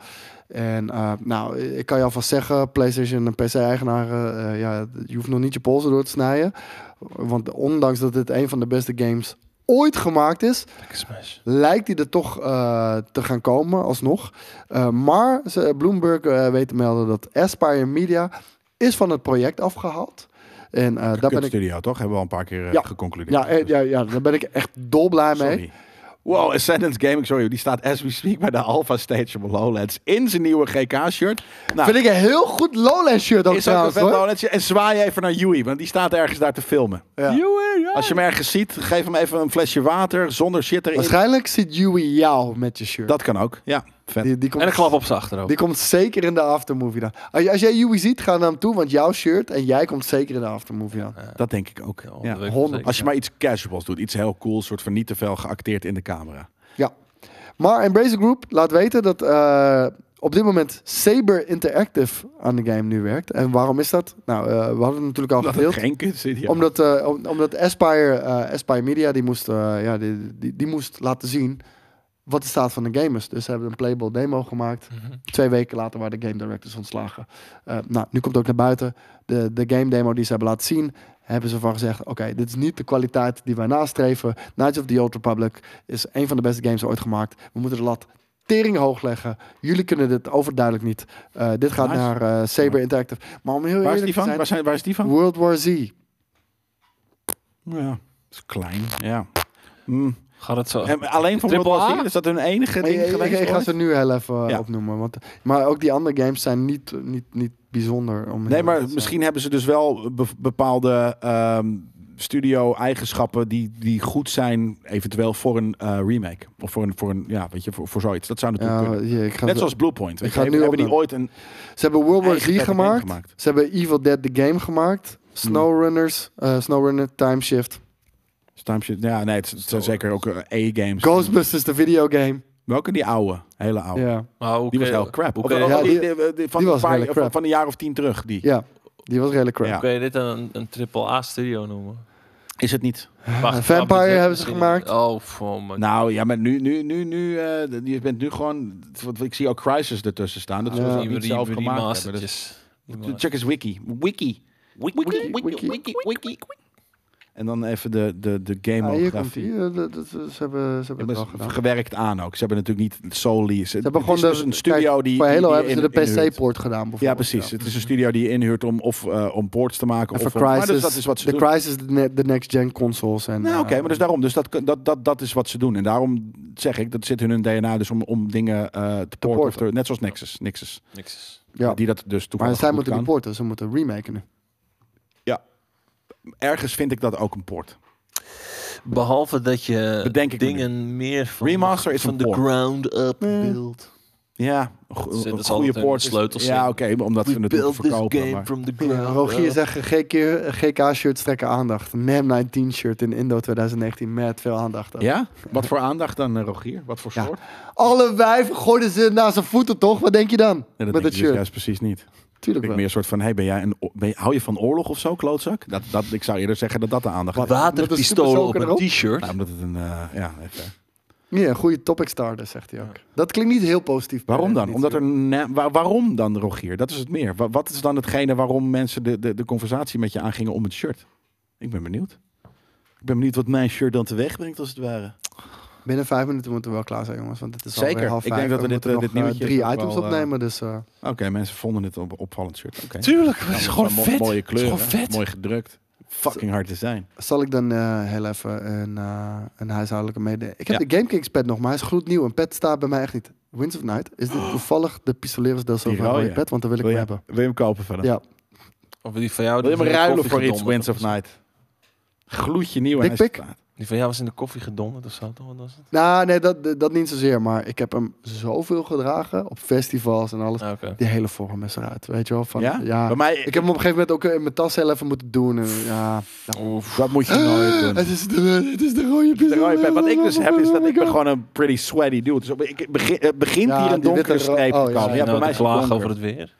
Speaker 1: En eh, nou, ik kan je alvast zeggen, PlayStation en PC-eigenaren, eh, ja, je hoeft nog niet je polsen door te snijden. Want ondanks dat dit een van de beste games ooit gemaakt is,
Speaker 2: Lekker smash.
Speaker 1: lijkt hij er toch eh, te gaan komen alsnog. Eh, maar ze, Bloomberg eh, weet te melden dat Aspire Media is van het project afgehaald. En eh, daar ben ik,
Speaker 3: studio, toch? Hebben we al een paar keer eh,
Speaker 1: Ja.
Speaker 3: geconcludeerd.
Speaker 1: ja, eh, ja, ja, daar ben ik echt dolblij mee.
Speaker 3: Sorry. Wow, Ascendance Gaming, sorry, die staat as we speak bij de Alpha Stage op HoloLens in zijn nieuwe GK-shirt. Nou,
Speaker 1: Vind ik een heel goed Lowlands shirt ook
Speaker 3: is ook een
Speaker 1: trouwens
Speaker 3: vet
Speaker 1: hoor.
Speaker 3: HoloLens en zwaai even naar Yui, want die staat ergens daar te filmen.
Speaker 1: Ja.
Speaker 3: Als je hem ergens ziet, geef hem even een flesje water zonder shit erin.
Speaker 1: Waarschijnlijk ziet Yui jou met je shirt.
Speaker 3: Dat kan ook, ja. Vet.
Speaker 1: die, die komt,
Speaker 2: En een klap op zijn achterhoofd.
Speaker 1: Die komt zeker in de aftermovie dan. Als, je- als jij Yui ziet, ga naar hem toe, want jouw shirt en jij komt zeker in de aftermovie dan.
Speaker 3: Dat denk ik ook.
Speaker 2: Ja,
Speaker 3: Ja.
Speaker 2: onderweg
Speaker 1: honderd.
Speaker 2: zeker.
Speaker 3: Als je maar iets casuals doet, iets heel cool, soort van niet te veel geacteerd in de camera.
Speaker 1: Ja. Maar Embracer Group laat weten dat eh, op dit moment Saber Interactive aan de game nu werkt. En waarom is dat? Nou, eh, we hadden het natuurlijk al
Speaker 3: Dat het
Speaker 1: gedeeld.
Speaker 3: geen kunst is. Ja.
Speaker 1: Omdat, eh, om- omdat Aspire, eh, Aspire Media, die moest, eh, ja, die, die, die moest laten zien wat de staat van de game is. Dus ze hebben een playable demo gemaakt.
Speaker 2: Mhm.
Speaker 1: Twee weken later waren de game directors ontslagen. Eh, nou, nu komt ook naar buiten. De, de game demo die ze hebben laten zien, hebben ze van gezegd... oké, dit is niet de kwaliteit die wij nastreven. Knights of the Old Republic is een van de beste games ooit gemaakt. We moeten de lat tering hoog leggen. Jullie kunnen dit overduidelijk niet. Eh, dit gaat
Speaker 3: Nice.
Speaker 1: naar eh, Saber Interactive. Maar om heel
Speaker 3: waar, is
Speaker 1: eerlijk
Speaker 3: die
Speaker 1: te
Speaker 3: van?
Speaker 1: zijn...
Speaker 3: Waar, zijn, waar is die van?
Speaker 1: World War Z.
Speaker 3: Ja, dat is klein. Ja. Mm.
Speaker 2: Gaat het zo?
Speaker 3: En alleen voor
Speaker 2: Triple
Speaker 3: Triple
Speaker 2: A?
Speaker 3: A? Is dat hun enige
Speaker 1: Maar
Speaker 3: ding
Speaker 1: ik- ik,
Speaker 3: geweest?
Speaker 1: ik ga
Speaker 3: ooit?
Speaker 1: ze nu heel even eh,
Speaker 3: Ja.
Speaker 1: opnoemen. Want, maar ook die andere games zijn niet, niet, niet bijzonder. Om
Speaker 3: Nee,
Speaker 1: heel eerlijk
Speaker 3: maar
Speaker 1: te zijn.
Speaker 3: misschien hebben ze dus wel be- bepaalde ehm, studio-eigenschappen die, die goed zijn, eventueel voor een eh, remake. Of voor een, voor een, ja, weet je, voor, voor zoiets. Dat zou natuurlijk
Speaker 1: Ja,
Speaker 3: kunnen.
Speaker 1: hier, ik ga
Speaker 3: Net
Speaker 1: ze-
Speaker 3: zoals Bluepoint. weet
Speaker 1: Ik ga
Speaker 3: je, hebben-
Speaker 1: nu
Speaker 3: hebben die
Speaker 1: opnemen.
Speaker 3: ooit een
Speaker 1: Ze hebben World War Z
Speaker 3: eigen vette game
Speaker 1: gemaakt. Ze hebben Evil Dead The Game gemaakt. Snowrunners, eh, Snowrunner, Time Shift.
Speaker 3: Stampje, ja, nee, het, het zijn zeker ook eh, A-games.
Speaker 1: Ghostbusters, de videogame.
Speaker 3: Welke die oude, hele oude.
Speaker 1: Ja.
Speaker 2: Maar hoe
Speaker 3: Die was
Speaker 2: kun je-
Speaker 3: heel crap.
Speaker 2: Hoe
Speaker 3: Of,
Speaker 2: kun
Speaker 3: eh,
Speaker 2: je,
Speaker 1: Ja,
Speaker 3: die-
Speaker 1: die-
Speaker 3: die- die- die- Van
Speaker 1: die
Speaker 3: een
Speaker 1: was
Speaker 3: paar-
Speaker 1: hele crap.
Speaker 3: van- van een jaar of tien terug, die.
Speaker 1: ja, die was redelijk crap.
Speaker 3: Ja.
Speaker 2: hoe kun je dit een, een triple A studio noemen?
Speaker 3: Is het niet?
Speaker 2: Wacht,
Speaker 1: Vampire
Speaker 2: Abdul Jack
Speaker 1: hebben ze
Speaker 2: misschien-
Speaker 1: gemaakt.
Speaker 2: Oh, voor mijn
Speaker 3: Nou ja, maar nu, nu, nu, nu, eh, je bent nu gewoon, want ik zie ook Crisis ertussen staan. Dat
Speaker 1: Ah,
Speaker 3: is
Speaker 1: ja.
Speaker 3: ze
Speaker 2: Die
Speaker 3: eh, niet
Speaker 2: re-
Speaker 3: zelf gemaakt hebben. Dus-
Speaker 2: remastertjes. Remaster.
Speaker 3: check eens wiki. Wiki. Wiki,
Speaker 1: Wiki, wiki,
Speaker 3: En dan even de, de, de
Speaker 1: Ah, hier komt
Speaker 3: gamografie.
Speaker 1: die. Eh, dat- dat- Ze hebben, ze hebben het
Speaker 3: hebben
Speaker 1: wel
Speaker 3: ze
Speaker 1: gedaan.
Speaker 3: gewerkt aan ook. Ze hebben natuurlijk niet solely... Ze dus
Speaker 1: Ze hebben gewoon de,
Speaker 3: een studio
Speaker 1: kijk,
Speaker 3: die...
Speaker 1: voor Halo
Speaker 3: die
Speaker 1: hebben ze
Speaker 3: in-
Speaker 1: de
Speaker 3: inhuurt.
Speaker 1: PC-poort gedaan bijvoorbeeld.
Speaker 3: Ja, precies. Het is een studio die je inhuurt om, of, eh, om ports te maken.
Speaker 1: En
Speaker 3: Of
Speaker 1: voor
Speaker 3: om- maar
Speaker 1: Crisis,
Speaker 3: dus dat is wat ze
Speaker 1: de
Speaker 3: doen.
Speaker 1: Crisis, de ne- de next-gen consoles. En,
Speaker 3: Nou, oké,
Speaker 1: eh,
Speaker 3: maar dus daarom. Dus dat, dat, dat, dat is wat ze doen. En daarom zeg ik, dat zit in hun DNA dus om, om dingen eh, te porten. Of
Speaker 1: porten.
Speaker 3: te- net zoals Nexus. Nexus.
Speaker 2: Niks.
Speaker 1: ja.
Speaker 3: Die dat dus
Speaker 1: Maar
Speaker 3: toevallig
Speaker 1: zij
Speaker 3: goed
Speaker 1: moeten
Speaker 3: kan.
Speaker 1: niet porten, ze moeten remaken nu.
Speaker 3: Ergens vind ik dat ook een port.
Speaker 2: Behalve dat je
Speaker 3: Bedenk ik me
Speaker 2: dingen meer van,
Speaker 3: Remaster is
Speaker 2: van
Speaker 3: een
Speaker 2: de
Speaker 3: port. Eh,
Speaker 2: ground up build.
Speaker 3: Ja, go-
Speaker 2: zit-
Speaker 3: een
Speaker 2: er zal
Speaker 3: goede
Speaker 2: altijd
Speaker 3: poort.
Speaker 2: een sleutels
Speaker 3: Ja, oké,
Speaker 2: in.
Speaker 3: maar omdat ze het moeten verkopen. Maar.
Speaker 2: from the
Speaker 1: Ja, Rogier zegt GK, GK-shirts trekken aandacht. NAM 19 shirt in Indo 2019 met veel aandacht. aan.
Speaker 3: Ja? Wat voor aandacht dan, eh, Rogier? Wat voor
Speaker 1: Ja.
Speaker 3: soort?
Speaker 1: Alle wijven gooiden ze naar zijn voeten, toch? Wat denk je dan?
Speaker 3: Nee, dat
Speaker 1: Met
Speaker 3: denk
Speaker 1: dat
Speaker 3: ik dus
Speaker 1: shirt.
Speaker 3: juist precies niet. Ik
Speaker 1: Tuurlijk
Speaker 3: denk
Speaker 1: wel.
Speaker 3: meer een soort van, hey, ben jij een, o- ben je- hou je van oorlog of zo, klootzak? Dat, dat, ik zou eerder zeggen dat dat de aandacht is.
Speaker 1: Met
Speaker 2: Waterpistolen
Speaker 1: een
Speaker 2: op een
Speaker 1: erop.
Speaker 2: t-shirt.
Speaker 3: Nou, omdat het een, eh, ja, het, eh.
Speaker 1: Ja, een goede topic starter, zegt hij ook. Dat klinkt niet heel positief. per
Speaker 3: Waarom dan?
Speaker 1: definitie.
Speaker 3: Omdat er, na- wa- waarom dan, Rogier? Dat is het meer. Wa- wat is dan hetgene waarom mensen de, de, de conversatie met je aangingen om het shirt? Ik ben benieuwd. Ik ben benieuwd wat mijn shirt dan teweeg brengt, als het ware.
Speaker 1: Binnen vijf minuten moeten we wel klaar zijn, jongens. Want het is
Speaker 3: Zeker.
Speaker 1: alweer half
Speaker 3: Ik
Speaker 1: vijf.
Speaker 3: denk dat we dit,
Speaker 1: moeten
Speaker 3: eh, dit
Speaker 1: nog, eh,
Speaker 3: nieuwtje
Speaker 1: drie
Speaker 3: ook
Speaker 1: items
Speaker 3: wel, eh,
Speaker 1: opnemen, dus... eh,
Speaker 3: Oké, mensen vonden het een opvallend shirt. Oké.
Speaker 2: Tuurlijk,
Speaker 3: Ja,
Speaker 2: het is
Speaker 3: maar
Speaker 2: gewoon
Speaker 3: wel mo-
Speaker 2: vet.
Speaker 3: Mooie kleuren,
Speaker 2: Het is gewoon vet.
Speaker 3: mooi gedrukt. Fucking hard te zijn.
Speaker 1: Zal ik dan eh, heel even een, eh, een huishoudelijke mededeling... Ik heb
Speaker 3: Ja.
Speaker 1: de GameKings pet nog, maar hij is gloednieuw. Een pet staat bij mij echt niet. Winds of Night. Is dit toevallig de Pistoleros del Silva
Speaker 3: Oh. rode. Oh
Speaker 1: rode pet? Want dan wil ik
Speaker 3: Wil
Speaker 1: hem
Speaker 3: je,
Speaker 1: hebben.
Speaker 3: wil je hem kopen verder?
Speaker 1: Ja.
Speaker 2: Of die van jou.
Speaker 3: Wil
Speaker 2: die
Speaker 3: je hem
Speaker 2: was in de
Speaker 3: ruilen
Speaker 2: koffie
Speaker 3: voor iets
Speaker 2: gedonderd
Speaker 3: Winds of
Speaker 2: of nou? zo.
Speaker 3: Night? Gloedje nieuw.
Speaker 1: Dick
Speaker 3: en hij is
Speaker 1: pic?
Speaker 3: klaar.
Speaker 2: Die van jou was in de koffie gedonderd of zo. toch? Wat was het?
Speaker 1: Nou, nee, dat, dat niet zozeer. Maar ik heb hem zoveel gedragen op festivals en alles.
Speaker 2: Ah, Oké.
Speaker 1: Die hele vorm is eruit, weet je wel. Van,
Speaker 3: Ja?
Speaker 1: ja?
Speaker 3: Bij mij,
Speaker 1: Ik heb hem op een gegeven moment ook eh, in mijn tas heel even moeten doen. En, ja.
Speaker 3: dat moet je nooit doen.
Speaker 1: Ah, Het, is de, het is de rode Oh
Speaker 3: De rode pet. Wat ik dus heb is dat
Speaker 1: *laughs*
Speaker 3: ik ben
Speaker 1: gewoon.
Speaker 3: gewoon een pretty sweaty dude. Dus ik- ik begin, het begint
Speaker 1: Ja,
Speaker 3: hier een
Speaker 1: die witte
Speaker 3: donkere
Speaker 1: ro-
Speaker 3: streep
Speaker 1: oh,
Speaker 3: te
Speaker 1: ja,
Speaker 3: komen. Ja,
Speaker 1: ja,
Speaker 2: nou,
Speaker 3: bij mij
Speaker 2: te
Speaker 3: is het
Speaker 2: klagen
Speaker 3: donker.
Speaker 2: over het weer.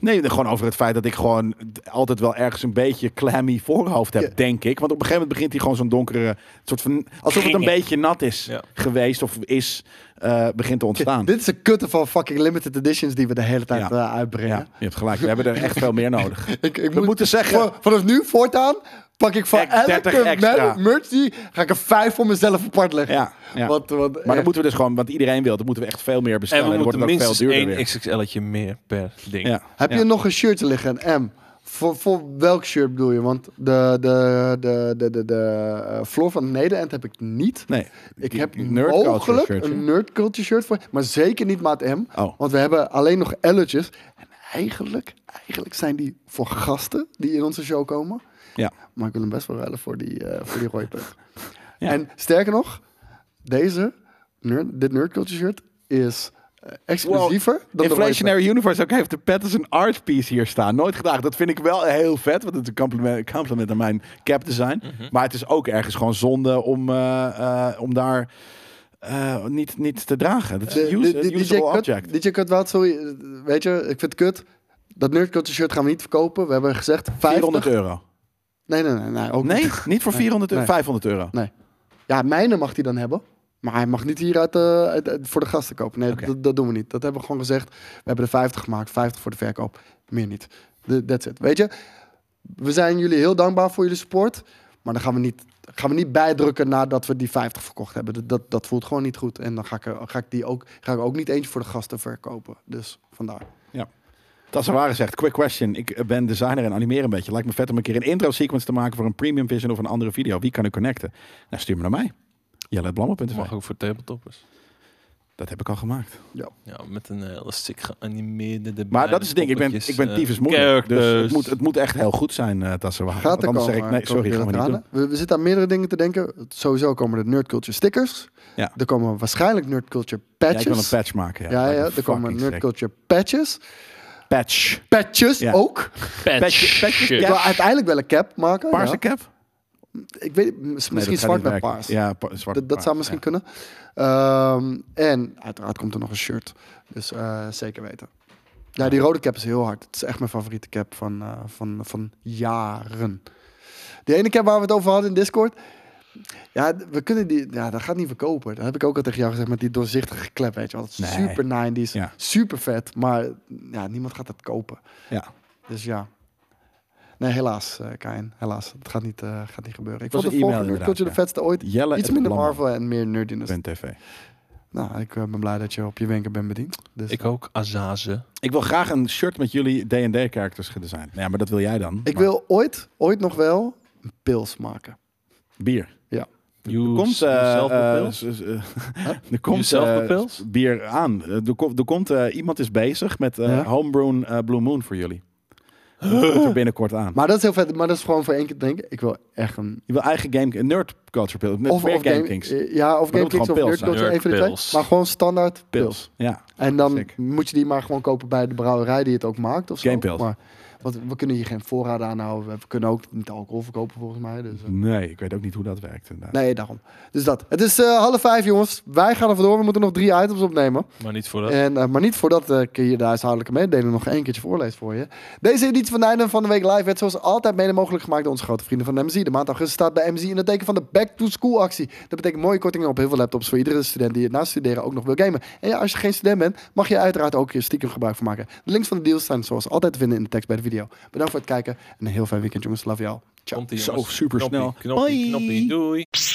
Speaker 3: Nee, gewoon over het feit dat ik gewoon altijd wel ergens een beetje clammy voorhoofd heb,
Speaker 1: Ja.
Speaker 3: denk ik. Want op een gegeven moment begint hij gewoon zo'n donkere soort van... Alsof het een beetje nat is
Speaker 2: Ja.
Speaker 3: geweest of is, eh, begint te ontstaan.
Speaker 1: Dit is de kutte van fucking limited editions die we de hele tijd
Speaker 3: Ja.
Speaker 1: eh,
Speaker 3: Ja,
Speaker 1: uitbrengen.
Speaker 3: je hebt gelijk. We hebben er echt veel meer
Speaker 1: *laughs*
Speaker 3: nodig.
Speaker 1: Ik, ik
Speaker 3: We
Speaker 1: moet,
Speaker 3: moeten zeggen...
Speaker 1: voor- vanaf nu, voortaan, pak ik van
Speaker 3: Kijk, 30
Speaker 1: elke
Speaker 3: extra.
Speaker 1: mer- merch die, ga ik er vijf voor mezelf apart leggen.
Speaker 3: Ja, ja.
Speaker 1: Want, want,
Speaker 3: Maar
Speaker 1: eh,
Speaker 3: dat moeten we dus gewoon, want iedereen wil, dat moeten we echt veel meer bestellen.
Speaker 2: En we
Speaker 3: dan
Speaker 2: moeten
Speaker 3: wordt het ook
Speaker 2: minstens
Speaker 3: veel duurder
Speaker 2: één
Speaker 3: weer.
Speaker 2: XXL'tje meer per ding.
Speaker 3: Ja.
Speaker 1: Heb
Speaker 3: Ja.
Speaker 1: je nog een shirtje liggen, een M? Voor, voor welk shirt bedoel je? Want de, de, de, de, de, de eh, floor van Nederland heb ik niet.
Speaker 3: Nee,
Speaker 1: Ik
Speaker 3: die
Speaker 1: heb
Speaker 3: nerd culture
Speaker 1: mogelijk
Speaker 3: shirtje.
Speaker 1: een nerd culture shirt voor, maar zeker niet maat M.
Speaker 3: Oh.
Speaker 1: Want we hebben alleen nog L'tjes. En eigenlijk, eigenlijk zijn die voor gasten die in onze show komen.
Speaker 3: Ja.
Speaker 1: Maar ik wil hem best wel ruilen voor die, eh voor die rode punt.
Speaker 3: Ja.
Speaker 1: En sterker nog, deze, nerd, dit nerd culture shirt is eh, exclusiever dan de rode punt.
Speaker 3: Inflationary Universe ook heeft de pet als een art piece hier staan. Nooit gedacht. Dat vind ik wel heel vet, want het is een compliment, compliment aan mijn cap te zijn.
Speaker 1: Mhm.
Speaker 3: Maar het is ook ergens gewoon zonde om, eh, eh, om daar eh, niet, niet te dragen. Dat is een use,
Speaker 1: DJ
Speaker 3: usable
Speaker 1: Cut-
Speaker 3: object.
Speaker 1: DJ Cut Wild, sorry. eh, Weet je, ik vind het kut. Dat nerdculture shirt gaan we niet verkopen. We hebben gezegd
Speaker 3: 400
Speaker 1: 50.
Speaker 3: euro.
Speaker 1: Nee, nee, nee. nee, ook
Speaker 3: Nee,
Speaker 1: niet.
Speaker 3: niet voor 400 euro.
Speaker 1: nee.
Speaker 3: 500 euro.
Speaker 1: Nee. Ja, mijne mag hij dan hebben. Maar hij mag niet hier uit, eh, uit- uit- voor de gasten kopen. Nee,
Speaker 3: Oké.
Speaker 1: dat, dat doen we niet. Dat hebben we gewoon gezegd. We hebben er 50 gemaakt. 50 voor de verkoop. Meer niet. De- That's it. Weet je, we zijn jullie heel dankbaar voor jullie support. Maar dan gaan we niet, gaan we niet bijdrukken nadat we die 50 verkocht hebben. Dat, dat, dat voelt gewoon niet goed. En dan ga ik, er- ga ik die ook, ga ik ook niet eentje voor de gasten verkopen. Dus vandaar.
Speaker 3: Tassaware zegt, quick question. Ik eh, ben designer en animeer een beetje. Lijkt me vet om een keer een intro sequence te maken voor een premium vision of een andere video. Wie kan u connecten? Nou, stuur me naar mij.
Speaker 2: Dat
Speaker 3: Jelle.blammer.nl
Speaker 2: mag ook voor tabletoppers.
Speaker 3: Dat heb ik al gemaakt.
Speaker 2: Ja, met een hele stick geanimeerde erbij.
Speaker 3: Maar dat is het ding, ik ben,
Speaker 2: poppetjes,
Speaker 3: ik ben
Speaker 2: eh,
Speaker 3: tyfus moeilijk. Dus
Speaker 2: characters.
Speaker 3: het moet, het moet echt heel goed zijn, eh Tassewaar.
Speaker 1: Gaat
Speaker 3: Want
Speaker 1: er
Speaker 3: anders
Speaker 1: komen.
Speaker 3: zeg ik, nee,
Speaker 1: eh,
Speaker 3: sorry, gaan we niet doen.
Speaker 1: tranen. we, we zitten aan meerdere dingen te denken. Sowieso komen de Nerd Culture stickers.
Speaker 3: Ja.
Speaker 1: Er komen waarschijnlijk Nerd Culture
Speaker 3: Ja, ik wil een
Speaker 1: patches.
Speaker 3: patch maken. Ja,
Speaker 1: Ja, ja,
Speaker 3: Lijkt me
Speaker 1: er komen Oh,
Speaker 3: fucking
Speaker 1: Nerd
Speaker 3: sick.
Speaker 1: Culture patches.
Speaker 3: Patch.
Speaker 1: Patches
Speaker 3: Ja.
Speaker 1: ook.
Speaker 3: Patch. patch
Speaker 1: Ik
Speaker 3: ja.
Speaker 1: wil uiteindelijk wel een cap maken.
Speaker 3: Paarse
Speaker 1: ja.
Speaker 3: cap? Nee,
Speaker 1: Ik weet, m- misschien
Speaker 3: dat gaat
Speaker 1: zwart
Speaker 3: niet
Speaker 1: met
Speaker 3: werken.
Speaker 1: paars.
Speaker 3: Ja, pa- zwart
Speaker 1: dat,
Speaker 3: met
Speaker 1: dat
Speaker 3: paars,
Speaker 1: zou misschien kunnen. Ehm, en uiteraard komt er nog een shirt. Dus eh, zeker weten. Ja, die rode cap is heel hard. Het is echt mijn favoriete cap van, eh, van, van jaren. Die ene cap waar we het over hadden in Discord. Ja, d- we kunnen die, ja, dat gaat niet verkopen. Dat heb ik ook al tegen jou gezegd met die doorzichtige klep, weet je wel. Dat is
Speaker 3: Nee.
Speaker 1: super 90s,
Speaker 3: Ja.
Speaker 1: super vet, maar ja, niemand gaat dat kopen.
Speaker 3: Ja. Ja.
Speaker 1: Dus ja. Nee, helaas, eh Kain. Helaas. Het gaat niet, eh, gaat niet gebeuren. Ik
Speaker 3: Was
Speaker 1: vond de
Speaker 3: een e-mail
Speaker 1: vorige Nerd
Speaker 3: inderdaad,
Speaker 1: Culture de vetste ooit.
Speaker 3: Jelle
Speaker 1: Iets
Speaker 3: at
Speaker 1: minder
Speaker 3: Lammer.
Speaker 1: Marvel en meer nerdiness.
Speaker 3: Ben TV.
Speaker 1: Nou, ik eh, ben blij dat je op je wenken bent bediend. Dus. Ik,
Speaker 2: Ik ook Azaze.
Speaker 3: Ik wil graag een shirt met jullie D&D-characters gedesigned. Nou Ja, maar dat wil jij dan. Maar
Speaker 1: wil ooit, ooit nog wel een pils maken.
Speaker 3: Bier.
Speaker 2: You
Speaker 3: komt eh,
Speaker 2: yourself
Speaker 3: eh,
Speaker 2: with pills?
Speaker 3: s- s- eh, *laughs* er komt
Speaker 2: Jezelf
Speaker 3: eh,
Speaker 2: bepils?
Speaker 3: bier aan. Eh, Er, ko- er komt eh, iemand is bezig met eh
Speaker 1: Ja.
Speaker 3: homebrew eh, Blue Moon voor jullie. Komt er binnenkort aan.
Speaker 1: Maar dat is heel vet. Maar dat is gewoon voor één keer denken. Ik wil echt een...
Speaker 3: Je wil eigen game, een nerd culture pill. Net
Speaker 1: Of,
Speaker 3: meer
Speaker 1: of
Speaker 3: Game Kings.
Speaker 1: eh, Ja, of
Speaker 3: Maar
Speaker 1: Game
Speaker 3: dat moet
Speaker 1: Kings of Nerd
Speaker 3: gewoon pils zijn.
Speaker 1: Culture, een van de twee.
Speaker 2: Nerdpils.
Speaker 1: Maar gewoon standaard pils.
Speaker 3: Ja.
Speaker 1: En dan
Speaker 3: Sick.
Speaker 1: moet je die maar gewoon kopen bij de brouwerij die het ook maakt of zo.
Speaker 3: Gamepils.
Speaker 1: Maar wat, we kunnen hier geen voorraad aanhouden. We kunnen ook niet alcohol verkopen volgens mij. Dus, eh.
Speaker 3: Nee, ik weet ook niet hoe dat werkt. inderdaad.
Speaker 1: Nee, daarom. Dus dat. Het is eh, half vijf, jongens. Wij gaan er vandoor. We moeten nog drie items opnemen.
Speaker 2: Maar niet voor dat.
Speaker 1: En, eh, maar niet voordat eh, ik je de huishoudelijke mededeling nog één keertje voorlees voor je. Deze editie van Einde van de Week Live werd zoals altijd mede mogelijk gemaakt door onze grote vrienden van de MZ. De maand augustus staat bij MZ in het teken van de Back to School actie. Dat betekent mooie kortingen op heel veel laptops voor iedere student die het naast studeren ook nog wil gamen. En ja, als je geen student bent, mag je uiteraard ook hier stiekem gebruik van maken. De links van de deals zijn zoals altijd te vinden in de tekst bij de video. Bedankt voor het kijken en een heel fijn weekend jongens. Love you all. Ciao.
Speaker 2: Komt ie,
Speaker 3: Zo,
Speaker 2: jongens.
Speaker 3: supersnel.
Speaker 2: Knoppie, knoppie,
Speaker 3: Bye.
Speaker 2: knoppie, doei.